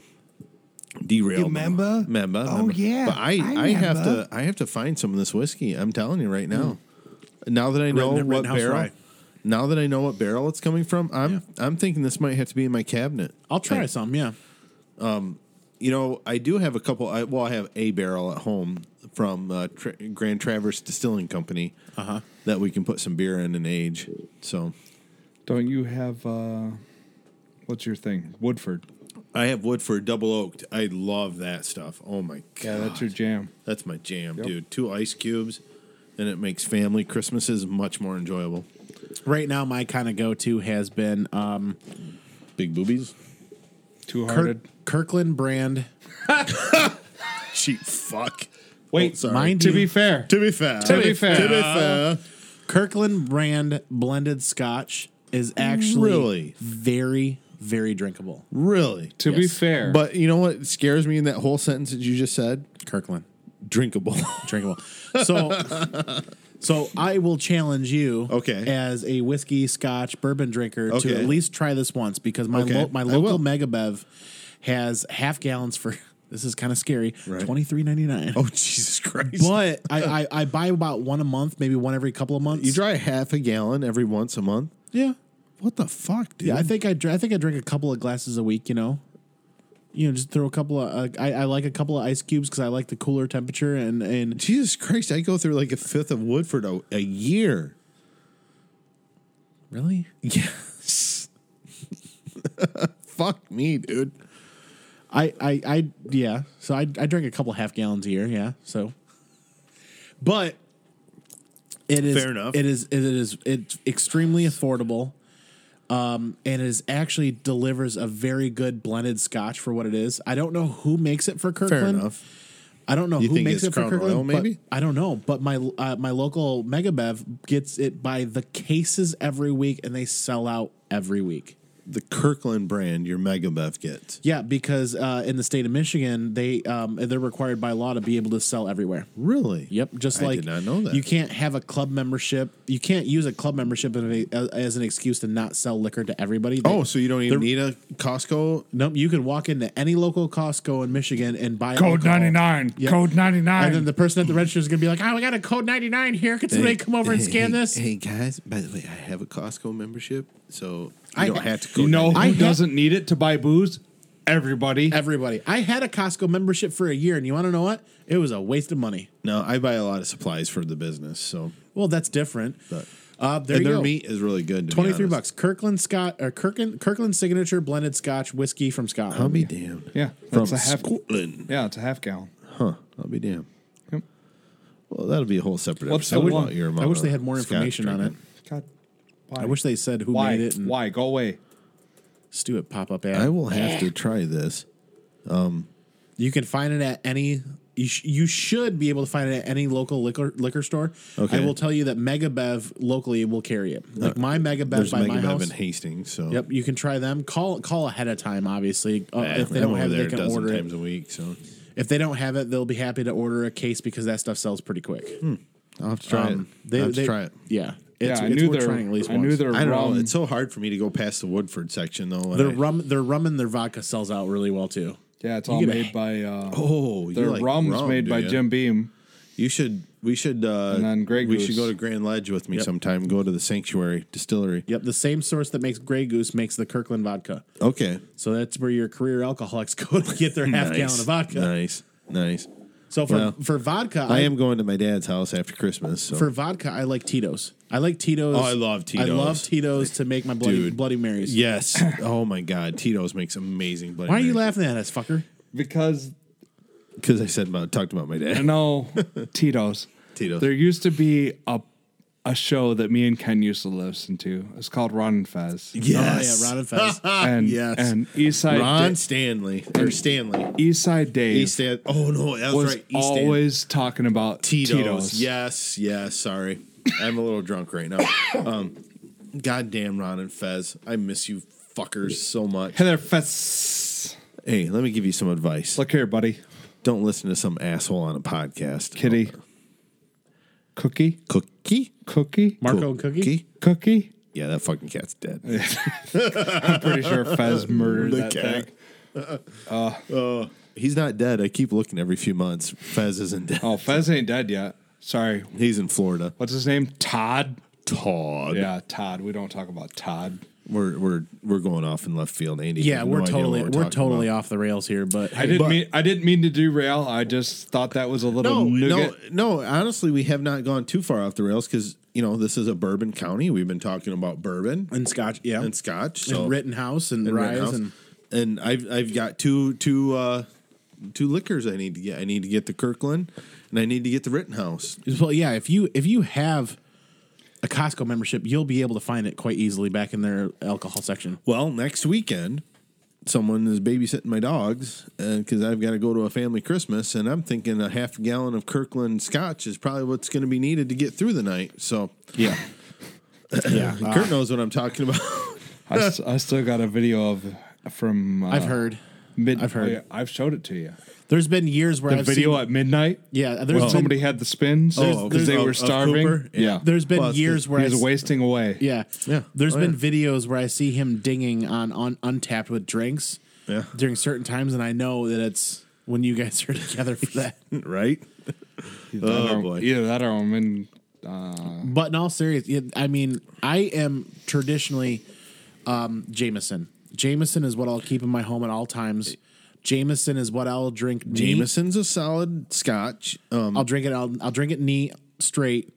derailed. Remember? Remember? Oh, remember. yeah, But I, I I, have remember. to, I have to find some of this whiskey. I'm telling you right now. Hmm. Now that I know Ritten- what Rittenhouse barrel, rye. now that I know what barrel it's coming from, I'm, I'm thinking this might have to be in my cabinet. I'll try I- some. Yeah. you know, I do have a couple. I, well, I have a barrel at home from uh, Tra- Grand Traverse Distilling Company Uh-huh. that we can put some beer in and age. So Don't you have uh, what's your thing? Woodford. I have wood for double oaked. I love that stuff. Oh my god, Yeah, that's your jam. That's my jam, Yep. dude. Two ice cubes, and it makes family Christmases much more enjoyable. Right now, my kind of go-to has been um, Big boobies. Two Kirk, hearted. Kirkland brand. Cheap fuck. Wait, Oh, sorry. Mind to you- be fair. To be fair. be, fair. Kirkland brand blended Scotch is actually Really? very, very drinkable. Really. to be fair. But you know what scares me in that whole sentence that you just said? Kirkland. Drinkable. drinkable. So, so I will challenge you, Okay. as a whiskey, Scotch, bourbon drinker, Okay. to at least try this once because my Okay, lo- my I local will. Mega Bev has half gallons for this is kind of scary Right. twenty three ninety nine. oh Jesus Christ. But I, I I buy about one a month, maybe one every couple of months. You dry half a gallon every once a month. yeah, What the fuck, dude? yeah. I think I dr- I think I drink a couple of glasses a week. You know. You know, just throw a couple of. Uh, I, I like a couple of ice cubes because I like the cooler temperature and and Jesus Christ, I go through like a fifth of Woodford a, a year. really Yes. fuck me, dude. I, I, I, yeah. So I, I drink a couple half gallons a year. Yeah. So, but it is Fair enough. It is, it is, it's extremely affordable. Um, and it is actually delivers a very good blended Scotch for what it is. I don't know who makes it for Fair Kirkland. enough. I don't know You who think makes it's it for Crown Kirkland. Royal, but- maybe? I don't know, but my uh, my local Mega Bev gets it by the cases every week, and they sell out every week. The Kirkland brand your Mega Bev gets. Yeah, because uh, in the state of Michigan, they um, they're required by law to be able to sell everywhere. Really? Yep, just I like did not know that. you can't have a club membership. You can't use a club membership as, a, as an excuse to not sell liquor to everybody. They- Oh, so you don't even need a Costco? nope. You can walk into any local Costco in Michigan and buy Code alcohol. 99. Yep. Code 99. and then the person at the register is gonna be like, "Oh, we got a code ninety nine here. Can somebody come over and scan hey, this?" Hey guys, by the way, I have a Costco membership, so you I- don't have to go. you know who I ha- doesn't need it to buy booze? Everybody. Everybody, I had a Costco membership for a year, and you want to know what? It was a waste of money. no, I buy a lot of supplies for the business, so Well, that's different. but Uh, there and you their go. meat is really good. to be 23 honest. bucks. Kirkland Scott or Kirkland Kirkland signature blended scotch whiskey from Scotland. I'll be damned. Yeah. From That's a half Scotland. Yeah, it's a half gallon. Huh. I'll be damned. Yep. Well, that'll be a whole separate What's episode. the one- about your I wish amount they of had more Scotch information on it. drinking. God. Why? I wish they said who why? made it and why? Go away. Stu it pop up ad. I will have to try this. you can find it at any. You, sh- you should be able to find it at any local liquor liquor store. Okay. Uh, I will tell you that Mega Bev locally will carry it. Like my Mega Bev There's by my Mega Bev house. in Hastings, so Yep, you can try them. Call call ahead of time, obviously. Uh, Eh, if they I'm don't over have it, there they a can dozen order times it. a week, so If they don't have it, they'll be happy to order a case because that stuff sells pretty quick. I'll have to try Um, it. I'll Hmm. have to try it. Yeah, it's, yeah, I it's knew worth they're. trying at least I once. knew they're. I don't wrong. know. It's so hard for me to go past the Woodford section though. and Their I- rum, their rum and their vodka sells out really well too. Yeah, it's You all get a- made by. Uh, Oh, you their like rum's rum, made do by ya? Jim Beam. You should. We should. Uh, And then Grey We Goose. should go to Grand Ledge with me Yep. sometime. Go to the Sanctuary Distillery. Yep, the same source that makes Grey Goose makes the Kirkland vodka. Okay. So that's where your career alcoholics go to get their half Nice. gallon of vodka. Nice. Nice. So for Well, for vodka, I am going to my dad's house after Christmas. So. for vodka. I like Tito's. I like Tito's. Oh, I love I Tito's. love Tito's to make my bloody Dude. bloody marys. yes. oh my God. Tito's makes amazing. Bloody Why are you laughing at us, fucker? Because Because I said about talked about my dad. no, Tito's. Tito's. There used to be a a show that me and Ken used to listen to. It's called Ron and Fez. Oh yeah, Ron and Fez. and yes. and Eastside Ron Da- Stanley or Stanley. Eastside Dave East Stan. Oh no, that was, was right. East always talking about Tito's. Tito's. Yes, yes. Sorry, I'm a little drunk right now. Um, Goddamn Ron and Fez. I miss you fuckers so much. Hey there, Fess. Hey, let me give you some advice. Look here, buddy. Don't listen to some asshole on a podcast. Kitty. Cookie? Cookie? Cookie? Marco and Cookie. Cookie? Yeah, that fucking cat's dead. I'm pretty sure Fez murdered that cat. thing. He's not dead. I keep looking every few months. Fez isn't dead. Oh, Fez ain't dead yet. Sorry. He's in Florida. What's his name? Todd? Todd. Yeah, Todd. We don't talk about Todd. We're we're we're going off in left field, Andy. Yeah, we're totally we're, totally off the rails here, but I didn't mean I didn't mean to derail. I just thought that was a No, little nougat. no, no. Honestly, we have not gone too far off the rails because you know this is a bourbon county. We've been talking about bourbon and Scotch, yeah, and scotch. and So Rittenhouse and, and Rise Rittenhouse. and And I've I've got two two uh, two liquors I need to get. I need to get the Kirkland, and I need to get the Rittenhouse. well, yeah. If you if you have a Costco membership, you'll be able to find it quite easily back in their alcohol section. Well, next weekend, someone is babysitting my dogs because I've got to go to a family Christmas, and I'm thinking a half gallon of Kirkland Scotch is probably what's going to be needed to get through the night. So Yeah, yeah. uh, Kurt knows what I'm talking about. I, s- I still got a video of from uh, I've heard. mid- I've heard. oh, yeah, I've showed it to you. There's been years where The I've video seen, at midnight. Yeah, Where there's been, somebody had the spins because Oh, they of- were of starving. Cooper? yeah, there's been Plus, years where I he's s- wasting away. Yeah. Yeah. There's Oh, been yeah. videos where I see him dinging on, on untapped with drinks Yeah. during certain times, and I know that it's when you guys are together for that. right? Either- Oh boy. either that or I'm in. but in all seriousness, I mean, I am traditionally um, Jameson. Jameson is what I'll keep in my home at all times. Jameson is what I'll drink. neat. Jameson's a solid Scotch. Um, I'll drink it. I'll, I'll drink it neat, straight,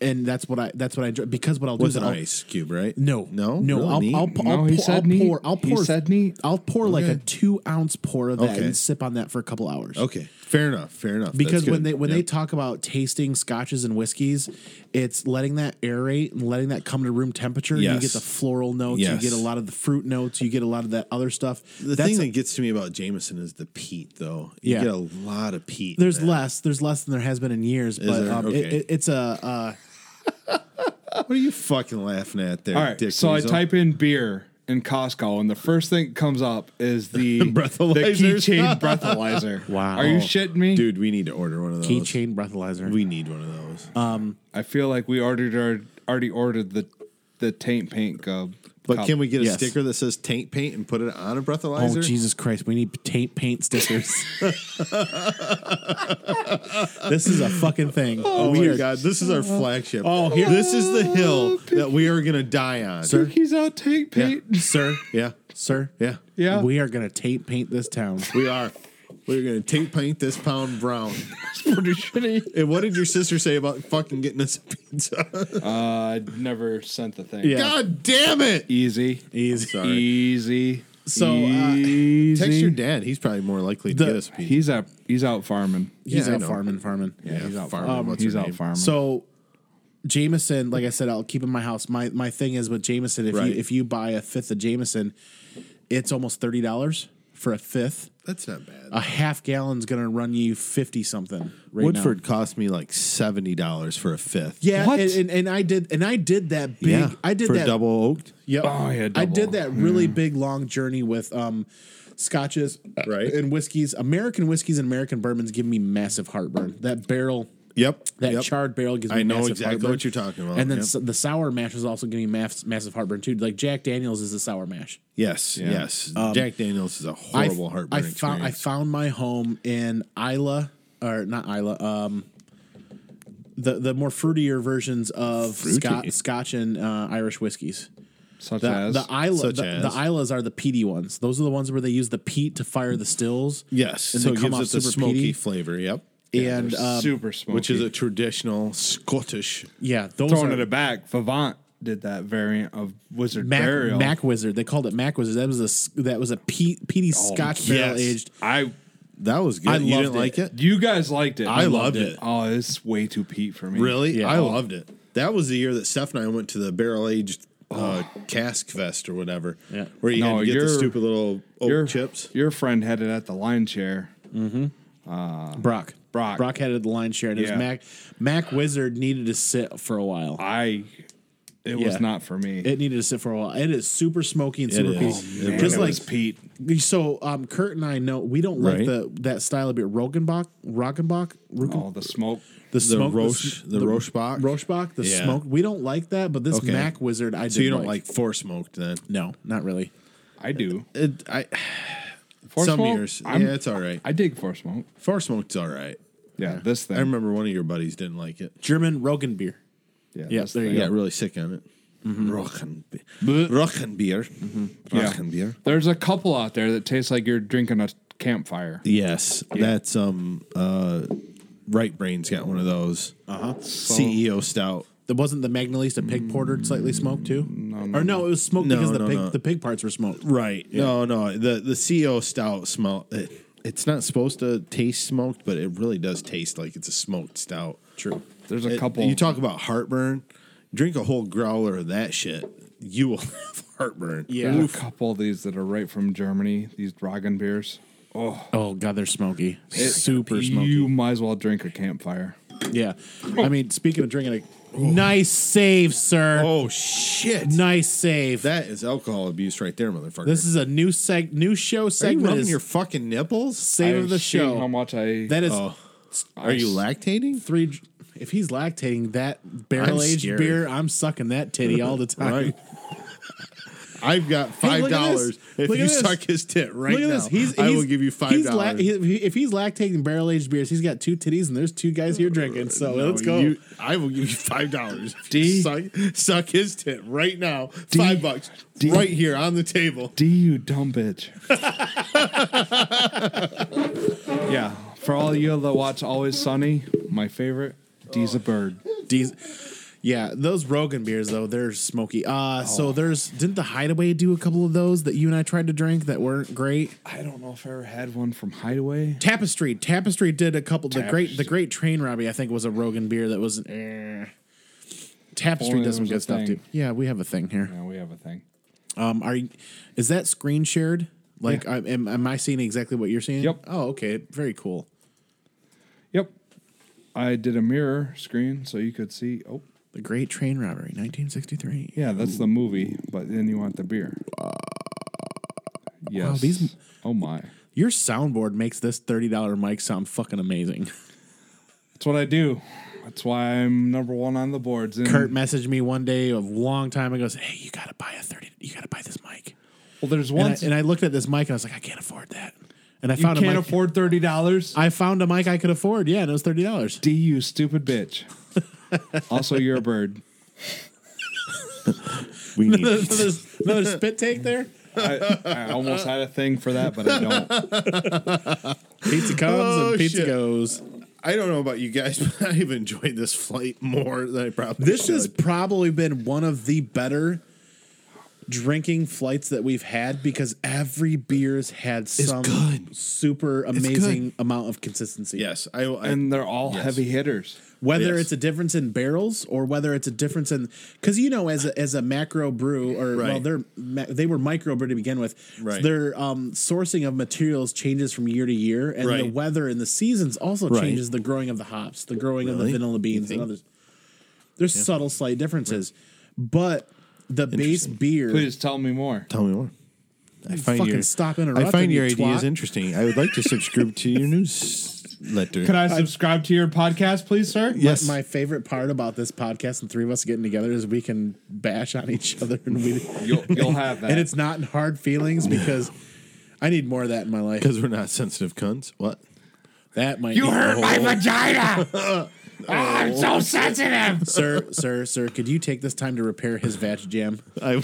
and that's what I. That's what I drink because what I'll do was is an I'll- ice cube, right? No, no, no. Really I'll, neat? I'll, I'll, No, pour, he said I'll neat. pour. I'll He pour. said neat. I'll pour like a Okay. two ounce pour of that Okay. and sip on that for a couple hours. okay, fair enough, fair enough. Because That's when good. they when Yeah. they talk about tasting scotches and whiskeys, it's letting that aerate and letting that come to room temperature. You Yes. get the floral notes. Yes. You get a lot of the fruit notes. You get a lot of that other stuff. the That's thing that gets to me about Jameson is the peat, though. You Yeah. get a lot of peat. in there's that. less. There's less than there has been in years. But there? um, it, Okay. it, it's a uh, What are you fucking laughing at there? All right, Dick so I Weasel? type in beer in Costco, and the first thing that comes up is the the Breathalyzers. keychain breathalyzer. Wow. are you shitting me, dude. We need to order one of those. keychain breathalyzer. We need one of those. Uh, I feel like we ordered our, already ordered the the taint paint cup. but can we get a yes. sticker that says taint paint and put it on a breathalyzer? Oh Jesus Christ! We need taint paint stickers. this is a fucking thing. Oh we my are, god, this is our flagship. Oh, here- Oh, this is the hill that we are gonna die on, Sir? He's out taint paint. sir, Yeah, sir, yeah, Yeah. we are gonna taint paint this town. we are. We're gonna taint paint this pound brown. pretty shitty. And what did your sister say about fucking getting us a pizza? I never sent the thing. Yeah. God damn it! Easy. Easy. Easy. So, uh, Easy. Text your dad. He's probably more likely to The- get us a pizza. He's out. He's out farming. He's Yeah, I out know. farming, farming. Yeah, he's out farming. farming. What's he's her out name? farming. So, Jameson, like I said, I'll keep in my house. My my thing is with Jameson. If Right. you if you buy a fifth of Jameson, it's almost thirty dollars for a fifth. That's not bad. A half gallon's gonna run you fifty something. Right now. Woodford cost me like seventy dollars for a fifth. Yeah, What? And, and and I did and I did that big. yeah. I did for that double oaked. Yep. Oh, yeah, I double. did that really big long journey with um scotches uh, Right. and whiskeys. American whiskeys and American bourbons give me massive heartburn. That barrel Yep. that yep. charred barrel gives me I know massive exactly heartburn. what you're talking about. And then Yep. s- the sour mash is also giving me mass, massive heartburn too. Like Jack Daniels is a sour mash. Yes, yes. Jack Daniels is a I- horrible I heartburn found I experience. found my home in Isla or not Isla. Um, the the more fruitier versions of Scot- Scotch and uh, Irish whiskeys. Such The, as the Isla, Such the, as? the Islas are the peaty ones. Those are the ones where they use the peat to fire the stills. yes, and so they it come gives off it the super smoky peaty. flavor. Yep, and um, super smoky. which is a traditional Scottish. yeah, those throwing are it back. Vivant did that variant of Wizard Mac, Burial. Mac Wizard. They called it Mac Wizard. That was a s- that was a peat, peaty Scotch barrel aged. I Oh, That was good. I you loved didn't like it. it? you guys liked it. I loved it. Oh, it's way too peat for me. Really? Yeah. I loved it. That was the year that Steph and I went to the barrel aged uh, cask fest or whatever. Yeah. Where you No, had to get the you're- stupid little Your oak Oh, chips. Your friend had it at the line chair. Brock. Brock. Brock had it at the line share, and it Yeah. Ah. was Mac. Mac Wizard needed to sit for a while. I It Yeah. was not for me. It needed to sit for a while. It is super smoky and super is. Oh, peaty. It Just And it like was Pete. so, um, Kurt and I know we don't like Right. Oh, the that style of beer. Rogenbach, Rogenbach, Rugen- All the smoke. the the smoke, Roche, the, Rochebach. Rochebach, the Yeah. smoke. We don't like that, but this Okay. Mac Wizard, I So you did don't like four smoked then? No, not really. I do. It, I Four some smoke, years, I'm- yeah, it's all right. I dig four smoke. Four smoked's all right. Yeah, this thing. I remember one of your buddies didn't like it. German Rogen beer. Yeah, Yeah, this there you thing. He got really sick on it. Rochenbier. Rochenbier. Yeah. Rochenbier. There's a couple out there that taste like you're drinking a campfire. Yes, that's um uh right brain's got one of those. Uh-huh. CEO stout. That wasn't the Magnolista pig porter slightly smoked too, or no, it was smoked Mm, No, because the no, pig no. the pig parts were smoked. Right. No, no. The the CEO stout smell it, it's not supposed to taste smoked, but it really does taste like it's a smoked stout. True. There's a It- couple. You talk about heartburn, drink a whole growler of that shit. You will have heartburn. Yeah. There's a couple of these that are right from Germany. These Dragon beers. Oh god, they're smoky, super You smoky. might as well drink a campfire. Yeah, I mean, speaking of drinking, a nice save, sir. Oh shit. Nice save. That is alcohol abuse right there, motherfucker. this is a new seg new show Are you segment. rubbing is your fucking nipples? save I've of the seen How show. much I? That is Oh. Are you lactating? three. dr- If he's lactating that barrel aged scared. beer, I'm sucking that titty all the time. Right. I've got five look at this. dollars. if Look at you this. suck his tit right Look at now, this. He's, I he's- will give you five he's la- dollars. he- he- if he's lactating barrel aged beers, he's got two titties and there's two guys here drinking. So let's go. You- I will give you five dollars. D- Suck, suck his tit right now. five bucks D- right here on the table. D you dumb bitch. yeah, for all you that watch Always Sunny, my favorite. D's a bird. D's- yeah, those Rogan beers though they're smoky. Uh, Oh, so there's didn't the Hideaway do a couple of those that you and I tried to drink that weren't great? I don't know if I ever had one from Hideaway. Tapestry. Tapestry did a couple. The great, the great train robbery. I think was a Rogan beer that was. Eh. Tapestry Only does some there good was a stuff thing. too. Yeah, we have a thing here. Yeah, we have a thing. Um, are you, is that screen shared? Like, I, am am I seeing exactly what you're seeing? Yep. Oh, okay. Very cool. Yep. I did a mirror screen so you could see. Oh, The Great Train Robbery, 1963. yeah, that's the movie, but then you want the beer. Yes. these- oh my. Your soundboard makes this thirty dollar mic sound fucking amazing. That's what I do. That's why I'm number one on the boards. And, Kurt messaged me one day a long time ago. Said, "Hey, you gotta buy a thirty. You gotta buy this mic." well, there's And one. I, and I looked at this mic. I was like, "I can't afford that." And I you found a can't mic. afford thirty dollars. I found a mic I could afford. Yeah, and it was thirty dollars. D you stupid bitch. also, you're a bird. We need another, another spit take there. I, I almost had a thing for that, but I don't. Pizza comes Oh, and pizza shit. goes. I don't know about you guys, but I've enjoyed this flight more than I probably This should. has probably been one of the better drinking flights that we've had because every beer's had some good. super amazing amount of consistency. yes, I, I And they're all Yes. heavy hitters. Whether Yes. it's a difference in barrels or whether it's a difference in because you know as a, as a macro brew or well Right. they're ma- they were micro brew to begin with Right. their um, sourcing of materials changes from year to year and the Right. weather and the seasons also Right. changes the growing of the hops the growing of the Really? vanilla beans and others there's subtle slight differences but the base beer Please tell me more. tell me more. I find fucking your stop interrupting I find you your ideas twat. interesting. I would like to subscribe to your newsletter. Can I subscribe to your podcast, please, sir? Yes. My favorite part about this podcast and three of us getting together is we can bash on each other and we You'll, you'll have that. and it's not in hard feelings because I need more of that in my life. Because we're not sensitive cunts. What? That might you hurt my vagina. Ah, I'm so sensitive. Oh. sir, sir, sir. Could you take this time to repair his vatch jam? I,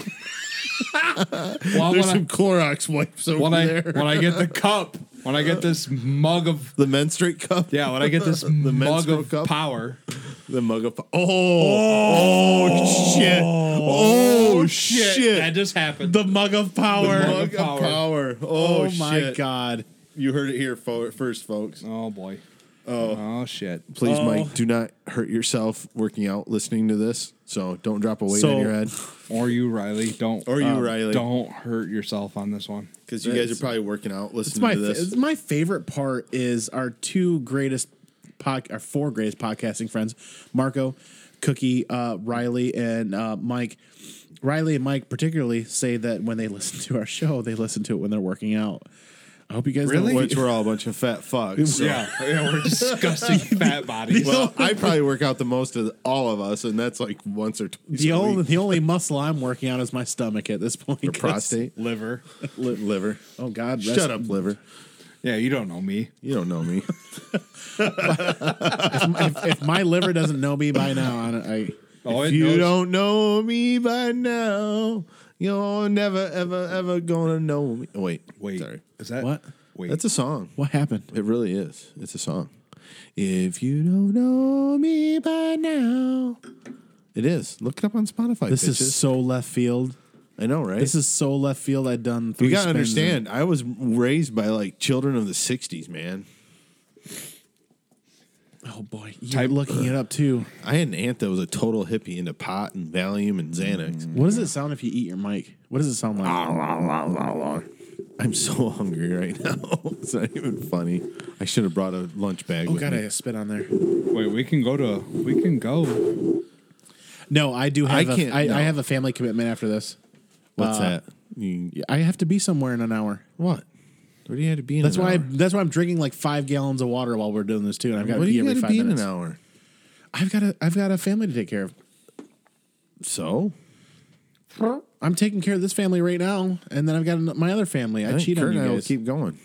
Well, when, there's I, some Clorox wipes over when, I, there. when I get the cup, when I get this mug of the menstruate cup. yeah, when I get this mug menstrual of cup? power, The mug of. Oh. Oh, shit. Oh, shit. that just happened. The mug of power. The Mug of power. Oh, oh my shit. god. You heard it here fo- first, folks. oh boy. Oh. Oh shit. Please, Mike, do not hurt yourself working out listening to this. So don't drop a weight So- on your head. Or you, Riley. Don't. um, Or you, Riley. Don't hurt yourself on this one. Because you guys are probably working out It's listening my to this. it's my favorite part is our two greatest pod, our four greatest podcasting friends, Marco, Cookie, uh, Riley, and uh, Mike. Riley and Mike particularly say that when they listen to our show, they listen to it when they're working out. I hope you guys Really? Know Which we're all a bunch of fat fucks. so- Yeah, yeah, we're Disgusting fat bodies. Well, I probably work out the most of all of us, and that's like once or twice. the a only week. the only muscle I'm working on is my stomach at this point. 'cause- prostate. liver. Li- liver. Oh God, rest- Shut up, liver. yeah. You don't know me. You don't know me. If, if my liver doesn't know me by now, I, don't- I Oh, if it you knows- don't know me by now, you're never, ever, ever gonna know me. Wait, Wait, sorry. is that What? Wait, That's a song. what happened? It really is. It's a song. If you don't know me by now, it is. Look it up on Spotify. This bitches. is so left field. I know, right? This is so left field. I've done three. You gotta spins understand. I was raised by like children of the '60s, and- man. oh boy, you're Type- looking it up too. I had an aunt that was a total hippie into pot and Valium and Xanax. What does it sound if you eat your mic? What does it sound like? Oh, I'm so hungry right now. it's not even funny. I should have brought a lunch bag. oh with God, me. I spit on there. wait. We can go to. We can go. No, I do have. I I can't- I, no. I have a family commitment after this. What's Uh, that? You, I have to be somewhere in an hour. what? Where do you have to be in That's an why. I, hour? that's why I'm drinking like five gallons of water while we're doing this too, and I've got to What do pee you every got to five be in an minutes. hour? I've got a. I've got a family to take care of. So? I'm taking care of this family right now, and then I've got an- my other family. I, I think cheat Kurt on you and I will guys. keep going.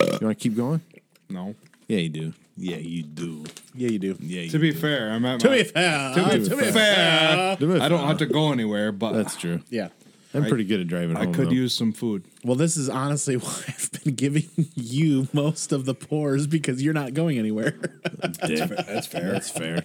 You want to keep going? No. Yeah, you do. Yeah, you do. yeah, you do. Yeah, you To be fair, I'm at To my, be fair, To be to be fair. fair. do. I don't have to go anywhere, but That's true. Yeah. I'm pretty good at driving. I home, could though. use some food. Well, this is honestly why I've been giving you most of the pours because you're not going anywhere. That's fair. That's fair.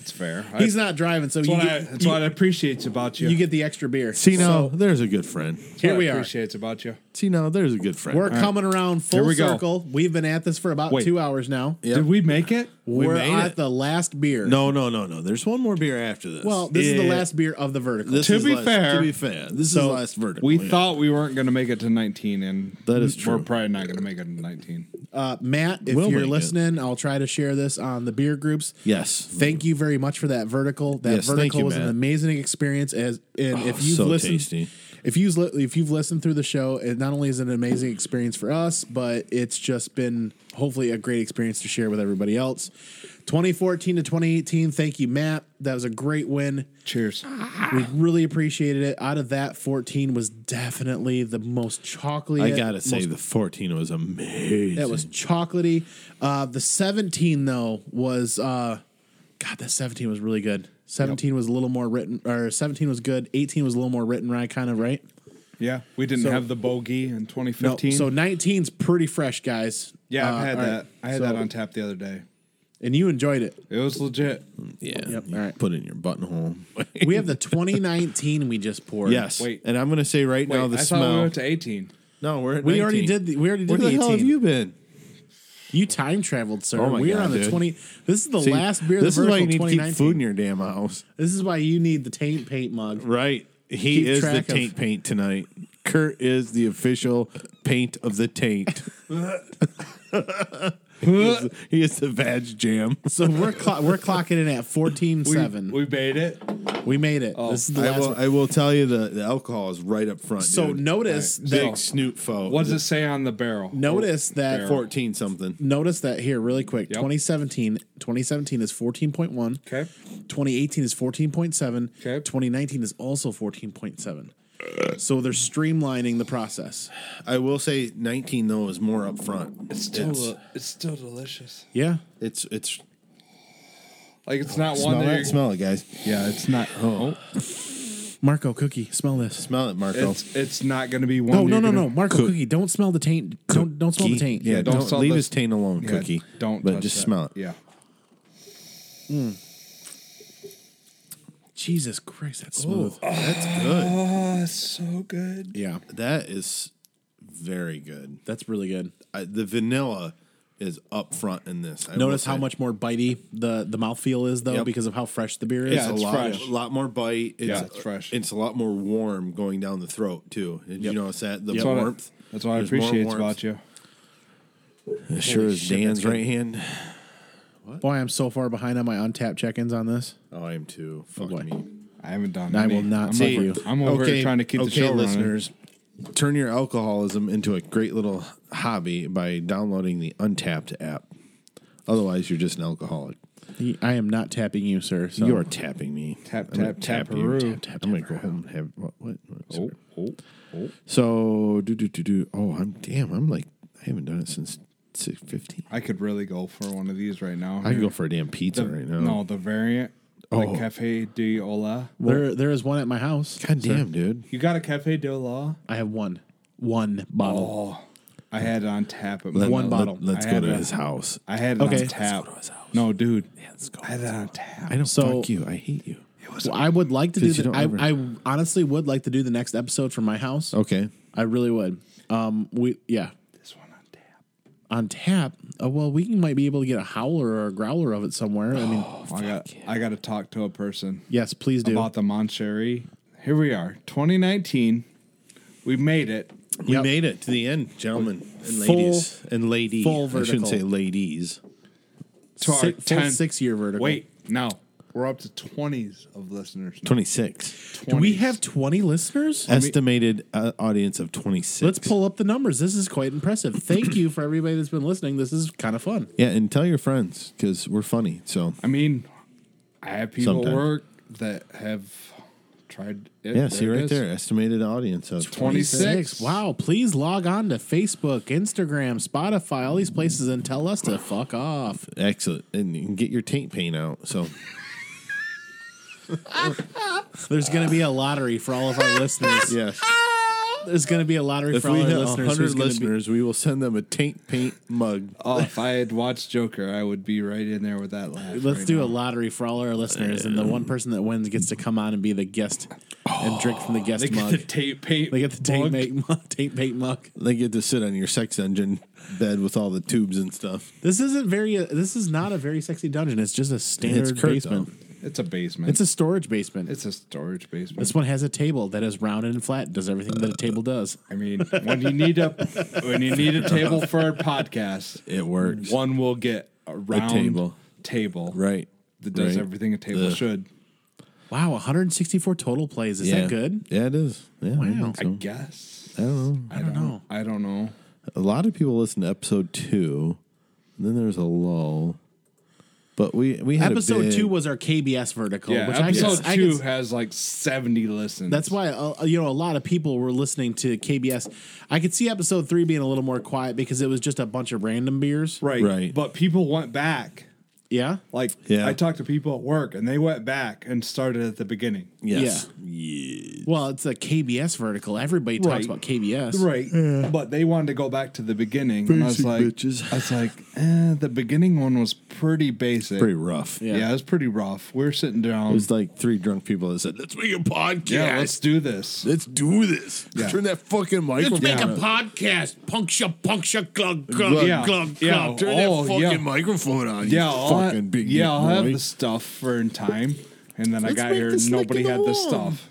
That's fair. I- He's not driving, so you That's what, I, get, that's you, what I appreciate about you. you get the extra beer. See now, there's a good friend. That's what here we I are. Appreciates about you. See now, there's a good friend. We're coming around full Here we go. circle. We've been at this for about Wait. two hours now. Yep. Did we make it? We We're made at it. the last beer. No, no, no, no. There's one more beer after this. Well, this is the Yeah. last beer of the vertical. This To is be last- fair- to be fair, this is So, last vertical. We yeah. thought we weren't going to make it to 19, and That is We're true. probably not going to make it to 19. Uh, Matt, if We'll you're make it. listening, I'll try to share this on the beer groups. yes. Thank you very much for that vertical. That Yes, thank vertical you, was an Matt. amazing experience. As and Oh, if you've so listened, tasty. if you've li- if you've listened through the show, it not only is it an amazing experience for us, but it's just been hopefully a great experience to share with everybody else. 2014 to 2018. Thank you, Matt. That was a great win. Cheers. We really appreciated it. Out of that, 14 was definitely the most chocolatey. I gotta say, most the 14 was amazing. that was chocolatey. Uh, the 17 though was uh, God. That 17 was really good. 17 was a little more written, or 17 was good. 18 was a little more written, right? Kind of right. Yeah, we didn't So- have the bogey in No, 2015. so 19's pretty fresh, guys. yeah, Uh, I've had all right. that. I had So- that on tap the other day. and you enjoyed it. It was legit. yeah. Yep, you all right. Put it in your buttonhole. We have the 2019 we just poured. yes. Wait. And I'm gonna say right Wait, now, the I thought we smell. went to 18. no, we're at we already did. 19. The, we already did Where the, the, hell 18. have you been? You time traveled, sir. Oh my We're God, on the dude. 20. This is the See, last beer. of This the is why you need Vertical to keep 2019. food in your damn house. This is why you need the taint paint mug. Right. He Keep is the track of- taint paint tonight. Kurt is the official paint of the taint. he, is, he is the vag jam. So we're clo- we're clocking in at 14 We, 7. We, we made it. made it. this is the Oh, I last will, one. I will tell you the, the alcohol is right up front. So dude. notice big that snoot foe. What does it say on the barrel? notice that Barrel. Fourteen something. notice that here really quick. Yep. 2017 2017 is 14.1. Okay. 2018 is 14.7. Okay. 2019 is also 14.7. So they're streamlining the process. I will say nineteen though is more up front. It's still it's, still delicious. Yeah. It's it's Like it's not one smell that it, you- smell it, guys. Yeah, it's not. Oh, Marco Cookie, smell this. Smell it, Marco. it's it's not going to be one. No, no, you're no, gonna- no. Marco Cook- Cookie, don't smell the taint. Don't don't smell the Cookie. taint. Yeah, don't don't, smell leave the- his taint alone, Yeah, cookie. Don't. But touch just that. smell it. Yeah. Jesus Christ, that's smooth. That's good. Oh, so good. Yeah. That is very good. That's really good. I, the vanilla is up front in this. I Notice will how say. much more bitey the the mouthfeel is though Yep. because of how fresh the beer is. It's Yeah, a it's lot, fresh. lot more bite. It's, Yeah, it's fresh. It's a lot more warm going down the throat too. Did you notice that the That's what I- warmth? That's what I There's more appreciate warmth. about you. It sure is Dan's right hand. Boy, I'm so far behind on my untapped check-ins on this. Oh, I am too. Fuck boy. me. I haven't done. I any. will not I'm see over, you. I'm over here trying to keep okay, the show running. listeners. Turn your alcoholism into a great little hobby by downloading the Untapped app. Otherwise, you're just an alcoholic. The- I am not tapping you, sir. So. You're tapping me. Tap, I'm gonna tap, tap you. taparoo. Tap, tap, I'm gonna go home and have what? What? what Oh, sorry. oh, oh. So do do do do. Oh, I'm damn. I'm like I haven't done it since six fifteen. I could really go for one of these right now. I could go for a damn pizza The- right now. No, the variant. The Oh. Cafe de Ola. there, there is one at my house. God damn, dude. You got a Cafe de Ola? I have one, one bottle. Oh, I had it on tap at my Let- One let- bottle. Let's I go have to a- his house. I had it Okay. on tap. Let's go to his house. No, dude. Let's go. I had it on tap. I don't So- fuck you. I hate you. Well, I would like to do. 'Cause you The, don't I, ever- Oh. I honestly would like to do the next episode from my house. Okay. I really would. Um, we yeah. This one on tap. On tap, uh, well, we might be able to get a howler or a growler of it somewhere. I mean, I got. I got to talk to a person yes, please do. about the Moncherry. Here we are, 2019. We made it. We Yep. made it to the end, gentlemen and Full- ladies and lady. full I vertical. shouldn't say ladies. To our Six, full 10 six-year vertical. Wait, no, we're up to 20s of listeners. now. Twenty six. do we have twenty listeners? Estimated uh, audience of twenty six. Let's pull up the numbers. This is quite impressive. Thank you for everybody that's been listening. This is kind of fun. Yeah, and tell your friends because we're funny. So I mean, I have people at Sometimes. work that have tried. It. yeah, see it right is. there, estimated audience of 26. Six. Wow. Please log on to Facebook, Instagram, Spotify, all these places and tell us to fuck off. Excellent, and you can get your taint pain out. So There's going to be a lottery for all of our listeners. yes, There's going to be a lottery if for all we our hit listeners. hundred Who's gonna be- listeners, we will send them a taint paint mug. Oh, if I had watched Joker, I would be right in there with that laugh. Let's right do now. a lottery for all our listeners, and the one person that wins gets to come on and be the guest and drink from the guest They get mug. the tape paint. they get the tape mug. mate mug, tape mate mug. They get to sit on your sex engine bed with all the tubes and stuff. This isn't very. uh, this is not a very sexy dungeon. It's just a standard It's Kurt, basement. though. It's a basement. It's a storage basement. It's a storage basement. this one has a table that is rounded and flat. Does everything that a table does. I mean, when you need a when you need a table for a podcast, It works. one will get a round table. table Right. that does Right. everything a table Ugh. should. Wow, 164 total plays. Is Yeah. that good? Yeah, it is. Yeah. I, Wow. think I so. guess. I don't know. I don't know. I don't know. A lot of people listen to episode two. And then there's a lull. But we we had a Episode big- two was our KBS vertical, Yeah, Oh, which I episode guess, I two guess- has like seventy listens. that's why uh, you know a lot of people were listening to KBS. I could see episode three being a little more quiet because it was just a bunch of random beers. right. Right. But people went back. Yeah. Like Yeah. I talked to people at work, and they went back and started at the beginning. yes. Well, it's a KBS vertical. Everybody talks Right. about KBS. Right. But they wanted to go back to the beginning. and I was Basic like, bitches. I was like, eh, the beginning one was pretty basic. Pretty rough. Yeah. yeah. it was pretty rough. We are sitting down. It was like three drunk people that said, Let's make a podcast. yeah, let's do this. Let's do this. Yeah. Turn that fucking microphone. make a up. Podcast. Puncture, puncture, glug, glug, Yeah. glug, glug. Yeah. Turn that Oh, fucking yeah. microphone on. yeah, I'll fucking have, big dick yeah, I'll have boy. the stuff for in time. And then Let's I got make here, this and lick nobody in the had the lawn. stuff.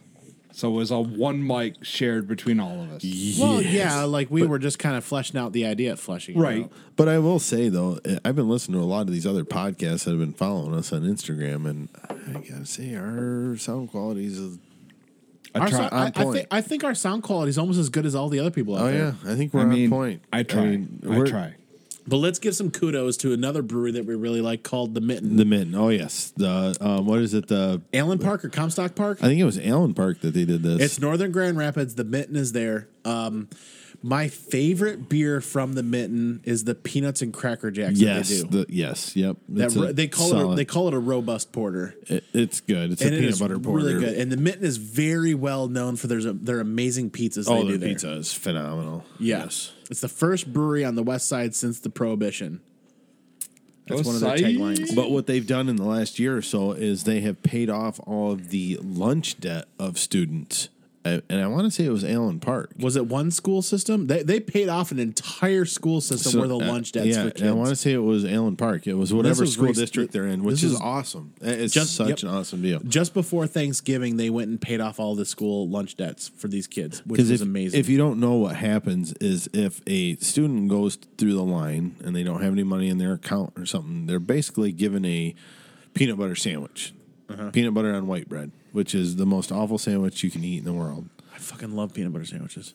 So it was a one mic shared between all of us. Well, yeah, like we were just kind of fleshing out the idea at fleshing. it Right. out. But I will say though, eh, I've been listening to a lot of these other podcasts that have been following us on Instagram, and I gotta say our sound quality is. Our try- sou- on I, I, point. think, I think our sound quality is almost as good as all the other people out Oh there. yeah, I think we're I mean, on point. I try. I, mean, we're- try. But let's give some kudos to another brewery that we really like called The Mitten. The Mitten. Oh yes, the um, what is it? The Allen Park or Comstock Park? I think it was Allen Park that they did this. It's Northern Grand Rapids. The Mitten is there. Um, my favorite beer from the Mitten is the Peanuts and Cracker Jacks yes, that they do. the- yes, yep. that It's ro- a they call it a, solid- they call it a robust porter. It- it's good. It's a and it peanut is butter porter. really good. And the Mitten is very well known for their their amazing pizzas. Oh, they the do there. pizza is phenomenal. Yes. It's the first brewery on the west side since the Prohibition. That's West one of their side? taglines. But what they've done in the last year or so is they have paid off all of the lunch debt of students I, and I want to say it was Allen Park. Was it one school system? They, they paid off an entire school system where the uh, lunch debts yeah, for and I want to kids. say it was Allen Park. It was whatever was school rec- district they're in, this which is was- awesome. It's Just- such yep. an awesome deal. Just before Thanksgiving, they went and paid off all the school lunch debts for these kids, which Because was if, amazing. if you don't know what happens is if a student goes through the line and they don't have any money in their account or something, they're basically given a peanut butter sandwich, Uh-huh. peanut butter on white bread, which is the most awful sandwich you can eat in the world. I fucking love peanut butter sandwiches.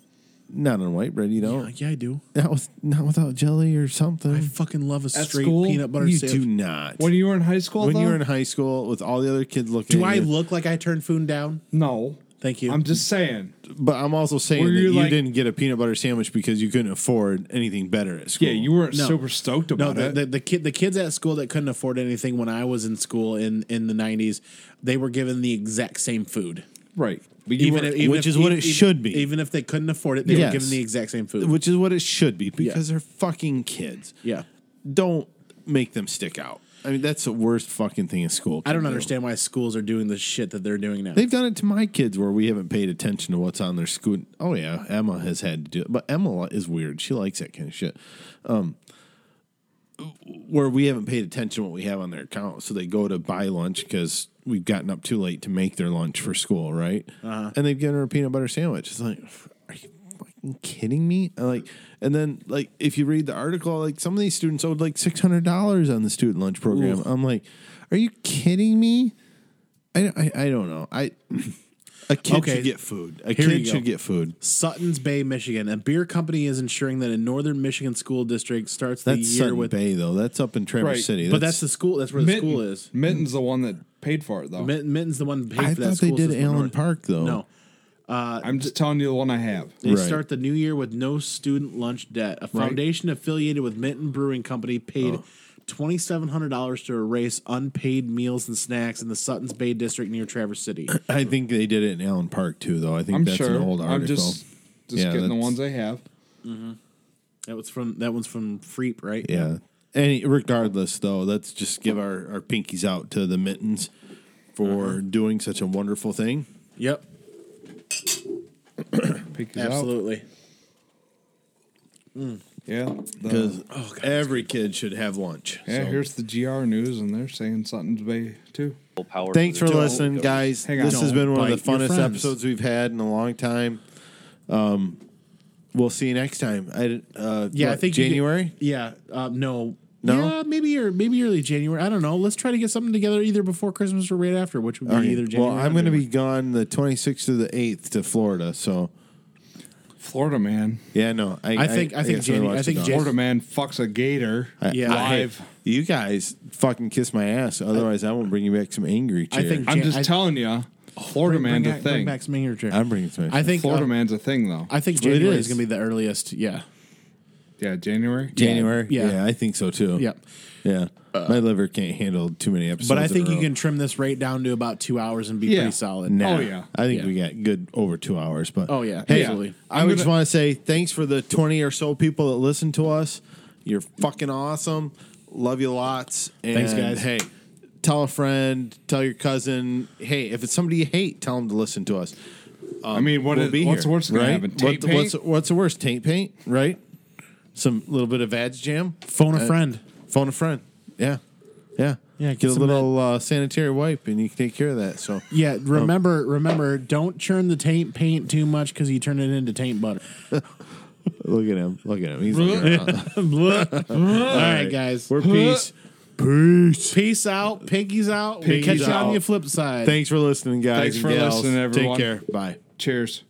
Not on white bread, you Uh, don't. yeah, I do. Not with not without jelly or something. I fucking love a straight school, peanut butter Mm. you sandwich. do not. When you were in high school, when though? you were in high school with all the other kids looking. Do at I you- look like I turn food down? no, Thank you. I'm just saying. But I'm also saying Were that you you like- didn't get a peanut butter sandwich because you couldn't afford anything better at school. Yeah, you weren't No. super stoked no, about the, it. the, the kid, the kids at school that couldn't afford anything when I was in school in in the '90s, they were given the exact same food. right, But you were- which is what it should be. e- Even if they couldn't afford it, they Yes. were given the exact same food. which is what it should be because they're fucking kids. yeah, Don't make them stick out. I mean, that's the worst fucking thing in school. I can don't do. understand why schools are doing the shit that they're doing now. They've done it to my kids where we haven't paid attention to what's on their school. Oh yeah, Emma has had to do it, but Emma is weird. She likes that kind of shit. Um, where we haven't paid attention to what we have on their account, so they go to buy lunch because we've gotten up too late to make their lunch for school, right? And they've given her a peanut butter sandwich. It's like, are you fucking kidding me? And like, and then like if you read the article, like some of these students owed like six hundred dollars on the student lunch program. I'm like, are you kidding me? I, I, I don't know. I a kid Okay. should get food. A Here you kid go. should get food. Sutton's Bay, Michigan, a beer company is ensuring that a northern Michigan school district starts the That's year Sutton with. Bay though. That's up in Traverse Right. City. But that's the school. That's where the Mitten- school is. Mitten's the one that paid for it, though. Mitten- Mitten's the one. Who paid I for that thought they school did system Allen north. Park though. No, I'm just telling you the one I have. They Right. start the new year with no student lunch debt. A foundation affiliated with Minton Brewing Company Oh. paid $2,700 to erase unpaid meals and snacks in the Suttons Bay district near Traverse City. I think they did it in Allen Park too though. I think I'm that's sure. an old article. I'm just just Yeah, getting the that's- ones I have. that was from that one's from Freep, right? yeah. Any regardless though, let's just give our, our pinkies out to the mittens for Uh-huh. doing such a wonderful thing. Yep. Pick yours out. Absolutely. Yeah. the- oh, Because every kid should have lunch. yeah, So- here's the GR news, and they're saying Sutton's Bay too. Power Thanks for the- listening, guys. Hang on. This has been one of the Don't bite your funnest friends. episodes we've had in a long time. Um, we'll see you next time. I, uh, Yeah, I what, think you January. could- yeah. Uh, no. No? Yeah, maybe or maybe early January. I don't know. Let's try to get something together either before Christmas or right after, which would be Okay. either January. Well, or I'm going to February. be gone the 26th to the 8th to Florida. So Florida man. yeah, no, I, I think- I think guess I'm gonna Janu- I watch think it on- Jan- Florida man fucks a gator Yeah. live. You guys fucking kiss my ass. Otherwise, I, won't bring you back some angry I cheer. I think- think I'm Jan- just I- Oh, telling you, Florida Bring man's a back- bring thing. back some anger chair. I'm bringing some. I think Florida uh, man's a thing, though. I think Well, it January is is. going to be the earliest. Yeah. yeah, January. January. Yeah. Yeah. I think so too. Yeah. yeah. my liver can't handle too many episodes. But I in a think you row. can trim this rate down to about two hours and be Yeah. pretty solid. Nah, Oh, yeah. I think Yeah. we got good over two hours. But Oh, yeah. hey, Absolutely. I I'm would just gonna- want to say thanks for the twenty or so people that listen to us. You're fucking awesome. Love you lots. And Thanks, guys. Hey, tell a friend, tell your cousin. Hey, if it's somebody you hate, tell them to listen to us. I mean, what we'll is- be what's here, the worst that right? can happen? Tape what, what's paint? what's the worst? Taint paint, right? Some little bit of Vag jam. Phone a friend. Phone a friend. Yeah, yeah, Yeah, Get, get a some little uh, sanitary wipe, and you can take care of that. So Yeah. Remember, remember, don't churn the taint paint too much because you turn it into taint butter. Look at him. Look at him. He's looking around. All right, guys. We're peace. Peace. Peace out. Pinkies out. We'll Pinkies catch you out. on your flip side. Thanks for listening, guys. Thanks and for gals. listening, everyone. Take care. Bye. Cheers.